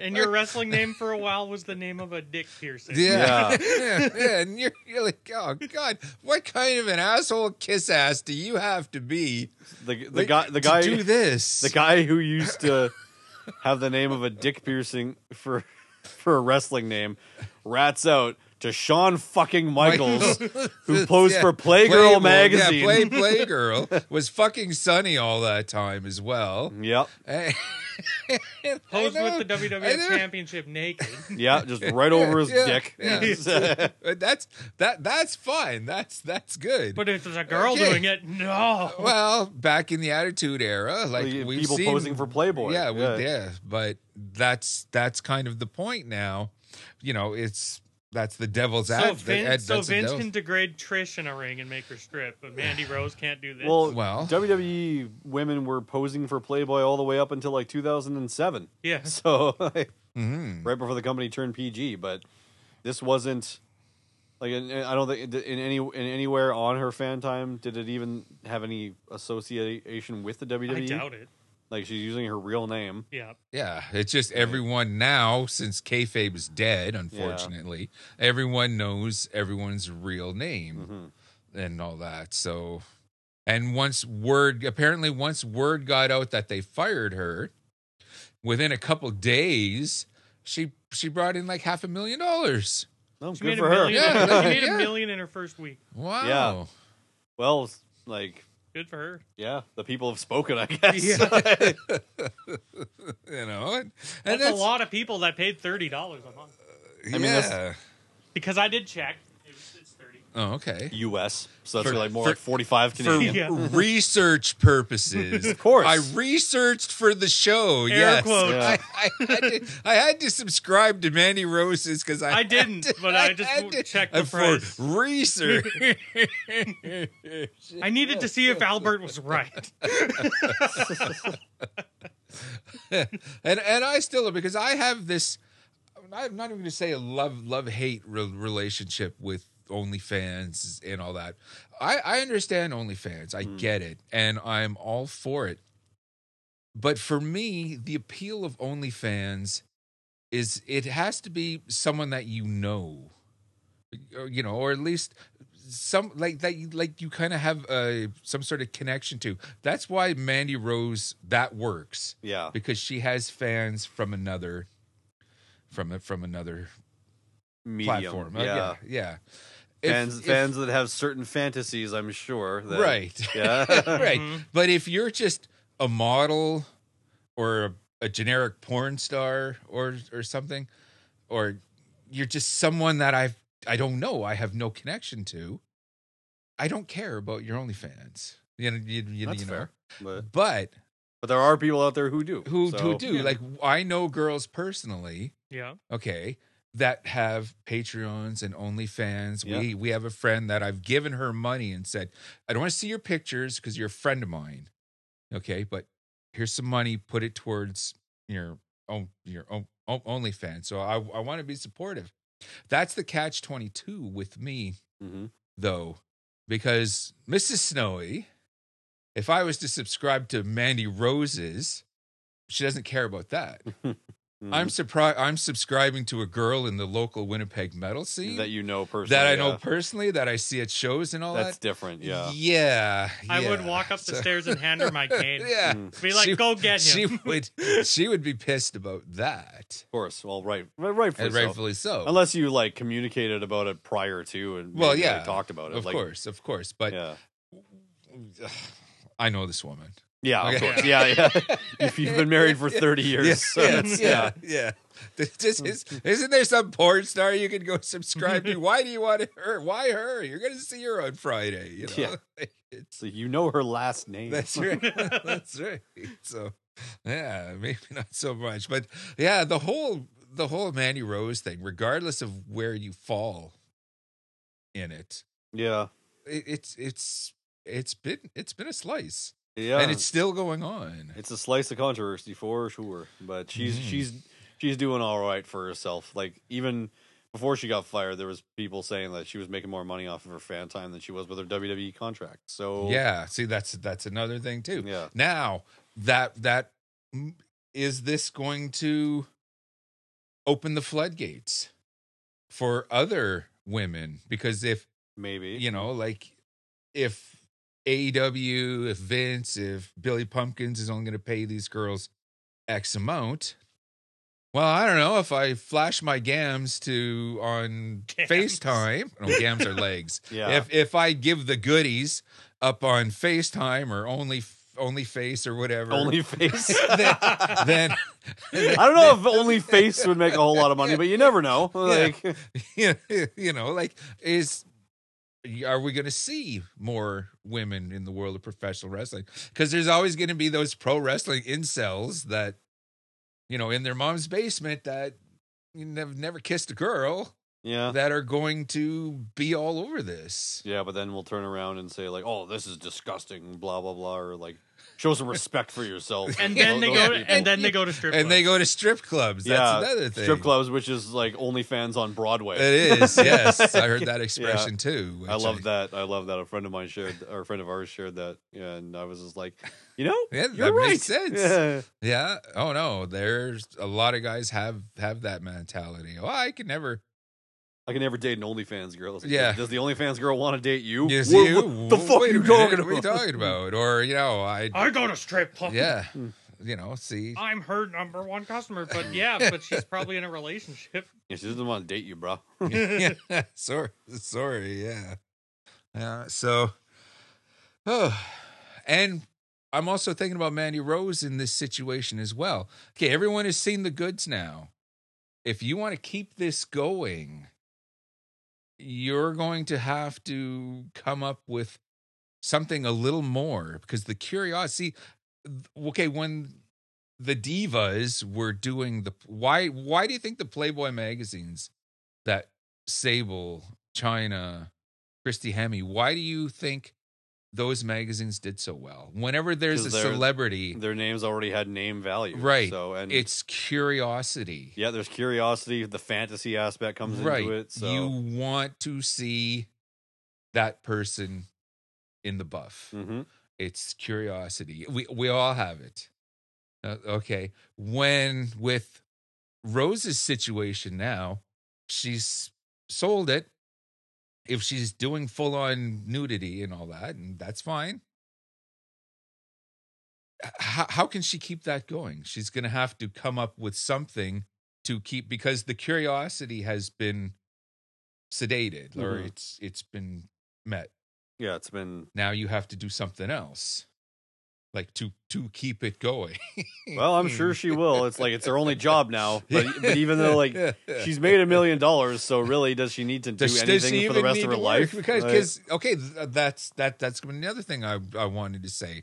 Speaker 5: and your wrestling name for a while was the name of a dick piercing.
Speaker 4: Yeah.
Speaker 2: Yeah.
Speaker 4: yeah, [laughs] yeah, and you're, you're like, oh god, what kind of an asshole kiss ass do you have to be?
Speaker 2: The the guy the
Speaker 4: to
Speaker 2: guy
Speaker 4: do this,
Speaker 2: the guy who used to have the name of a dick piercing for for a wrestling name rats out to Sean fucking Michaels, who posed
Speaker 4: [laughs] Yeah.
Speaker 2: for Playgirl magazine.
Speaker 4: Yeah, Play Playgirl [laughs] was fucking sunny all that time as well.
Speaker 2: Yep.
Speaker 4: Posed
Speaker 5: Posed with the WWF Championship naked.
Speaker 4: [laughs]
Speaker 2: Yeah, just right over his
Speaker 4: Yeah,
Speaker 2: dick. [laughs] uh,
Speaker 4: yeah. Uh, That's that. That's fine. That's that's good.
Speaker 5: But if there's a girl
Speaker 4: Okay.
Speaker 5: doing it, no.
Speaker 4: well, back in the Attitude Era, like we've
Speaker 2: people
Speaker 4: seen,
Speaker 2: posing for Playboy.
Speaker 4: Yeah, we, yeah. but that's that's kind of the point now. You know, it's that's the devil's
Speaker 5: So,
Speaker 4: ad-
Speaker 5: Vin,
Speaker 4: ad-
Speaker 5: so
Speaker 4: that's the
Speaker 5: Vince
Speaker 4: devil's-
Speaker 5: can degrade Trish in a ring and make her strip, but
Speaker 4: [sighs]
Speaker 5: Mandy Rose can't do this.
Speaker 2: Well,
Speaker 4: Well.
Speaker 2: WWE women were posing for Playboy all the way up until like 2007.
Speaker 5: yeah.
Speaker 2: [laughs] So like,
Speaker 4: Mm-hmm.
Speaker 2: right before the company turned PG, but this wasn't like in- in- I don't think it- in any in anywhere on her fan time did it even have any association with the WWE.
Speaker 5: [laughs] I doubt it.
Speaker 2: Like she's using her real name.
Speaker 5: Yeah.
Speaker 4: Yeah, it's just everyone now since kayfabe is dead, unfortunately. Everyone knows everyone's real name and all that. So, and once word apparently once word got out that they fired her, within a couple days she she brought in like half a million dollars.
Speaker 2: No,
Speaker 5: She
Speaker 2: Oh, good
Speaker 5: made,
Speaker 2: for
Speaker 5: a
Speaker 2: her.
Speaker 5: million,
Speaker 4: Yeah,
Speaker 5: she made
Speaker 4: yeah.
Speaker 5: a million in her first week.
Speaker 4: Wow.
Speaker 2: Yeah. Well, s- like
Speaker 5: Good for her.
Speaker 2: yeah, the people have spoken. I guess. [laughs]
Speaker 4: You know, and, and
Speaker 5: That's, a lot of people that paid thirty dollars a month.
Speaker 4: Yeah.
Speaker 2: mean, that's-
Speaker 5: Because I did check. It was, it's thirty.
Speaker 4: oh, okay.
Speaker 2: U.S. So that's
Speaker 4: For-
Speaker 2: like more
Speaker 4: for-
Speaker 2: like 45
Speaker 4: for
Speaker 2: Canadian.
Speaker 5: [laughs] Yeah.
Speaker 4: research purposes. of
Speaker 2: course.
Speaker 4: I researched for the show.
Speaker 5: Air
Speaker 4: yes.
Speaker 5: quotes.
Speaker 2: Yeah.
Speaker 4: I, I, had to, I had to subscribe to Mandy Rose's because I
Speaker 5: I
Speaker 4: had
Speaker 5: didn't,
Speaker 4: to-
Speaker 5: but I just
Speaker 4: had to-
Speaker 5: checked the
Speaker 4: uh,
Speaker 5: price.
Speaker 4: for research.
Speaker 5: [laughs]
Speaker 4: [laughs]
Speaker 5: I needed to see if Albert
Speaker 4: [laughs]
Speaker 5: was right.
Speaker 4: and and I still because I have this. I'm not even going to say a love love hate re- relationship with OnlyFans and all that. I I understand OnlyFans. I get it, and I'm all for it. But for me, the appeal of OnlyFans is it has to be someone that you know, Or, you know, or at least some like that you like you kind of have uh some sort of connection to. That's why Mandy Rose that works
Speaker 2: Yeah.
Speaker 4: because she has fans from another from from another
Speaker 2: Medium.
Speaker 4: platform. Uh,
Speaker 2: Yeah.
Speaker 4: yeah, yeah. If-
Speaker 2: Fans,
Speaker 4: if-
Speaker 2: fans that have certain fantasies, I'm sure. That,
Speaker 4: right,
Speaker 2: [laughs] Yeah.
Speaker 4: right. But if you're just a model or a, a generic porn star or or something, or you're just someone that I've I don't know, I have no connection to, I don't care about your OnlyFans. You know, you, you,
Speaker 2: That's
Speaker 4: you know.
Speaker 2: fair. but,
Speaker 4: But
Speaker 2: but there are people out there who do.
Speaker 4: who
Speaker 2: so-
Speaker 4: who do like I know girls personally
Speaker 5: Yeah.
Speaker 4: okay that have patreons and onlyfans we
Speaker 2: Yeah.
Speaker 4: we have a friend that i've given her money and said i don't want to see your pictures because you're a friend of mine okay but here's some money put it towards your own your own, own onlyfans so i i want to be supportive that's the catch 22 with me
Speaker 2: Mhm.
Speaker 4: though because mrs snowy if i was to subscribe to mandy roses she doesn't care
Speaker 2: [laughs]
Speaker 4: about that
Speaker 2: Mm-hmm.
Speaker 4: I'm surprised. I'm subscribing to a girl in the local Winnipeg metal scene
Speaker 2: that
Speaker 4: that,
Speaker 2: you know personally.
Speaker 4: I
Speaker 2: yeah.
Speaker 4: know personally, that I see at shows and all
Speaker 2: That's
Speaker 4: that.
Speaker 2: different. Yeah.
Speaker 4: yeah,
Speaker 5: I would
Speaker 4: yeah.
Speaker 5: walk up the
Speaker 4: So-
Speaker 5: stairs and hand her my cane.
Speaker 4: [laughs] Yeah,
Speaker 5: Be like,
Speaker 4: She- [laughs]
Speaker 5: go get him.
Speaker 4: She
Speaker 5: [laughs]
Speaker 4: would. She would be pissed about that,
Speaker 2: Of course. Well, right. right- Rightfully
Speaker 4: and
Speaker 2: so.
Speaker 4: rightfully so.
Speaker 2: Unless you like communicated about it prior to and
Speaker 4: well,
Speaker 2: maybe,
Speaker 4: yeah,
Speaker 2: like, talked about it.
Speaker 4: Of
Speaker 2: like,
Speaker 4: course, of course. But
Speaker 2: Yeah.
Speaker 4: I know this woman.
Speaker 2: Yeah. Of
Speaker 4: Okay.
Speaker 2: course. Yeah.
Speaker 4: [laughs]
Speaker 2: Yeah. if you've been married for 30 years. so it's-
Speaker 4: yeah, [laughs] yeah. This- this is- isn't there some porn star you can go
Speaker 2: [laughs]
Speaker 4: subscribe to? Why do you want her? Why her? You're going to see her on Friday. You know?
Speaker 2: Yeah. So you know her last name.
Speaker 4: [laughs] That's right. [laughs] That's right. So yeah, maybe not so much, but yeah, the whole the whole Mandy Rose thing, regardless of where you fall in it,
Speaker 2: yeah.
Speaker 4: it it's it's it's been it's been a slice,
Speaker 2: Yeah.
Speaker 4: and it's still going on.
Speaker 2: It's a slice of controversy for sure, but she's
Speaker 4: Mhm.
Speaker 2: she's she's doing all right for herself. Like even before she got fired, there was people saying that she was making more money off of her fan time than she was with her WWE contract. So
Speaker 4: Yeah, see, that's that's another thing too.
Speaker 2: yeah,
Speaker 4: Now that that mm, is this going to open the floodgates for other women because if
Speaker 2: maybe
Speaker 4: you know, like if AEW, if Vince, if Billy Pumpkins is only going to pay these girls X amount, Well, I don't know if I flash my gams to on
Speaker 5: Gams.
Speaker 4: FaceTime. No, gams are legs.
Speaker 2: Yeah.
Speaker 4: If if I give the goodies up on FaceTime or only only face or whatever, [laughs]
Speaker 2: Only face.
Speaker 4: then, then
Speaker 2: I don't know if only face would make a whole lot of money, but you never
Speaker 4: [laughs]
Speaker 2: know. Like,
Speaker 4: you know, like is are we going to see more women in the world of professional wrestling? Because there's always going to be those pro wrestling incels that, you know, in their mom's basement that you have never kissed a girl
Speaker 2: yeah.
Speaker 4: that are going to be all over this.
Speaker 2: Yeah, but then we'll turn around and say like, "Oh, this is disgusting," blah blah blah, or like, "Show some respect for yourself."
Speaker 5: [laughs] And then they
Speaker 2: Those
Speaker 5: go.
Speaker 2: people.
Speaker 5: and then they go to strip.
Speaker 4: And they
Speaker 5: clubs.
Speaker 4: go to strip clubs. That's
Speaker 2: yeah,
Speaker 4: another thing.
Speaker 2: strip clubs, which is like OnlyFans on Broadway.
Speaker 4: It is.
Speaker 2: [laughs]
Speaker 4: Yes. I heard that expression too.
Speaker 2: I
Speaker 4: which
Speaker 2: love that. I love that. A friend of mine shared, or a friend of ours shared that, and I was just
Speaker 4: [laughs]
Speaker 2: like, you know,
Speaker 4: Yeah,
Speaker 2: you're
Speaker 4: that
Speaker 2: right.
Speaker 4: makes sense.
Speaker 2: Yeah.
Speaker 4: Yeah. Oh no, there's a lot of guys have have that mentality. Oh, I can never.
Speaker 2: [laughs] I can never date an OnlyFans girl. It's like,
Speaker 4: Yeah.
Speaker 2: does the OnlyFans girl want to date you?
Speaker 4: Yes,
Speaker 2: What-
Speaker 4: you-
Speaker 2: what the fuck are
Speaker 4: wait a
Speaker 2: you
Speaker 4: minute,
Speaker 2: talking
Speaker 4: What are you
Speaker 2: about?
Speaker 4: talking about? Or you know, I
Speaker 2: [laughs]
Speaker 5: I go to strip club.
Speaker 4: yeah,
Speaker 2: Hmm.
Speaker 4: you know, see,
Speaker 5: I'm her number one customer,
Speaker 4: [laughs]
Speaker 5: but yeah, but she's probably in a relationship.
Speaker 2: Yeah, she doesn't want to date you, bro.
Speaker 4: [laughs] yeah, sorry, sorry, yeah, yeah. So, oh, and I'm also thinking about Mandy Rose in this situation as well. Okay, everyone has seen the goods now. If you want to keep this going, you're going to have to come up with something a little more because the curiosity. th- Okay, when the divas were doing the why why do you think the Playboy magazines that Sable, China, Christy Hemme, why do you think those magazines did so well? Whenever there's a
Speaker 2: 'Cause they're-
Speaker 4: celebrity,
Speaker 2: Their names already had name value,
Speaker 4: Right.
Speaker 2: So and
Speaker 4: it's curiosity.
Speaker 2: yeah, there's curiosity. The fantasy aspect comes
Speaker 4: right.
Speaker 2: into it. So
Speaker 4: You want to see that person in the buff.
Speaker 2: hmm
Speaker 4: It's curiosity. We we all have it. Uh, okay. When with Rose's situation now, she's sold it. If she's doing full on nudity and all that, and that's fine. H- How, how can she keep that going? She's going to have to come up with something to keep because the curiosity has been sedated or
Speaker 2: Mhm.
Speaker 4: it's it's been met
Speaker 2: yeah, it's been
Speaker 4: now you have to do something else like to to keep it going [laughs]
Speaker 2: Well, I'm sure she will. It's like it's her only job
Speaker 4: [laughs]
Speaker 2: now. But, but even though like she's made a million dollars, so really does she need to do
Speaker 4: Does- does she
Speaker 2: anything for the
Speaker 4: even
Speaker 2: rest
Speaker 4: need
Speaker 2: of her
Speaker 4: to work?
Speaker 2: life?
Speaker 4: because
Speaker 2: Like,
Speaker 4: 'cause- okay th- uh, that's that that's another thing I, I wanted to say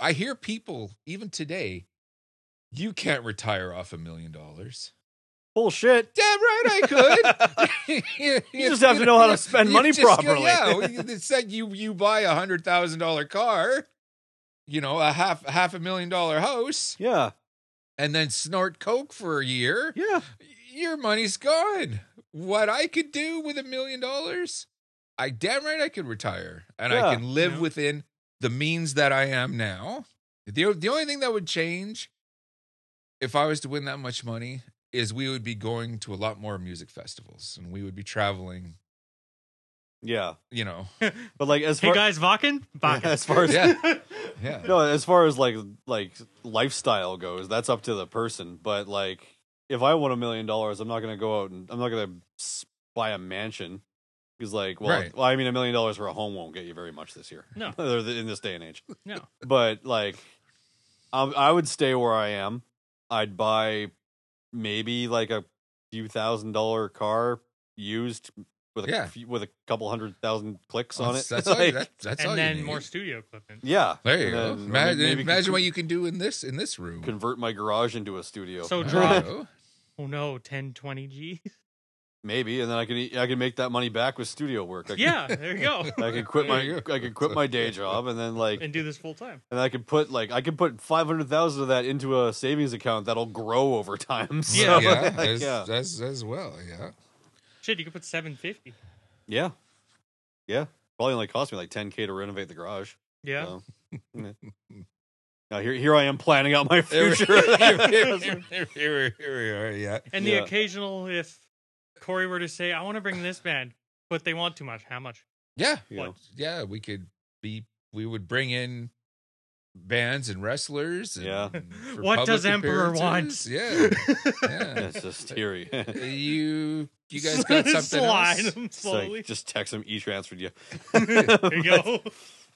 Speaker 4: i hear people even today you can't retire off a million dollars
Speaker 2: bullshit.
Speaker 4: damn right i could
Speaker 2: [laughs]
Speaker 4: you,
Speaker 2: just have to know how to
Speaker 4: [laughs]
Speaker 2: spend money
Speaker 4: just go-
Speaker 2: properly. [laughs]
Speaker 4: yeah, well, you- it's like you you buy a hundred thousand dollar car, you know, a half half a million dollar house,
Speaker 2: Yeah,
Speaker 4: and then snort coke for a year.
Speaker 2: yeah.
Speaker 4: Your money's gone. What I could do with a million dollars, I damn right I could retire and I
Speaker 2: Yeah.
Speaker 4: can live
Speaker 5: Yeah.
Speaker 4: within the means that I am now. The the only thing that would change if I was to win that much money is we would be going to a lot more music festivals and we would be traveling,
Speaker 2: Yeah, [laughs]
Speaker 4: you know,
Speaker 2: but like as
Speaker 5: Hey
Speaker 2: far
Speaker 4: [laughs]
Speaker 5: guys, Vakken,
Speaker 2: [laughs]
Speaker 5: Vakken.
Speaker 2: as far as
Speaker 4: yeah, yeah.
Speaker 2: no, as far as like like lifestyle goes, that's up to the person. But like, if I won a million dollars, I'm not gonna go out and I'm not gonna s- buy a mansion because like, well,
Speaker 4: Right.
Speaker 2: well, I mean, a million dollars for a home won't get you very much this year. [laughs]
Speaker 5: No.
Speaker 2: in this day and age.
Speaker 5: No.
Speaker 2: but like I, I would stay where i am i'd buy maybe like a few thousand dollar car used with a
Speaker 4: Yeah.
Speaker 2: few, with a couple hundred thousand clicks on it
Speaker 4: That's, that's all.
Speaker 2: [laughs] Like,
Speaker 4: You, that, that's all
Speaker 5: and
Speaker 4: you
Speaker 5: then
Speaker 4: need.
Speaker 5: more studio equipment.
Speaker 2: yeah
Speaker 4: There you
Speaker 2: And
Speaker 4: go.
Speaker 2: then- or
Speaker 4: Imagine,
Speaker 2: maybe
Speaker 4: imagine
Speaker 2: con-
Speaker 4: what you can do in this in this room.
Speaker 2: convert my garage into a studio
Speaker 5: So
Speaker 4: There
Speaker 5: drop.
Speaker 2: [laughs]
Speaker 4: you go.
Speaker 5: Oh no, 10, 20 G.
Speaker 4: [laughs]
Speaker 5: [laughs]
Speaker 2: maybe and then i can e- i can make that money back with studio work I can,
Speaker 5: yeah, there you go.
Speaker 4: [laughs]
Speaker 5: [laughs]
Speaker 2: i can quit
Speaker 4: There you
Speaker 2: my
Speaker 4: go.
Speaker 2: i can quit my
Speaker 4: [laughs]
Speaker 2: day job and then like
Speaker 5: And do this full time.
Speaker 2: and i could put like i could put 500000 of that into a savings account that'll grow over time [laughs] so,
Speaker 5: Yeah.
Speaker 4: yeah,
Speaker 2: like,
Speaker 4: as,
Speaker 2: yeah.
Speaker 4: As, as well. Yeah,
Speaker 5: Shit, you could put seven fifty.
Speaker 2: Yeah. Yeah. Probably only cost me like 10K to renovate the garage.
Speaker 5: Yeah.
Speaker 2: So, yeah. now here, here I am planning out my
Speaker 4: [laughs] Here,
Speaker 2: future. [laughs]
Speaker 4: we are. Yeah,
Speaker 5: And the
Speaker 2: Yeah.
Speaker 5: occasional if Corey were to say, I want to bring this band, but they want too much. How much?
Speaker 4: yeah,
Speaker 2: You know,
Speaker 4: yeah. We could be. We would bring in bands and wrestlers. And [laughs]
Speaker 2: Yeah.
Speaker 4: for
Speaker 5: What
Speaker 4: public
Speaker 5: does Emperor
Speaker 4: appearances.
Speaker 5: want?
Speaker 2: [laughs]
Speaker 4: Yeah, yeah.
Speaker 2: That's just [laughs] theory.
Speaker 4: you you [laughs] guys got something
Speaker 5: [laughs] Slide
Speaker 4: else?
Speaker 5: him
Speaker 2: It's like,
Speaker 4: [laughs]
Speaker 5: slowly.
Speaker 2: just text him. E transferred you.
Speaker 5: [laughs] there you go.
Speaker 2: [laughs]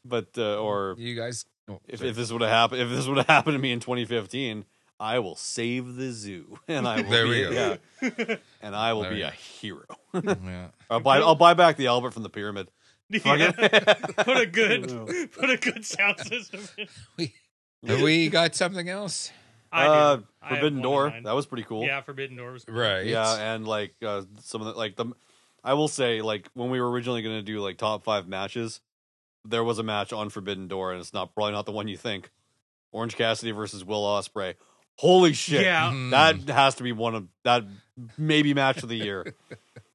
Speaker 2: But uh, or
Speaker 4: You guys. oh,
Speaker 2: if,
Speaker 4: sorry.
Speaker 2: if this would have happened, if this would have [laughs] happened to me in 2015, I will save the zoo, [laughs] and I will
Speaker 4: There
Speaker 2: be,
Speaker 4: we go.
Speaker 5: [laughs]
Speaker 2: yeah. and I will
Speaker 4: There we
Speaker 2: be
Speaker 4: go.
Speaker 2: a hero.
Speaker 4: [laughs] yeah.
Speaker 2: I'll buy, I'll buy back the Albert from the
Speaker 5: [laughs]
Speaker 2: pyramid. Fuck
Speaker 5: Yeah.
Speaker 2: it.
Speaker 5: Put a good put a good sound system in.
Speaker 2: Uh,
Speaker 4: Have we got something else,
Speaker 5: I
Speaker 2: [laughs]
Speaker 5: do.
Speaker 2: uh,
Speaker 5: I have
Speaker 2: Forbidden
Speaker 5: one
Speaker 2: Door.
Speaker 5: in mind.
Speaker 2: That was pretty cool.
Speaker 5: Yeah, Forbidden Door was
Speaker 4: right?
Speaker 2: Yeah, and like uh, some of the like the, I will say like when we were originally gonna do like top five matches, there was a match on Forbidden Door, and it's not probably not the one you think. Orange Cassidy versus Will Osprey. Holy shit!
Speaker 5: Yeah.
Speaker 4: Mm.
Speaker 2: that has to be one of that maybe match of the
Speaker 4: [laughs]
Speaker 2: year,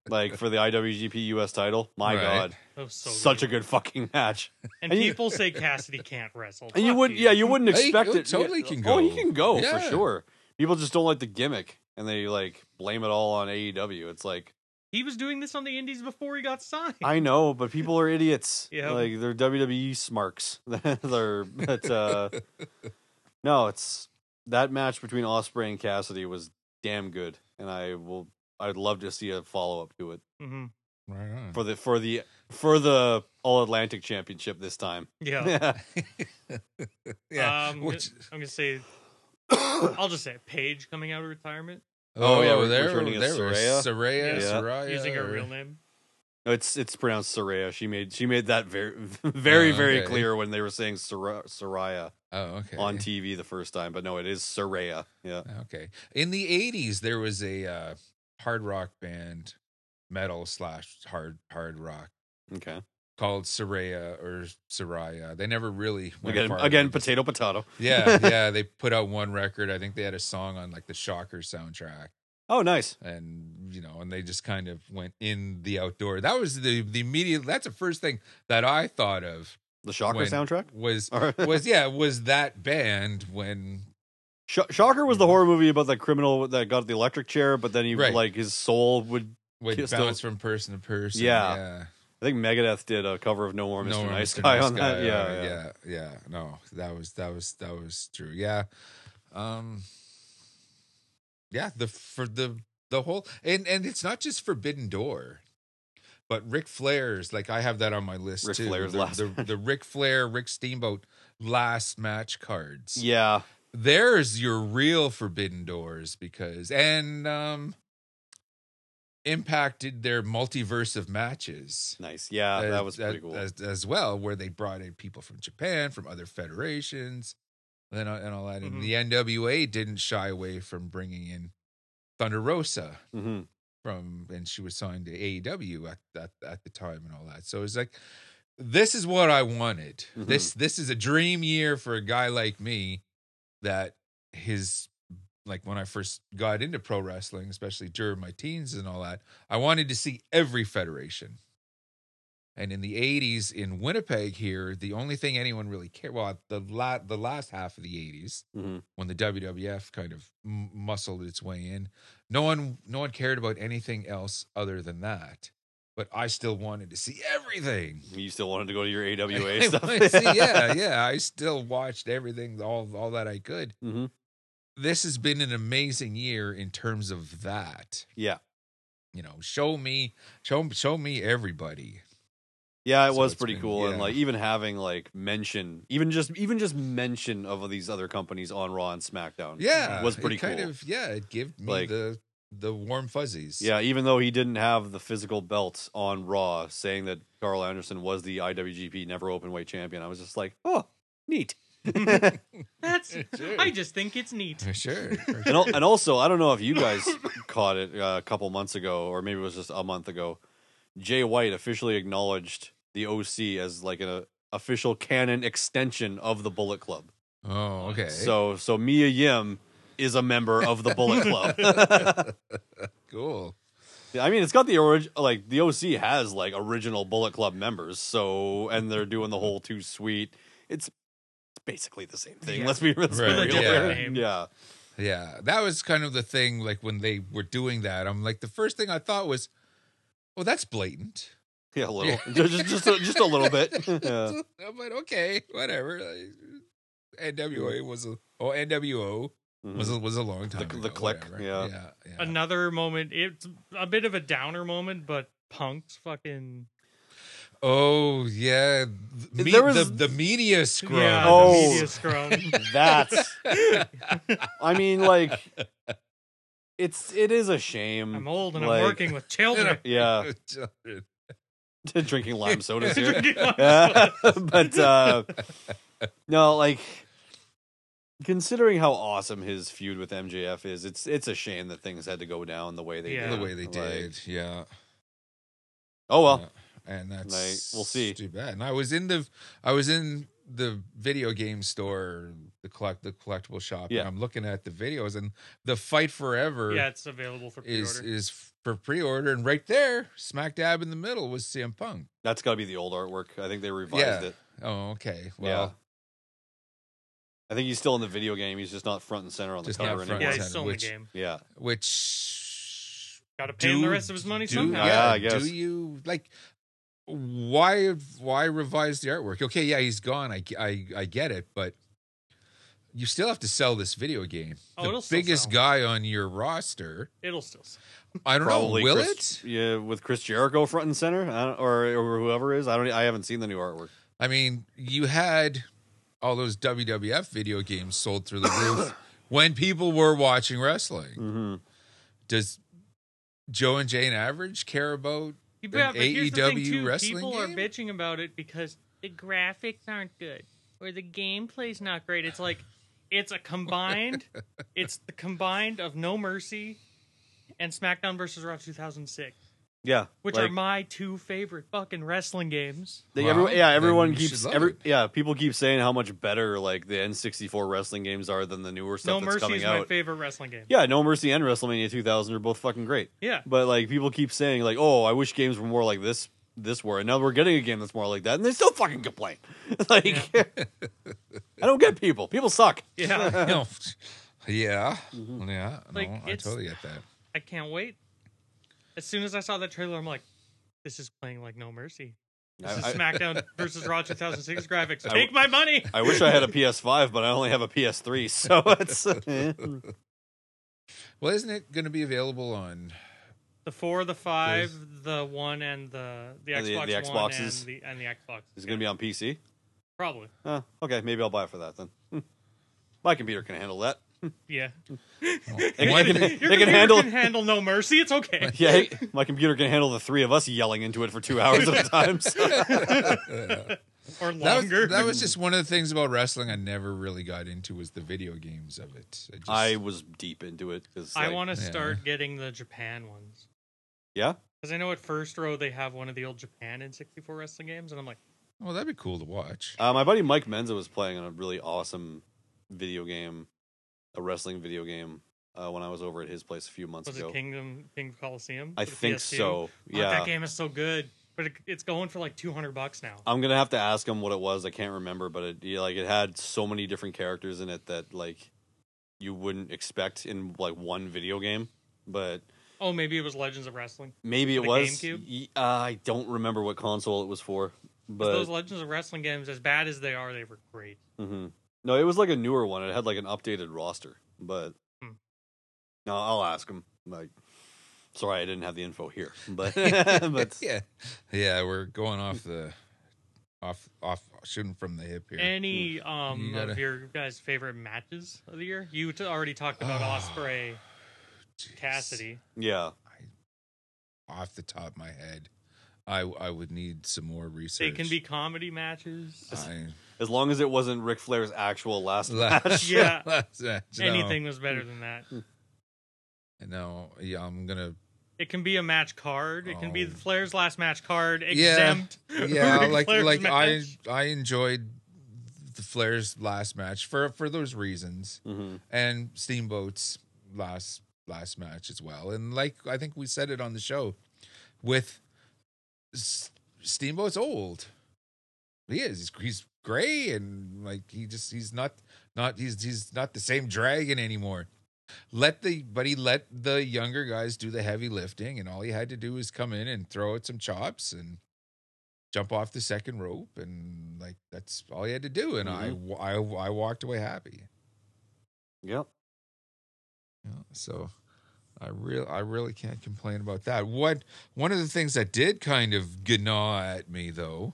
Speaker 2: like for the IWGP US title. My
Speaker 4: Right.
Speaker 2: God,
Speaker 5: That was so
Speaker 2: such
Speaker 5: good.
Speaker 2: a good fucking
Speaker 5: [laughs]
Speaker 2: match.
Speaker 5: And,
Speaker 2: and you-
Speaker 5: people say Cassidy can't wrestle.
Speaker 2: [laughs] And you
Speaker 5: Fuck
Speaker 2: would, yeah, you wouldn't
Speaker 4: Hey,
Speaker 2: expect
Speaker 4: he
Speaker 2: it.
Speaker 4: totally can
Speaker 2: Oh, he
Speaker 4: go.
Speaker 2: can go
Speaker 4: Yeah.
Speaker 2: for sure. People just don't like the gimmick, and they like blame it all on AEW. It's like.
Speaker 5: He was doing this on the Indies before he got signed.
Speaker 2: I know, but people are idiots.
Speaker 5: Yeah.
Speaker 2: like they're WWE smarks. [laughs] they're but uh, no, it's that match between Osprey and Cassidy was damn good, and I will. I'd love to see a follow up to it
Speaker 5: hmm
Speaker 4: Right on.
Speaker 2: for the for the for the All Atlantic Championship this time.
Speaker 5: Yeah.
Speaker 2: [laughs] Yeah,
Speaker 4: yeah.
Speaker 5: [laughs] Um,
Speaker 4: which,
Speaker 5: I'm gonna say. I'll just say Paige coming out of retirement
Speaker 2: Oh,
Speaker 4: oh,
Speaker 2: yeah,
Speaker 4: yeah,
Speaker 2: we're-
Speaker 4: there,
Speaker 2: returning as
Speaker 4: there was
Speaker 2: Saraya.
Speaker 4: Saraya,
Speaker 5: Oh, Yeah.
Speaker 4: Saraya,
Speaker 5: using her
Speaker 4: or-
Speaker 5: real name.
Speaker 2: it's it's pronounced Soraya. She made she made that very [laughs] very
Speaker 4: Oh,
Speaker 2: very
Speaker 4: okay.
Speaker 2: clear when they were saying Sora- Soraya
Speaker 4: Oh, okay.
Speaker 2: on TV the first time. But no, it is Soraya. Yeah,
Speaker 4: Okay. In the eighties, there was a uh, hard rock band, metal slash hard hard rock
Speaker 2: okay.
Speaker 4: called Saraya or Saraya. They never really went
Speaker 2: Again,
Speaker 4: far.
Speaker 2: again,
Speaker 4: They just-
Speaker 2: potato potato. [laughs]
Speaker 4: yeah, yeah. They put out one record. I think they had a song on like the Shocker soundtrack,
Speaker 2: Oh, nice.
Speaker 4: and you know, and they just kind of went in the outdoor. That was the the immediate. That's the first thing that I thought of
Speaker 2: The Shocker
Speaker 4: when-
Speaker 2: soundtrack.
Speaker 4: was
Speaker 2: Or-
Speaker 4: was
Speaker 2: [laughs]
Speaker 4: yeah was that band when
Speaker 2: Sh- Shocker was the horror movie about that criminal that got the electric chair, but then he
Speaker 4: Right.
Speaker 2: like his soul would.
Speaker 4: would
Speaker 2: Just
Speaker 4: bounce
Speaker 2: the-
Speaker 4: from person to person.
Speaker 2: Yeah.
Speaker 4: yeah.
Speaker 2: I think Megadeth did a cover of No More Mr.
Speaker 4: No, or
Speaker 2: Nice
Speaker 4: Mr.
Speaker 2: Guy
Speaker 4: Nice
Speaker 2: on that.
Speaker 4: Guy,
Speaker 2: [laughs] yeah, yeah,
Speaker 4: uh, yeah, yeah. No, that was that was that was true. Yeah, um, yeah. The for the the whole and and it's not just Forbidden Door, but Ric Flair's. Like I have that on my list
Speaker 2: Ric
Speaker 4: too.
Speaker 2: Flair's
Speaker 4: the,
Speaker 2: last
Speaker 4: the,
Speaker 2: match.
Speaker 4: the Ric Flair, Rick Steamboat last match cards.
Speaker 2: Yeah.
Speaker 4: There's your real Forbidden Doors because and um. Impact did their multiverse of matches
Speaker 2: Nice. Yeah, that was pretty cool.
Speaker 4: as, as well, where they brought in people from Japan, from other federations, and, all- and all that.
Speaker 2: Mm-hmm.
Speaker 5: Mhm.
Speaker 4: And the NWA didn't shy away from bringing in Thunder Rosa
Speaker 2: hmm
Speaker 4: from, and she was signed to AEW at at, at the time and all that. So it's like, this is what I wanted.
Speaker 2: Mhm.
Speaker 4: This this is a dream year for a guy like me that his like when I first got into pro wrestling, especially during my teens and all that, I wanted to see every federation. And in the 80s in Winnipeg here, the only thing anyone really cared well, the la- the last half of the 80s
Speaker 2: hmm
Speaker 4: when the WWF kind of m- muscled its way in, no one no one cared about anything else other than that. But I still wanted to see everything. [laughs]
Speaker 2: You still wanted to go to your
Speaker 4: I
Speaker 2: AWA stuff?
Speaker 4: wanted to
Speaker 2: [laughs]
Speaker 4: see- yeah, yeah. I still watched everything, all all that I could.
Speaker 2: hmm
Speaker 4: This has been an amazing year in terms of that.
Speaker 2: Yeah.
Speaker 4: You know, show me, show show me everybody.
Speaker 2: Yeah, it
Speaker 4: So
Speaker 2: was
Speaker 4: it's
Speaker 2: pretty
Speaker 4: been-
Speaker 2: cool, and
Speaker 4: yeah.
Speaker 2: like even having like mention, even just even just mention of these other companies on Raw and SmackDown.
Speaker 4: Yeah,
Speaker 2: was
Speaker 4: it
Speaker 2: pretty
Speaker 4: kind
Speaker 2: cool.
Speaker 4: of yeah. It gave me
Speaker 2: Like-
Speaker 4: the the warm fuzzies.
Speaker 2: Yeah, even though he didn't have the physical belt on Raw, saying that Carl Anderson was the IWGP Never Openweight Champion, I was just like, oh, neat. and,
Speaker 5: [laughs] That's.
Speaker 4: Sure.
Speaker 5: I just think it's neat.
Speaker 4: For sure.
Speaker 2: [laughs]
Speaker 4: for
Speaker 2: al- and also, I don't know if you guys caught it uh, a couple months ago, or maybe it was just a month ago. Jay White officially acknowledged the OC as like an uh, official canon extension of the Bullet Club.
Speaker 4: Oh, okay.
Speaker 2: So, so Mia Yim is a member of the Bullet Club.
Speaker 4: cool.
Speaker 2: I mean, it's got the orig- like the OC has like original Bullet Club members, so and they're doing the whole too sweet. It's it's basically the same thing.
Speaker 5: Yeah.
Speaker 2: Let's be let's be
Speaker 4: Right,
Speaker 2: real.
Speaker 4: yeah.
Speaker 2: Yeah.
Speaker 5: Name.
Speaker 2: yeah,
Speaker 4: Yeah, that was kind of the thing. Like when they were doing that, I'm like, the first thing I thought was, "Oh, that's blatant."
Speaker 2: a
Speaker 4: [laughs]
Speaker 2: little, just just just a, just a little bit. [laughs] Yeah.
Speaker 4: I'm like, okay, whatever. Like, NWA was a oh NWO
Speaker 2: Mhm.
Speaker 4: was a, was a long time.
Speaker 2: Mm. The-
Speaker 4: ago,
Speaker 2: the click,
Speaker 4: whatever.
Speaker 2: yeah.
Speaker 4: yeah, yeah.
Speaker 5: Another moment. It's a bit of a downer moment, but Punk's fucking
Speaker 4: Oh yeah, the, me-
Speaker 2: There was-
Speaker 4: the, the media scroll.
Speaker 5: yeah.
Speaker 2: Oh.
Speaker 5: The
Speaker 4: [laughs]
Speaker 5: media [laughs]
Speaker 2: [laughs]
Speaker 5: scrum.
Speaker 2: Mm-hmm. That's. I mean, like, it's it is a shame.
Speaker 5: I'm old and
Speaker 2: Mm, like-
Speaker 5: I'm working with children. [laughs]
Speaker 2: Yeah,
Speaker 4: Children.
Speaker 2: [laughs] drinking lime
Speaker 5: [laughs]
Speaker 2: sodas here.
Speaker 5: Drinking lime
Speaker 2: Yeah.
Speaker 5: sodas.
Speaker 2: [laughs] but uh no like considering how awesome his feud with MJF is it's it's a shame that things had to go down the way they
Speaker 5: Yeah.
Speaker 2: did
Speaker 4: the way they
Speaker 2: Like,
Speaker 4: did. yeah.
Speaker 2: oh well
Speaker 4: Yeah. and that's
Speaker 2: like, we'll see.
Speaker 4: Too bad. And I was in the I was in the video game store, the collect the collectible shop,
Speaker 2: Yeah.
Speaker 4: and I'm looking at the videos and the fight forever
Speaker 5: Yeah, it's available for pre-order.
Speaker 4: is is for pre-order and right there, smack dab in the middle was CM Punk.
Speaker 2: that's got to be the old artwork I think they revised
Speaker 4: Yeah.
Speaker 2: it
Speaker 4: Oh, okay.
Speaker 2: Yeah.
Speaker 4: Well,
Speaker 2: I think he's still in the video game he's just not front and center on the
Speaker 4: Just not
Speaker 2: cover
Speaker 4: front
Speaker 2: anymore
Speaker 5: yeah,
Speaker 4: and
Speaker 5: he's still in the
Speaker 4: which-
Speaker 5: game.
Speaker 2: yeah
Speaker 4: which
Speaker 5: Got to pay him the rest of his money
Speaker 4: do-
Speaker 5: somehow.
Speaker 2: Yeah,
Speaker 4: Yeah,
Speaker 2: I guess.
Speaker 4: do you like why why revise the artwork? Okay, yeah, he's gone. I I I get it, but you still have to sell this video game.
Speaker 5: Oh,
Speaker 4: the
Speaker 5: it'll still
Speaker 4: biggest
Speaker 5: sell.
Speaker 4: guy on your roster.
Speaker 5: It'll still. sell.
Speaker 4: I don't
Speaker 2: probably
Speaker 4: know. Will
Speaker 2: Chris-
Speaker 4: it?
Speaker 2: yeah with Chris Jericho front and center I don't, or or whoever is I don't e, I haven't seen the new artwork
Speaker 4: I mean, you had all those WWF video games sold through the
Speaker 2: [coughs]
Speaker 4: roof when people were watching wrestling.
Speaker 2: mm-hmm.
Speaker 4: Does Joe and Jane Average care about?
Speaker 5: Yeah, but here's the thing,
Speaker 4: AEW
Speaker 5: too.
Speaker 4: E wrestling
Speaker 5: People
Speaker 4: game?
Speaker 5: are bitching about it because the graphics aren't good or the gameplay's not great. It's like it's a combined, it's the combined of No Mercy and SmackDown vs. Raw 2006,
Speaker 2: yeah
Speaker 5: which
Speaker 2: like-
Speaker 5: are my two favorite fucking wrestling games.
Speaker 2: They,
Speaker 4: Wow.
Speaker 2: every, yeah,
Speaker 4: Then
Speaker 2: everyone
Speaker 4: you should
Speaker 2: keeps
Speaker 4: love
Speaker 2: every
Speaker 4: it.
Speaker 2: yeah. People keep saying how much better like the N64 wrestling games are than the newer
Speaker 5: no
Speaker 2: stuff that's
Speaker 5: Mercy
Speaker 2: coming
Speaker 5: is my
Speaker 2: out.
Speaker 5: favorite wrestling game.
Speaker 2: yeah, No Mercy and WrestleMania 2000 are both fucking great.
Speaker 5: Yeah.
Speaker 2: But like people keep saying like, oh, I wish games were more like this. This were and now we're getting a game that's more like that, and they still fucking complain. [laughs] like, [laughs] I don't get people. People suck.
Speaker 5: Yeah.
Speaker 4: No. [laughs] Yeah, yeah. No,
Speaker 5: Mm-hmm. Like,
Speaker 4: I
Speaker 5: it's-
Speaker 4: totally get that.
Speaker 5: I can't wait. As soon as I saw that trailer, I'm like, this is playing like No Mercy. This is
Speaker 2: I, I,
Speaker 5: [laughs] SmackDown versus Raw 2006 graphics.
Speaker 2: w-
Speaker 5: Take my money.
Speaker 2: I wish I had a PS5, but I only have a PS3, [laughs] so it's eh.
Speaker 4: Well, isn't it going to be available on?
Speaker 5: The four, the five, the one, and the the
Speaker 2: And the-
Speaker 5: Xbox
Speaker 2: the
Speaker 5: One and
Speaker 2: Xboxes.
Speaker 5: the and the Xbox.
Speaker 2: it's gonna be on PC.
Speaker 5: Probably,
Speaker 2: Huh, okay, maybe I'll buy it for that then. Hmm. My computer can handle that. [laughs]
Speaker 5: yeah.
Speaker 2: They can,
Speaker 5: Your
Speaker 2: they
Speaker 5: computer
Speaker 2: can handle.
Speaker 5: can handle no mercy. It's okay.
Speaker 2: Yeah, hey, my computer can handle the three of us yelling into it for two hours
Speaker 5: [laughs]
Speaker 2: at a time. so-
Speaker 5: or
Speaker 4: That was,
Speaker 5: longer.
Speaker 4: that was just one of the things about wrestling I never really got into was the video games of it. I, just,
Speaker 2: I was deep into it because
Speaker 5: [laughs] I want to
Speaker 4: yeah.
Speaker 5: start getting the Japan ones
Speaker 2: Yeah,
Speaker 5: because I know at First Row they have one of the old Japan in '64 wrestling games, and I'm like,
Speaker 4: well, that'd be cool
Speaker 2: [laughs]
Speaker 4: to watch.
Speaker 2: uh, my buddy Mike Menza was playing on a really awesome video game, a wrestling video game, uh, when I was over at his place a few months
Speaker 5: was
Speaker 2: ago.
Speaker 5: it Kingdom King Coliseum?
Speaker 2: I
Speaker 5: for the
Speaker 2: think
Speaker 5: PS2?
Speaker 2: so.
Speaker 5: Fuck,
Speaker 2: Yeah,
Speaker 5: that game is so good, but it, it's going for like 200 bucks now.
Speaker 2: I'm gonna have to ask him what it was. I can't remember, but it yeah, like it had so many different characters in it that like you wouldn't expect in like one video game, but.
Speaker 5: Oh, maybe it was Legends of Wrestling.
Speaker 2: Maybe it
Speaker 5: The
Speaker 2: was.
Speaker 5: GameCube?
Speaker 2: Y- uh, I don't remember what console it was for,
Speaker 5: 'Cause
Speaker 2: but
Speaker 5: those Legends of Wrestling games, as bad as they are, they were great.
Speaker 2: Mhm. no, it was like a newer one. It had like an updated roster, but
Speaker 5: Hmm.
Speaker 2: no, I'll ask him. Like, sorry, I didn't have the info
Speaker 4: [laughs]
Speaker 2: here, but but
Speaker 4: yeah, yeah, we're going off the off off shooting from the hip here.
Speaker 5: Any
Speaker 2: Hmm.
Speaker 5: um
Speaker 4: You gotta-
Speaker 5: of your guys' favorite matches of the year? You t- already
Speaker 4: [sighs]
Speaker 5: talked about Osprey
Speaker 4: Jeez.
Speaker 5: Cassidy.
Speaker 2: yeah,
Speaker 4: off the top of my head, I I would need some more research.
Speaker 5: They can be comedy matches. [laughs]
Speaker 4: I, [laughs]
Speaker 2: as long as it wasn't Ric Flair's actual last match.
Speaker 5: Yeah.
Speaker 4: [laughs] last match, no.
Speaker 5: Anything was better than that.
Speaker 2: Hmm.
Speaker 4: No, yeah, I'm gonna.
Speaker 5: It can be a match card. It can be the
Speaker 4: Oh.
Speaker 5: Flair's last match card.
Speaker 4: Yeah, [laughs]
Speaker 5: Exempt. [laughs]
Speaker 4: yeah,
Speaker 5: Ric
Speaker 4: like
Speaker 5: Flair's
Speaker 4: like I
Speaker 5: match.
Speaker 4: I enjoyed the Flair's last match for for those reasons.
Speaker 2: hmm
Speaker 4: and Steamboat's last last match as well. And like I think we said it on the show, with S- Steamboat's old, he is. He's, he's gray and like he just he's not not he's he's not the same dragon anymore. Let the but he let the younger guys do the heavy lifting, and all he had to do was come in and throw out some chops and jump off the second rope, and like that's all he had to do, and I, I I walked away happy.
Speaker 2: Yep.
Speaker 4: Yeah, so I real I really can't complain about that. What one of the things that did kind of gnaw at me though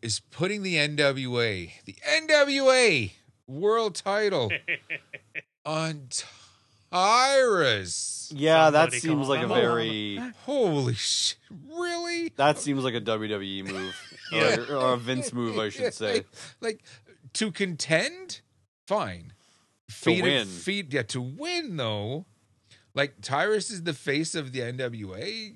Speaker 4: is putting the NWA, the NWA world title on Tyrus.
Speaker 2: Yeah,
Speaker 5: Somebody
Speaker 2: that seems
Speaker 5: call
Speaker 2: like a
Speaker 5: them over.
Speaker 2: very
Speaker 4: Holy shit. Really?
Speaker 2: that seems like a WWE
Speaker 4: [laughs]
Speaker 2: move
Speaker 4: Yeah.
Speaker 2: or, or a Vince move, I should say.
Speaker 4: [laughs] Like, like, to contend, fine. Feed
Speaker 2: win.
Speaker 4: feed yeah, to win though. Like Tyrus is the face of the NWA.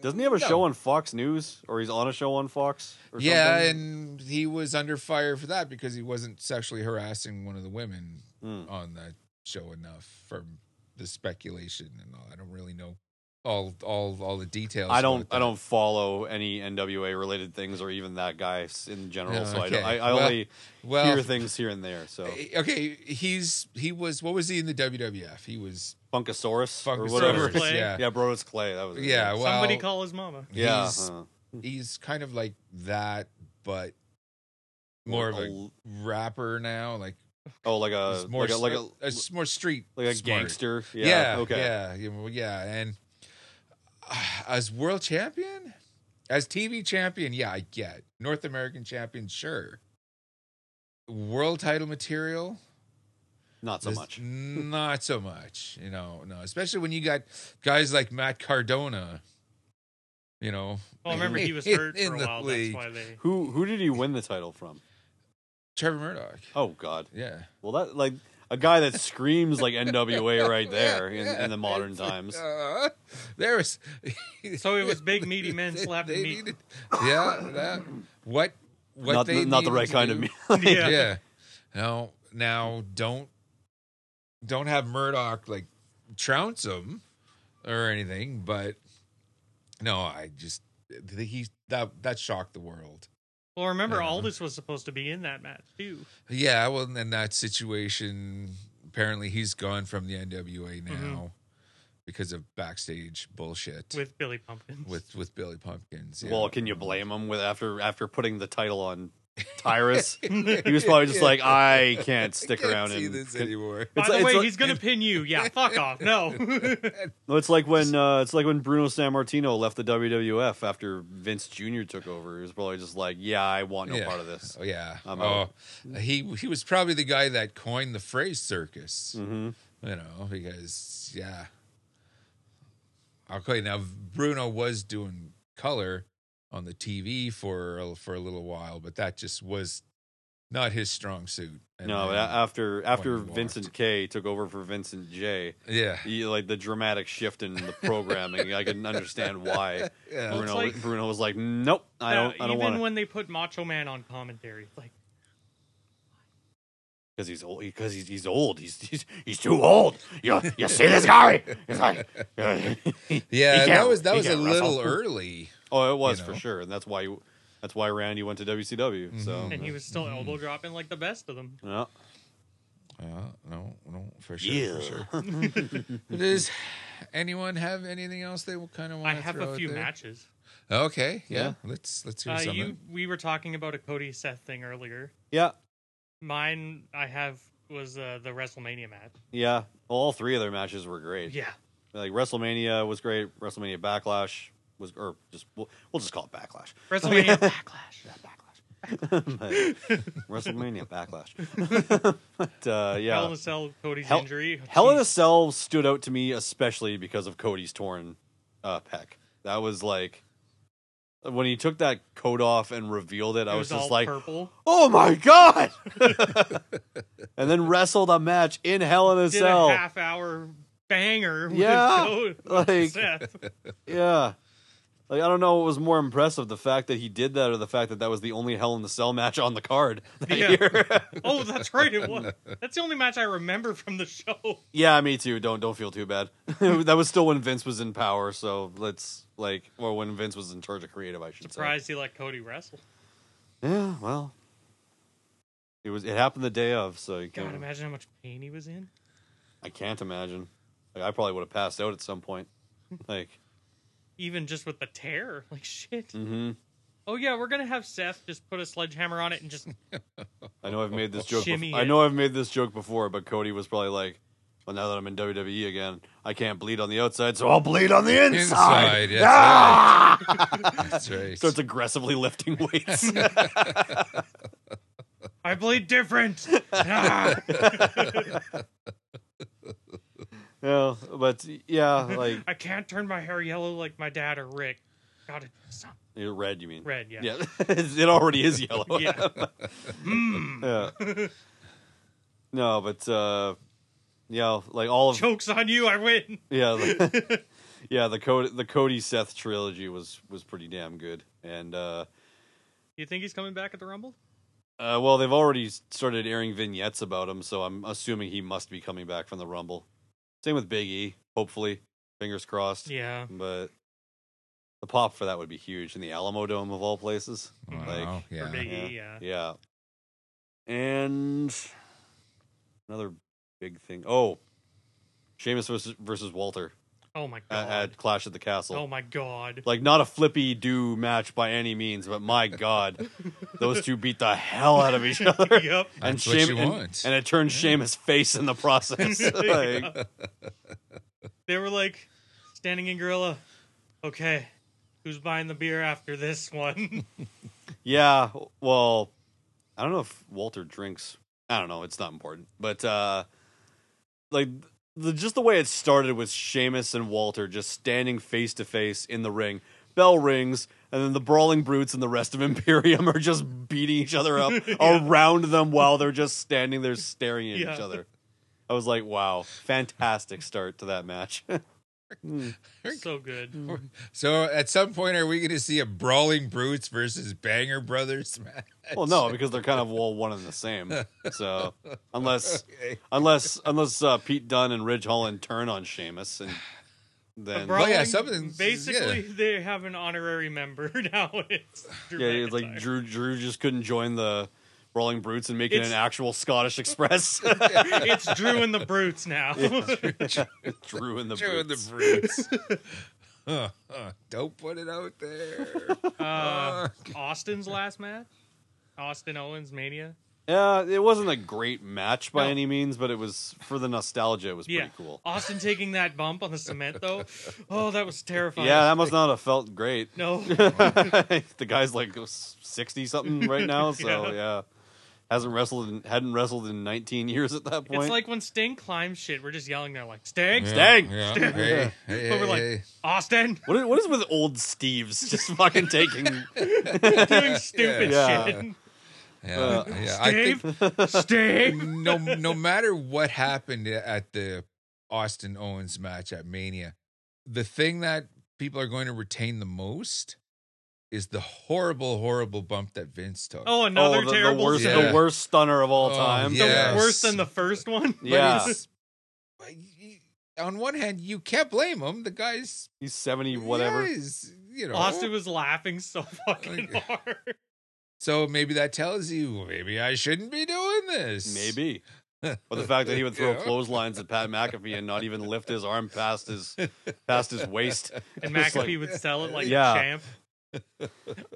Speaker 2: Doesn't he have a
Speaker 4: No.
Speaker 2: show on Fox News or he's on a show on Fox? Or
Speaker 4: Yeah,
Speaker 2: something?
Speaker 4: and he was under fire for that because he wasn't sexually harassing one of the women
Speaker 2: Mm.
Speaker 4: on that show enough from the speculation and all. I don't really know all all all the details.
Speaker 2: I don't.
Speaker 4: about
Speaker 2: I
Speaker 4: that.
Speaker 2: don't follow any NWA related things or even that guy s- in general.
Speaker 4: Yeah,
Speaker 2: so I, don't,
Speaker 4: okay.
Speaker 2: I, I
Speaker 4: Well-
Speaker 2: only
Speaker 4: Well, eh,
Speaker 2: hear things here and there. So
Speaker 4: okay, he's he was what was he in the WWF? He was
Speaker 2: Funkasaurus, or whatever.
Speaker 4: Funkasaurus.
Speaker 5: Brothers Clay.
Speaker 4: Yeah,
Speaker 2: Yeah, Brodus Clay. That was it.
Speaker 4: yeah. Well,
Speaker 5: Somebody call his mama.
Speaker 2: yeah. uh-huh.
Speaker 4: he's-
Speaker 2: huh.
Speaker 4: he's kind of like that, but more of a
Speaker 2: l-
Speaker 4: rapper now. Like
Speaker 2: oh, like a
Speaker 4: he's more
Speaker 2: like a like a,
Speaker 4: a, s- more street,
Speaker 2: like a
Speaker 4: smart.
Speaker 2: gangster. Yeah.
Speaker 4: Yeah.
Speaker 2: okay.
Speaker 4: Yeah. Yeah. well, yeah, And uh, as world champion, as TV champion, yeah, I get North American champion, sure. World title material,
Speaker 2: Not so
Speaker 4: is
Speaker 2: much.
Speaker 4: [laughs] not so much. You know, no, especially when you got guys like Matt Cardona. You know,
Speaker 5: Well, remember
Speaker 4: [laughs]
Speaker 5: he was hurt for a while. That's why they.
Speaker 2: Who who did he win the title from?
Speaker 4: Trevor Murdoch.
Speaker 2: Oh God.
Speaker 4: Yeah.
Speaker 2: Well, that like a guy that screams like NWA right there in,
Speaker 4: [laughs] Yeah,
Speaker 2: in the modern
Speaker 4: it's-
Speaker 2: times.
Speaker 4: Uh, there [laughs] was.
Speaker 5: So it was
Speaker 2: [laughs]
Speaker 5: big meaty men slapping
Speaker 4: They
Speaker 5: meat.
Speaker 4: needed- yeah. that- what? What?
Speaker 2: not
Speaker 4: they
Speaker 2: not the
Speaker 4: needed
Speaker 2: right
Speaker 4: to
Speaker 2: kind of
Speaker 4: do-
Speaker 2: me.
Speaker 4: [laughs]
Speaker 5: Yeah.
Speaker 4: Yeah. Now, now, don't don't have Murdoch like trounce him or anything, but no, I just he that that shocked the world.
Speaker 5: Well, remember
Speaker 4: Yeah.
Speaker 5: Aldous was supposed to be in that match too.
Speaker 4: Yeah, well, in that situation, apparently he's gone from the NWA
Speaker 5: Mm-hmm.
Speaker 4: now because of backstage bullshit
Speaker 5: with Billy Pumpkins.
Speaker 4: with with Billy Pumpkins. yeah.
Speaker 2: Well, can you blame him with after after putting the title
Speaker 4: [laughs]
Speaker 2: on Tyrus? he was probably just like, I can't
Speaker 4: I
Speaker 2: stick
Speaker 4: can't
Speaker 2: around.
Speaker 4: see
Speaker 2: and
Speaker 4: this
Speaker 2: con-" [laughs]
Speaker 4: anymore.
Speaker 5: By
Speaker 2: It's
Speaker 5: the
Speaker 2: like-
Speaker 5: way,
Speaker 2: it's like-
Speaker 5: he's gonna pin
Speaker 2: [laughs]
Speaker 5: you. Yeah, fuck off. No.
Speaker 2: Well, it's like when uh, it's like when Bruno Sammartino left the WWF after Vince Jr. took over. He was probably just like, Yeah, I want no
Speaker 4: Yeah.
Speaker 2: part of this.
Speaker 4: Oh yeah.
Speaker 2: I'm
Speaker 4: oh, he he was probably the guy that coined the phrase circus.
Speaker 2: Mm-hmm.
Speaker 4: You know, because yeah. Okay, now Bruno was doing color on the TV for a- for a little while, but that just was not his strong suit. And
Speaker 2: no, but
Speaker 4: then-
Speaker 2: a- after after
Speaker 4: he walked.
Speaker 2: Vincent K took over for Vincent J,
Speaker 4: yeah,
Speaker 2: he, like the dramatic shift in the programming, I can
Speaker 4: [laughs]
Speaker 2: understand why
Speaker 4: yeah.
Speaker 2: Bruno
Speaker 5: like-
Speaker 2: Bruno was like, Nope, I
Speaker 5: Now,
Speaker 2: don't I don't
Speaker 5: even
Speaker 2: want to
Speaker 5: when they put Macho Man on commentary, like
Speaker 2: because he's old because he's, he's old he's, he's he's too old you you see this guy it's like uh, [laughs]
Speaker 4: yeah
Speaker 2: He
Speaker 4: that
Speaker 2: can't-
Speaker 4: was that
Speaker 2: he
Speaker 4: was a
Speaker 2: can't
Speaker 4: little
Speaker 2: wrestle. [laughs]
Speaker 4: early.
Speaker 2: oh it was
Speaker 4: You know?
Speaker 2: for sure and that's why that's why randy went to wcw so
Speaker 5: Mm-hmm. and he was still elbow
Speaker 2: Mm-hmm.
Speaker 5: dropping like the best of them.
Speaker 2: yeah.
Speaker 4: Yeah, no, no, for sure, for sure.
Speaker 2: [laughs]
Speaker 4: Does anyone have anything else they will kind of
Speaker 5: I
Speaker 4: want?
Speaker 5: have a few matches.
Speaker 4: Okay, yeah,
Speaker 2: Yeah.
Speaker 4: let's let's hear
Speaker 5: Uh,
Speaker 2: [laughs]
Speaker 4: something.
Speaker 5: you we were talking about a Cody Seth thing earlier.
Speaker 2: yeah
Speaker 5: Mine I have was uh, the WrestleMania match.
Speaker 2: yeah all three of their matches were great
Speaker 5: Yeah.
Speaker 2: like wrestlemania was great wrestlemania backlash was or just we'll, we'll just call it
Speaker 5: [laughs]
Speaker 2: backlash [laughs]
Speaker 5: WrestleMania Backlash.
Speaker 2: wrestlemania
Speaker 5: [laughs]
Speaker 2: backlash [laughs] but uh yeah
Speaker 5: Hell in a Cell, Cody's
Speaker 2: Hell-
Speaker 5: injury.
Speaker 2: Hell in a
Speaker 5: Jeez.
Speaker 2: Cell stood out to me especially because of Cody's torn uh, pec. That was like when he took that coat off and revealed it. I
Speaker 5: It
Speaker 2: was,
Speaker 5: was all
Speaker 2: just like,
Speaker 5: purple.
Speaker 2: "Oh my god!" [laughs] and then wrestled a match in Hell in a
Speaker 5: Did
Speaker 2: Cell.
Speaker 5: a half hour banger. With
Speaker 2: Yeah,
Speaker 5: Cody,
Speaker 2: [laughs] like-
Speaker 5: [laughs] Seth.
Speaker 2: Yeah. Like I don't know what was more impressive, the fact that he did that or the fact that that was the only Hell in a Cell match on the card [laughs] that
Speaker 5: [laughs] Yeah.
Speaker 2: year.
Speaker 5: Oh, that's right. It was. That's the only match I remember from the [laughs] show.
Speaker 2: yeah, me too. Don't don't feel too bad. [laughs] that was still when Vince was in power, so let's like or when Vince was in charge of creative, I should say.
Speaker 5: Surprised he let Cody wrestle.
Speaker 2: Yeah, well, it was. It happened the day of, so you
Speaker 5: God,
Speaker 2: can't,
Speaker 5: imagine how much pain he was in.
Speaker 2: I can't imagine. Like I probably would have passed out at some point. Like
Speaker 5: even just with the tear. [laughs] Like shit.
Speaker 2: Mm-hmm.
Speaker 5: Oh yeah, we're gonna have Seth just put a sledgehammer on it and just
Speaker 2: I know I've made this joke.
Speaker 5: Shimmy
Speaker 2: bef- I
Speaker 5: it.
Speaker 2: know I've made this joke before, but Cody was probably like, "Well, now that I'm in WWE again, I can't bleed on the outside, so I'll [laughs] bleed on the inside." Ah!
Speaker 4: Inside, yeah, that's right. That's right.
Speaker 2: Starts aggressively lifting weights.
Speaker 5: [laughs]
Speaker 2: [laughs]
Speaker 5: I bleed
Speaker 2: [laughs]
Speaker 5: different. Ah,
Speaker 2: yeah, but yeah, like
Speaker 5: I can't turn my hair yellow like my dad or Rick. Gotta do [laughs] something.
Speaker 2: you know, red. You mean
Speaker 5: Red, yeah.
Speaker 2: Yeah, [laughs] it already is yellow.
Speaker 5: [laughs] Yeah.
Speaker 2: Yeah.
Speaker 5: [laughs]
Speaker 2: No, but uh, yeah, like all of
Speaker 5: Jokes on you, I win.
Speaker 2: [laughs] yeah,
Speaker 5: [laughs]
Speaker 2: the- yeah. The Cody, the Cody Seth trilogy was was pretty damn good, and uh,
Speaker 5: You think he's coming back at the Rumble?
Speaker 2: Uh, well, they've already started airing vignettes about him, so I'm assuming he must be coming back from the Rumble. Same with Big E, hopefully. Fingers crossed.
Speaker 5: Yeah.
Speaker 2: But the pop for that would be huge in the Alamo Dome of all places.
Speaker 4: wow,
Speaker 2: like,
Speaker 5: For
Speaker 4: Oh, yeah.
Speaker 5: Big E, yeah.
Speaker 2: Yeah. And another big thing. Oh, Sheamus versus, versus Walter
Speaker 5: Oh my
Speaker 2: at,
Speaker 5: god.
Speaker 2: at Clash at the Castle.
Speaker 5: oh my god.
Speaker 2: Like not a flippy do match by any means, but my
Speaker 5: [laughs]
Speaker 2: god, those two beat the hell out of each other. [laughs]
Speaker 5: Yep.
Speaker 2: And
Speaker 4: That's what
Speaker 2: Sheam-
Speaker 4: you
Speaker 2: and-
Speaker 4: want.
Speaker 2: And, it turns Seamus' face
Speaker 4: [laughs]
Speaker 2: in the process. like,
Speaker 5: They were like standing in gorilla. Okay, who's buying the beer after this one? [laughs]
Speaker 2: yeah, well, I don't know if Walter drinks. I don't know. It's not important. But uh like the just the way it started with Seamus and Walter just standing face to face in the ring. Bell rings, and then the brawling brutes and the rest of [laughs] Imperium are just beating each other
Speaker 4: [laughs]
Speaker 2: up around them while they're just standing there staring at
Speaker 5: Yeah.
Speaker 2: each other. I was like, wow, fantastic start to that match. [laughs]
Speaker 5: so good.
Speaker 4: So at some point, are we going to see a brawling brutes versus banger brothers match?
Speaker 2: Well, no,
Speaker 4: [laughs]
Speaker 2: because they're kind of all one and the same. So unless unless unless uh, Pete Dunn and Ridge Holland turn on Sheamus, and then
Speaker 5: Brawling,
Speaker 4: yeah, something-
Speaker 5: basically, they have an honorary member [laughs] now. It's
Speaker 2: [laughs]
Speaker 5: Drew
Speaker 2: yeah, it's
Speaker 5: McIntyre.
Speaker 2: like Drew Drew just couldn't join the Brawling Brutes and make it an
Speaker 5: It's-
Speaker 2: actual Scottish Express. [laughs]
Speaker 5: it's Drew and the Brutes now.
Speaker 2: Drew and the
Speaker 4: Joe and
Speaker 2: Brutes.
Speaker 4: the brutes. Huh, huh. Oh, Don't put it out there.
Speaker 5: [laughs]
Speaker 4: [laughs]
Speaker 5: Uh, [laughs] Austin's last match. Austin Owens Mania.
Speaker 2: [laughs] Yeah, it wasn't a great match by
Speaker 5: No.
Speaker 2: any means, but it was for the nostalgia. It was
Speaker 5: Yeah,
Speaker 2: pretty cool.
Speaker 5: Austin taking that bump on the cement though. Oh, that
Speaker 2: [laughs]
Speaker 5: was terrifying.
Speaker 2: Yeah, that must not have felt great. [laughs]
Speaker 5: no,
Speaker 2: the guy's like sixty
Speaker 5: [laughs]
Speaker 2: something right now, so yeah.
Speaker 5: Yeah.
Speaker 2: hasn't wrestled in, hadn't wrestled in nineteen years at that point.
Speaker 5: it's like when Sting climbs shit. We're just yelling there like Sting, Sting.
Speaker 2: Dang.
Speaker 4: Yeah. Hey, hey,
Speaker 5: But we're like
Speaker 4: hey.
Speaker 5: Austin
Speaker 2: what is, what is with old Steve's just fucking
Speaker 5: [laughs]
Speaker 2: taking? [laughs]
Speaker 4: [laughs]
Speaker 5: doing stupid
Speaker 2: Yeah.
Speaker 5: shit.
Speaker 4: yeah,
Speaker 2: uh,
Speaker 4: yeah. I think [laughs]
Speaker 5: Dave, Sting.
Speaker 4: no no matter what happened at the Austin Owens match at Mania, the thing that people are going to retain the most is the horrible, horrible bump that Vince took.
Speaker 5: Oh,
Speaker 2: oh,
Speaker 5: another
Speaker 2: the, the
Speaker 5: terrible.
Speaker 2: worst,
Speaker 5: start.
Speaker 2: the worst stunner of all
Speaker 4: Oh,
Speaker 2: time.
Speaker 5: So
Speaker 4: yeah. Yes.
Speaker 5: Worse than the first one.
Speaker 2: [laughs]
Speaker 4: But
Speaker 2: yeah.
Speaker 4: it's- but you- on one hand, you can't blame him. The guy's
Speaker 2: He's seventy whatever.
Speaker 4: yeah, he's, you know.
Speaker 5: [laughs] Austin was laughing so fucking
Speaker 4: [laughs] Okay.
Speaker 5: hard.
Speaker 4: so maybe that tells you maybe I shouldn't be doing this.
Speaker 2: Maybe. But the fact that he would throw
Speaker 4: [laughs] Yeah.
Speaker 2: clotheslines at Pat McAfee and not even lift his arm past his past his waist.
Speaker 5: And
Speaker 2: It's like-
Speaker 5: McAfee would sell it
Speaker 2: [laughs]
Speaker 5: like
Speaker 2: Yeah.
Speaker 4: [laughs]
Speaker 5: a champ.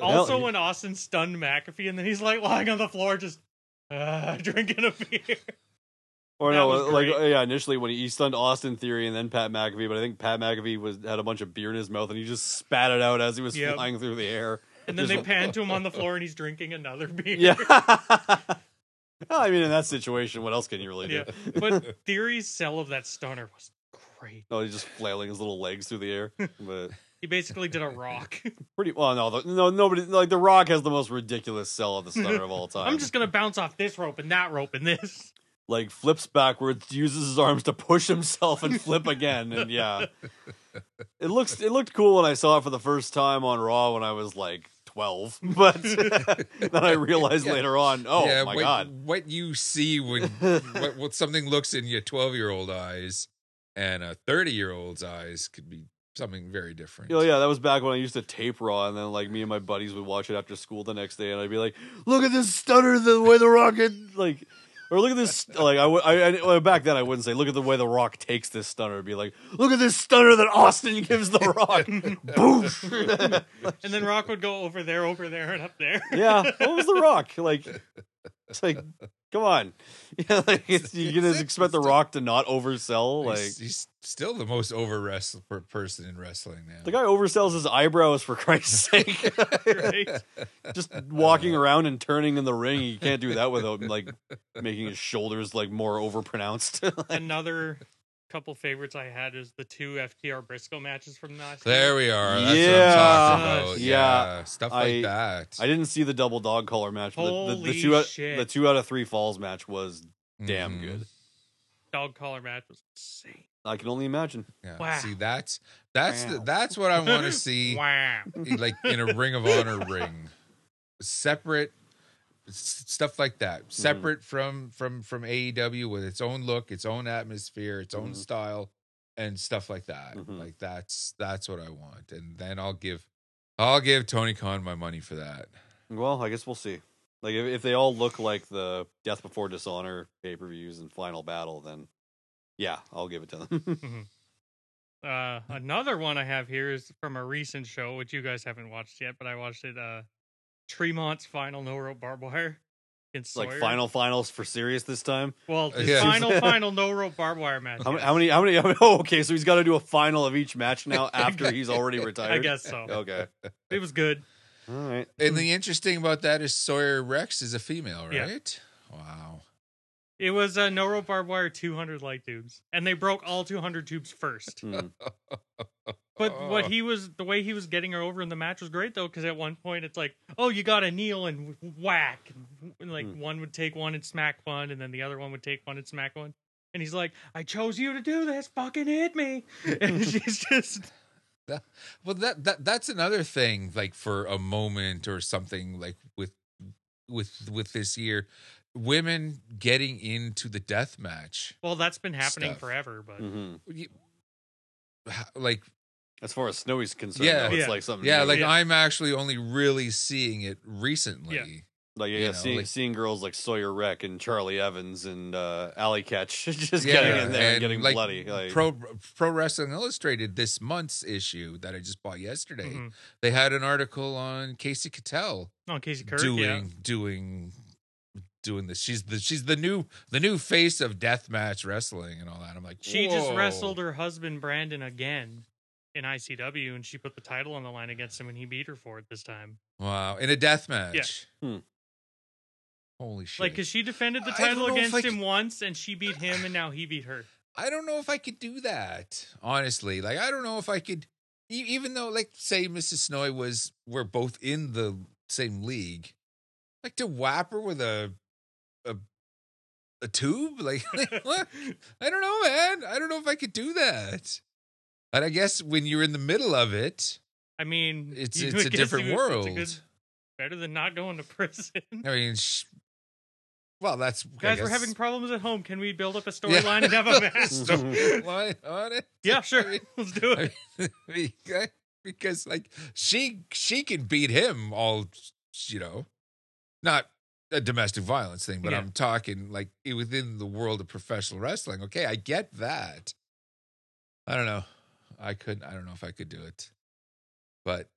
Speaker 5: Also,
Speaker 2: you-
Speaker 5: when Austin stunned McAfee, and then he's like lying on the floor, just uh, [laughs] drinking a beer.
Speaker 2: Or
Speaker 5: That
Speaker 2: no,
Speaker 5: was
Speaker 2: like
Speaker 5: great.
Speaker 2: yeah, initially when he, he stunned Austin Theory and then Pat McAfee, but I think Pat McAfee was had a bunch of beer in his mouth and he just spat it out as he was
Speaker 5: Yep.
Speaker 2: flying through the
Speaker 5: [laughs]
Speaker 2: air.
Speaker 5: And then
Speaker 2: [laughs]
Speaker 5: they
Speaker 2: Just-
Speaker 5: pan to him on the floor, and he's drinking another beer.
Speaker 2: Yeah. [laughs] Well, I mean, in that situation, what else can you really do?
Speaker 5: [laughs] Yeah. But Theory's sell of that stunner was great.
Speaker 2: [laughs] No, he's just flailing his little legs through the
Speaker 5: [laughs]
Speaker 2: air. But
Speaker 5: He basically did a rock. [laughs]
Speaker 2: pretty well, no, the, no, nobody like The Rock has the most ridiculous sell of the stunner of all time.
Speaker 5: [laughs] I'm just gonna bounce off this rope and that rope and this. [laughs]
Speaker 2: like flips backwards, uses his arms to push himself and
Speaker 4: [laughs]
Speaker 2: flip again, and yeah, it looks it looked cool when I saw it for the first time on Raw when I was like twelve, [laughs]
Speaker 4: [laughs]
Speaker 2: but then I realized later on, oh
Speaker 4: yeah,
Speaker 2: my
Speaker 4: what,
Speaker 2: god,
Speaker 4: What you see when
Speaker 2: [laughs]
Speaker 4: what, what something looks in your 12 year old eyes and a 30 year old's eyes could be something very different.
Speaker 2: oh yeah, that was back when I used to tape Raw, and then like me and my buddies would watch it after school the next day, and I'd be like, look at this stunner, the way the rocket like. Or look at this. Like I, w- I, I- well, back then I wouldn't say. Look at the way the Rock takes this stunner. It'd be like, look at this stunner that Austin gives the
Speaker 4: [laughs]
Speaker 2: Rock. Boof. [laughs]
Speaker 5: And then Rock would go over there, over there, and up there. [laughs]
Speaker 2: yeah. What was the Rock like? It's like, come on. [laughs] Yeah, like it's, you can just expect the Rock to not oversell. Like
Speaker 4: he's, he's still the most over wrestle per- person in wrestling now.
Speaker 2: the guy oversells his eyebrows for Christ's sake. [laughs]
Speaker 5: Right?
Speaker 2: just walking around and turning in the ring. You can't do that without like making his shoulders like more overpronounced. [laughs]
Speaker 5: Another couple favorites I had is the two FTR Briscoe matches from last
Speaker 4: there we are. That's
Speaker 2: Yeah.
Speaker 4: what I'm talking about.
Speaker 2: Yeah.
Speaker 4: Yeah. Stuff
Speaker 2: I-
Speaker 4: like that.
Speaker 2: I didn't see the double dog collar match, but the- the, the,
Speaker 5: Holy
Speaker 2: two out,
Speaker 5: shit.
Speaker 2: the two out of three falls match was damn
Speaker 4: Mhm.
Speaker 2: good.
Speaker 5: dog collar match was insane.
Speaker 2: I can only imagine.
Speaker 4: Yeah.
Speaker 5: Wow.
Speaker 4: See, that's that's the,
Speaker 2: Wow.
Speaker 4: that's what I want
Speaker 2: [laughs]
Speaker 4: to see.
Speaker 5: Wow.
Speaker 4: like in a Ring of Honor ring, separate s- stuff like that, separate from from from AEW with its own look, its own atmosphere, its own
Speaker 2: Mhm.
Speaker 4: style, and stuff like that.
Speaker 2: Mhm.
Speaker 4: Like that's that's what I want, and then I'll give I'll give Tony Khan my money for that.
Speaker 2: Well, I guess we'll see. Like if, if they all look like the Death Before Dishonor pay per views and Final Battle, then yeah, I'll give it to them. [laughs]
Speaker 5: Uh, another one I have here is from a recent show, which you guys haven't watched yet, but I watched it. Uh, Tremont's final no rope barbed wire. Against
Speaker 2: like
Speaker 5: Sawyer.
Speaker 2: final finals for serious this time.
Speaker 5: Well, the
Speaker 2: [laughs]
Speaker 4: Yeah.
Speaker 5: final, final no rope barbed wire match.
Speaker 2: How,
Speaker 5: yes.
Speaker 2: how many? How many? [laughs] Oh, okay. So he's got to do a final of each match
Speaker 5: [laughs]
Speaker 2: now after he's already retired.
Speaker 5: I guess so.
Speaker 2: Okay.
Speaker 5: It was good.
Speaker 2: All
Speaker 5: [laughs]
Speaker 2: right.
Speaker 4: And the interesting about that is Sawyer Rex is a female,
Speaker 5: Yeah.
Speaker 4: right? Wow.
Speaker 5: It was uh, no rope barbed wire 200 light tubes, and they broke all 200 tubes first.
Speaker 2: Hmm.
Speaker 5: But what
Speaker 4: Oh.
Speaker 5: he was, the way he was getting her over in the match was great though, because at one point it's like, oh, you got to kneel and w- whack, and like
Speaker 4: Hmm.
Speaker 5: one would take one and smack one, and then the other one would take one and smack one, and he's like, I chose you to do this, fucking hit me, [laughs] and she's just
Speaker 4: Well, that, that that's another thing. Like for a moment or something, like with with with this year, women getting into the death match.
Speaker 5: well, that's been happening
Speaker 4: Stuff. Hmm.
Speaker 5: forever, but
Speaker 2: Mhm.
Speaker 4: You- Like
Speaker 2: As far as Snowy's concerned,
Speaker 4: Yeah.
Speaker 2: though, it's
Speaker 5: Yeah.
Speaker 2: like something.
Speaker 4: yeah,
Speaker 2: new.
Speaker 4: like
Speaker 5: Yeah.
Speaker 4: I'm actually only really seeing it recently.
Speaker 2: Like yeah,
Speaker 4: you
Speaker 2: yeah,
Speaker 4: know,
Speaker 2: seeing,
Speaker 4: like-
Speaker 2: seeing girls like Sawyer Wreck and Charlie Evans and uh, Alley Catch [laughs] just
Speaker 4: Yeah,
Speaker 2: getting in there and,
Speaker 4: and,
Speaker 2: getting
Speaker 4: like,
Speaker 2: bloody. Like,
Speaker 4: Pro Pro Wrestling Illustrated this month's issue that I just bought yesterday.
Speaker 5: Mhm.
Speaker 4: They had an article on Casey Cattell
Speaker 5: no, Oh, Casey Kirk,
Speaker 4: doing
Speaker 5: yeah,
Speaker 4: doing doing this. She's the she's the new the new face of deathmatch wrestling and all that. I'm like,
Speaker 5: she just
Speaker 4: whoa.
Speaker 5: wrestled her husband Brandon again in ICW, and she put the title on the line against him, and he beat her for it this time.
Speaker 4: Wow, in a deathmatch.
Speaker 2: Yeah. Hmm.
Speaker 4: Holy shit!
Speaker 5: Like, cause she defended the
Speaker 4: I don't
Speaker 5: title
Speaker 4: know if
Speaker 5: against
Speaker 4: I
Speaker 5: him
Speaker 4: could-
Speaker 5: once, and she beat him, and now he beat her.
Speaker 4: I don't know if I could do that. Honestly, like I don't know if I could. e- Even though, like, say Mrs. Snowy was, we're both in the same league. Like to whap her with a a a tube, [laughs] like, like, what? I don't know, man. I don't know if I could do that. And I guess when you're in the middle of it,
Speaker 5: I mean,
Speaker 4: it's
Speaker 5: you- I
Speaker 4: it's a
Speaker 5: [laughs] guess
Speaker 4: different
Speaker 5: you- it's a
Speaker 4: world.
Speaker 5: good- better than not going to prison.
Speaker 4: [laughs] I mean, sh- well, that's I
Speaker 5: Guys, we're
Speaker 4: guess- [laughs]
Speaker 5: having problems at home. Can we build up a
Speaker 4: Yeah.
Speaker 5: storyline and
Speaker 4: [laughs]
Speaker 5: have a match?
Speaker 4: storyline on it.
Speaker 5: yeah,
Speaker 4: I
Speaker 5: sure.
Speaker 4: mean-
Speaker 5: Let's do it.
Speaker 4: Beca- [laughs] because like she she can beat him all you know not a domestic violence thing but
Speaker 5: Yeah.
Speaker 4: i'm talking like i- within the world of professional wrestling okay i get that i don't know i couldn't i don't know if i could do it but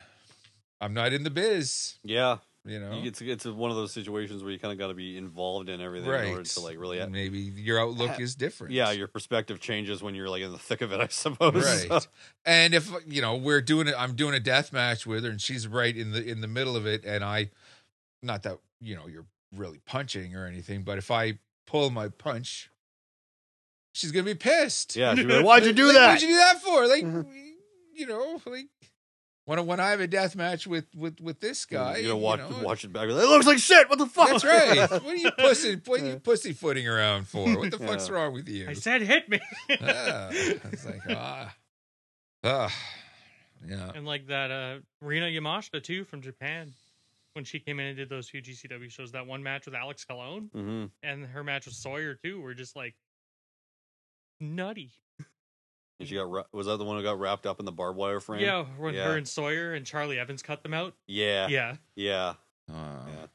Speaker 4: i'm not in the biz
Speaker 2: yeah,
Speaker 4: you know
Speaker 2: you- it's it's one of those situations where you kind of got to be involved in everything in order to like really. uh,
Speaker 4: maybe your outlook is different
Speaker 2: Yeah, your perspective changes when you're like in the thick of it, I suppose. [laughs]
Speaker 4: right and if you know we're doing it i'm doing a death match with her and she's right in the in the middle of it and i not that you know you're really punching or anything but if i pull my punch she's gonna be pissed
Speaker 2: yeah, she'd be like, why'd you do
Speaker 4: Like,
Speaker 2: that?
Speaker 4: what'd you do that for like you know like when, when i have a death match with with with this guy
Speaker 2: you know, watch
Speaker 4: know,
Speaker 2: watch it back. It looks like shit. What the fuck?
Speaker 4: that's right what
Speaker 2: [laughs]
Speaker 4: are you pussy what are
Speaker 2: Yeah.
Speaker 4: you pussyfooting around for what the
Speaker 2: [laughs] Yeah.
Speaker 4: fuck's wrong with you
Speaker 5: I said hit me.
Speaker 4: Ah, it's like ah, ah, yeah.
Speaker 5: and like that uh Rina Yamashita too from Japan. When she came in and did those few GCW shows, that one match with Alex Colon
Speaker 2: hmm
Speaker 5: and her match with Sawyer too were just like nutty.
Speaker 2: And she got ra- was that the one who got wrapped up in the barbed wire frame?
Speaker 5: Yeah, when
Speaker 2: Yeah.
Speaker 5: her and Sawyer and
Speaker 4: [laughs]
Speaker 5: Charlie Evans cut them out.
Speaker 2: yeah,
Speaker 5: Yeah.
Speaker 2: yeah.
Speaker 4: Ah.
Speaker 2: Yeah.
Speaker 4: Uh.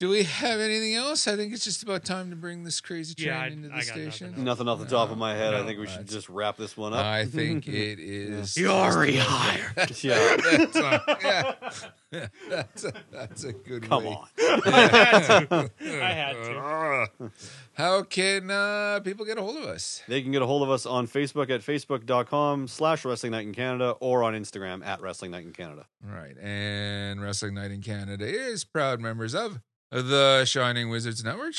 Speaker 4: Do we have anything else? I think it's just about time to bring this crazy train
Speaker 5: Yeah, I-
Speaker 4: into the
Speaker 5: I got nothing
Speaker 4: station.
Speaker 5: else.
Speaker 2: Nothing off the top of my head. I
Speaker 4: no,
Speaker 2: think we should
Speaker 4: that's-
Speaker 2: just wrap this one up. [laughs]
Speaker 4: I think it is.
Speaker 2: rehired. [laughs] yeah,
Speaker 4: [laughs] That's a, yeah.
Speaker 5: [laughs]
Speaker 4: that's, a, that's a good
Speaker 2: come
Speaker 4: way.
Speaker 2: on.
Speaker 5: I had to.
Speaker 4: [laughs] How can uh, people get a hold of us?
Speaker 2: They can get a hold of us on Facebook at facebook.com slash Wrestling Night in Canada or on Instagram at Wrestling Night in Canada.
Speaker 4: All right. And Wrestling Night in Canada is proud members of the Shining Wizards Network,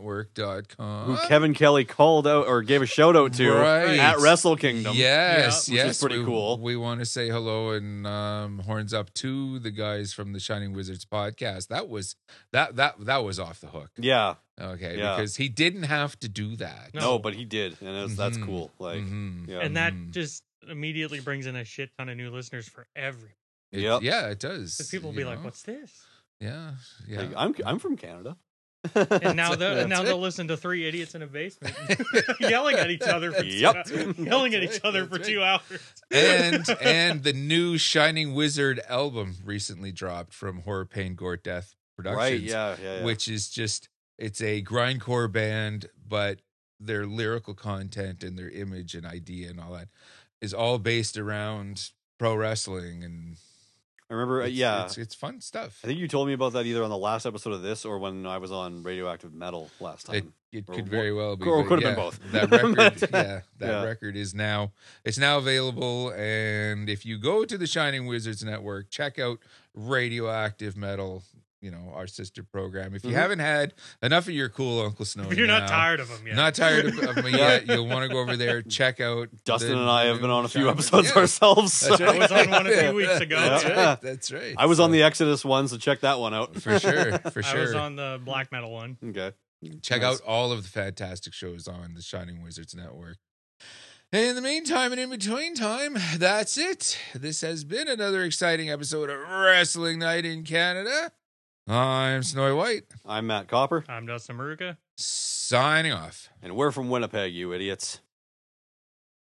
Speaker 4: shiningwizardsnetwork.com.
Speaker 2: Who Kevin Kelly called out or gave a shout out to
Speaker 4: Right.
Speaker 2: at Wrestle Kingdom.
Speaker 4: Yes,
Speaker 2: Yeah. Which
Speaker 4: yes.
Speaker 2: is pretty
Speaker 4: we,
Speaker 2: cool.
Speaker 4: We want to say hello and um, horns up to the guys from the Shining Wizards podcast. That was that that that was off the hook.
Speaker 2: Yeah.
Speaker 4: Okay,
Speaker 2: Yeah.
Speaker 4: because he didn't have to do that.
Speaker 2: No,
Speaker 5: No.
Speaker 2: but he did. And that's, that's
Speaker 4: Mhm.
Speaker 2: cool. Like,
Speaker 4: Mhm.
Speaker 2: yeah.
Speaker 5: And that
Speaker 4: Mm.
Speaker 5: just immediately brings in a shit ton of new listeners for every.
Speaker 4: It-
Speaker 2: Yep.
Speaker 4: yeah, it does.
Speaker 5: Because people will
Speaker 4: you
Speaker 5: be like,
Speaker 4: know? [laughs]
Speaker 5: "What's this?"
Speaker 4: Yeah, yeah.
Speaker 2: Like, I'm, I'm from Canada. [laughs]
Speaker 5: And now, they'll-
Speaker 4: that's
Speaker 5: and now
Speaker 4: it.
Speaker 5: they'll listen to three idiots in
Speaker 4: [laughs]
Speaker 5: a basement [laughs] yelling at each other for
Speaker 2: Yep.
Speaker 5: two, yelling at
Speaker 4: That's
Speaker 5: each
Speaker 4: right,
Speaker 5: other for
Speaker 4: that's
Speaker 5: two hours.
Speaker 2: [laughs]
Speaker 4: and and the new Shining Wizard album recently dropped from Horror Pain Gore Death Productions,
Speaker 2: Right. Yeah. Yeah. yeah.
Speaker 4: which is just it's a grindcore band, but their lyrical content and their image and idea and all that is all based around pro wrestling and
Speaker 2: I remember. uh,
Speaker 4: it's,
Speaker 2: yeah.
Speaker 4: it's, it's fun stuff.
Speaker 2: I think you told me about that either on the last episode of this or when I was on Radioactive Metal last time.
Speaker 4: It, it
Speaker 2: Or
Speaker 4: could
Speaker 2: what-
Speaker 4: very well be,
Speaker 2: or
Speaker 4: but
Speaker 2: could have been
Speaker 4: yeah,
Speaker 2: both.
Speaker 4: That
Speaker 2: [laughs]
Speaker 4: record,
Speaker 2: But-
Speaker 4: yeah, that
Speaker 2: Yeah.
Speaker 4: record is now it's now available, and if you go to the Shining Wizards Network, check out Radioactive Metal. You know our sister program. If you
Speaker 2: Mhm.
Speaker 4: haven't had enough of your cool Uncle Snow,
Speaker 5: If you're not
Speaker 4: now,
Speaker 5: tired of them yet.
Speaker 4: Oh, Not tired of, of
Speaker 2: [laughs]
Speaker 4: me
Speaker 5: [laughs]
Speaker 2: Yeah.
Speaker 4: yet. You'll want to go over there, check out.
Speaker 2: Dustin
Speaker 4: the
Speaker 2: and I have
Speaker 4: new
Speaker 2: been on a few
Speaker 4: Shining-
Speaker 2: episodes
Speaker 4: Yeah,
Speaker 2: ourselves.
Speaker 4: that's
Speaker 2: so-
Speaker 5: I was on one a few weeks
Speaker 4: [laughs]
Speaker 5: ago.
Speaker 4: That's
Speaker 2: Yeah.
Speaker 4: right. That's right.
Speaker 2: [laughs] I was on
Speaker 4: So,
Speaker 2: the Exodus one, so check that one out.
Speaker 4: for sure. For
Speaker 5: [laughs] I was
Speaker 4: sure.
Speaker 5: on the black metal one.
Speaker 2: [laughs] Okay.
Speaker 4: Check
Speaker 2: Nice.
Speaker 4: out all of the fantastic shows on the Shining Wizards Network. And in the meantime and in between time, that's it. This has been another exciting episode of Wrestling Night in Canada. I'm Snowy White,
Speaker 2: I'm Matt Copper,
Speaker 5: um, I'm Dustin Maruka.
Speaker 4: signing off.
Speaker 2: and we're from Winnipeg, you idiots.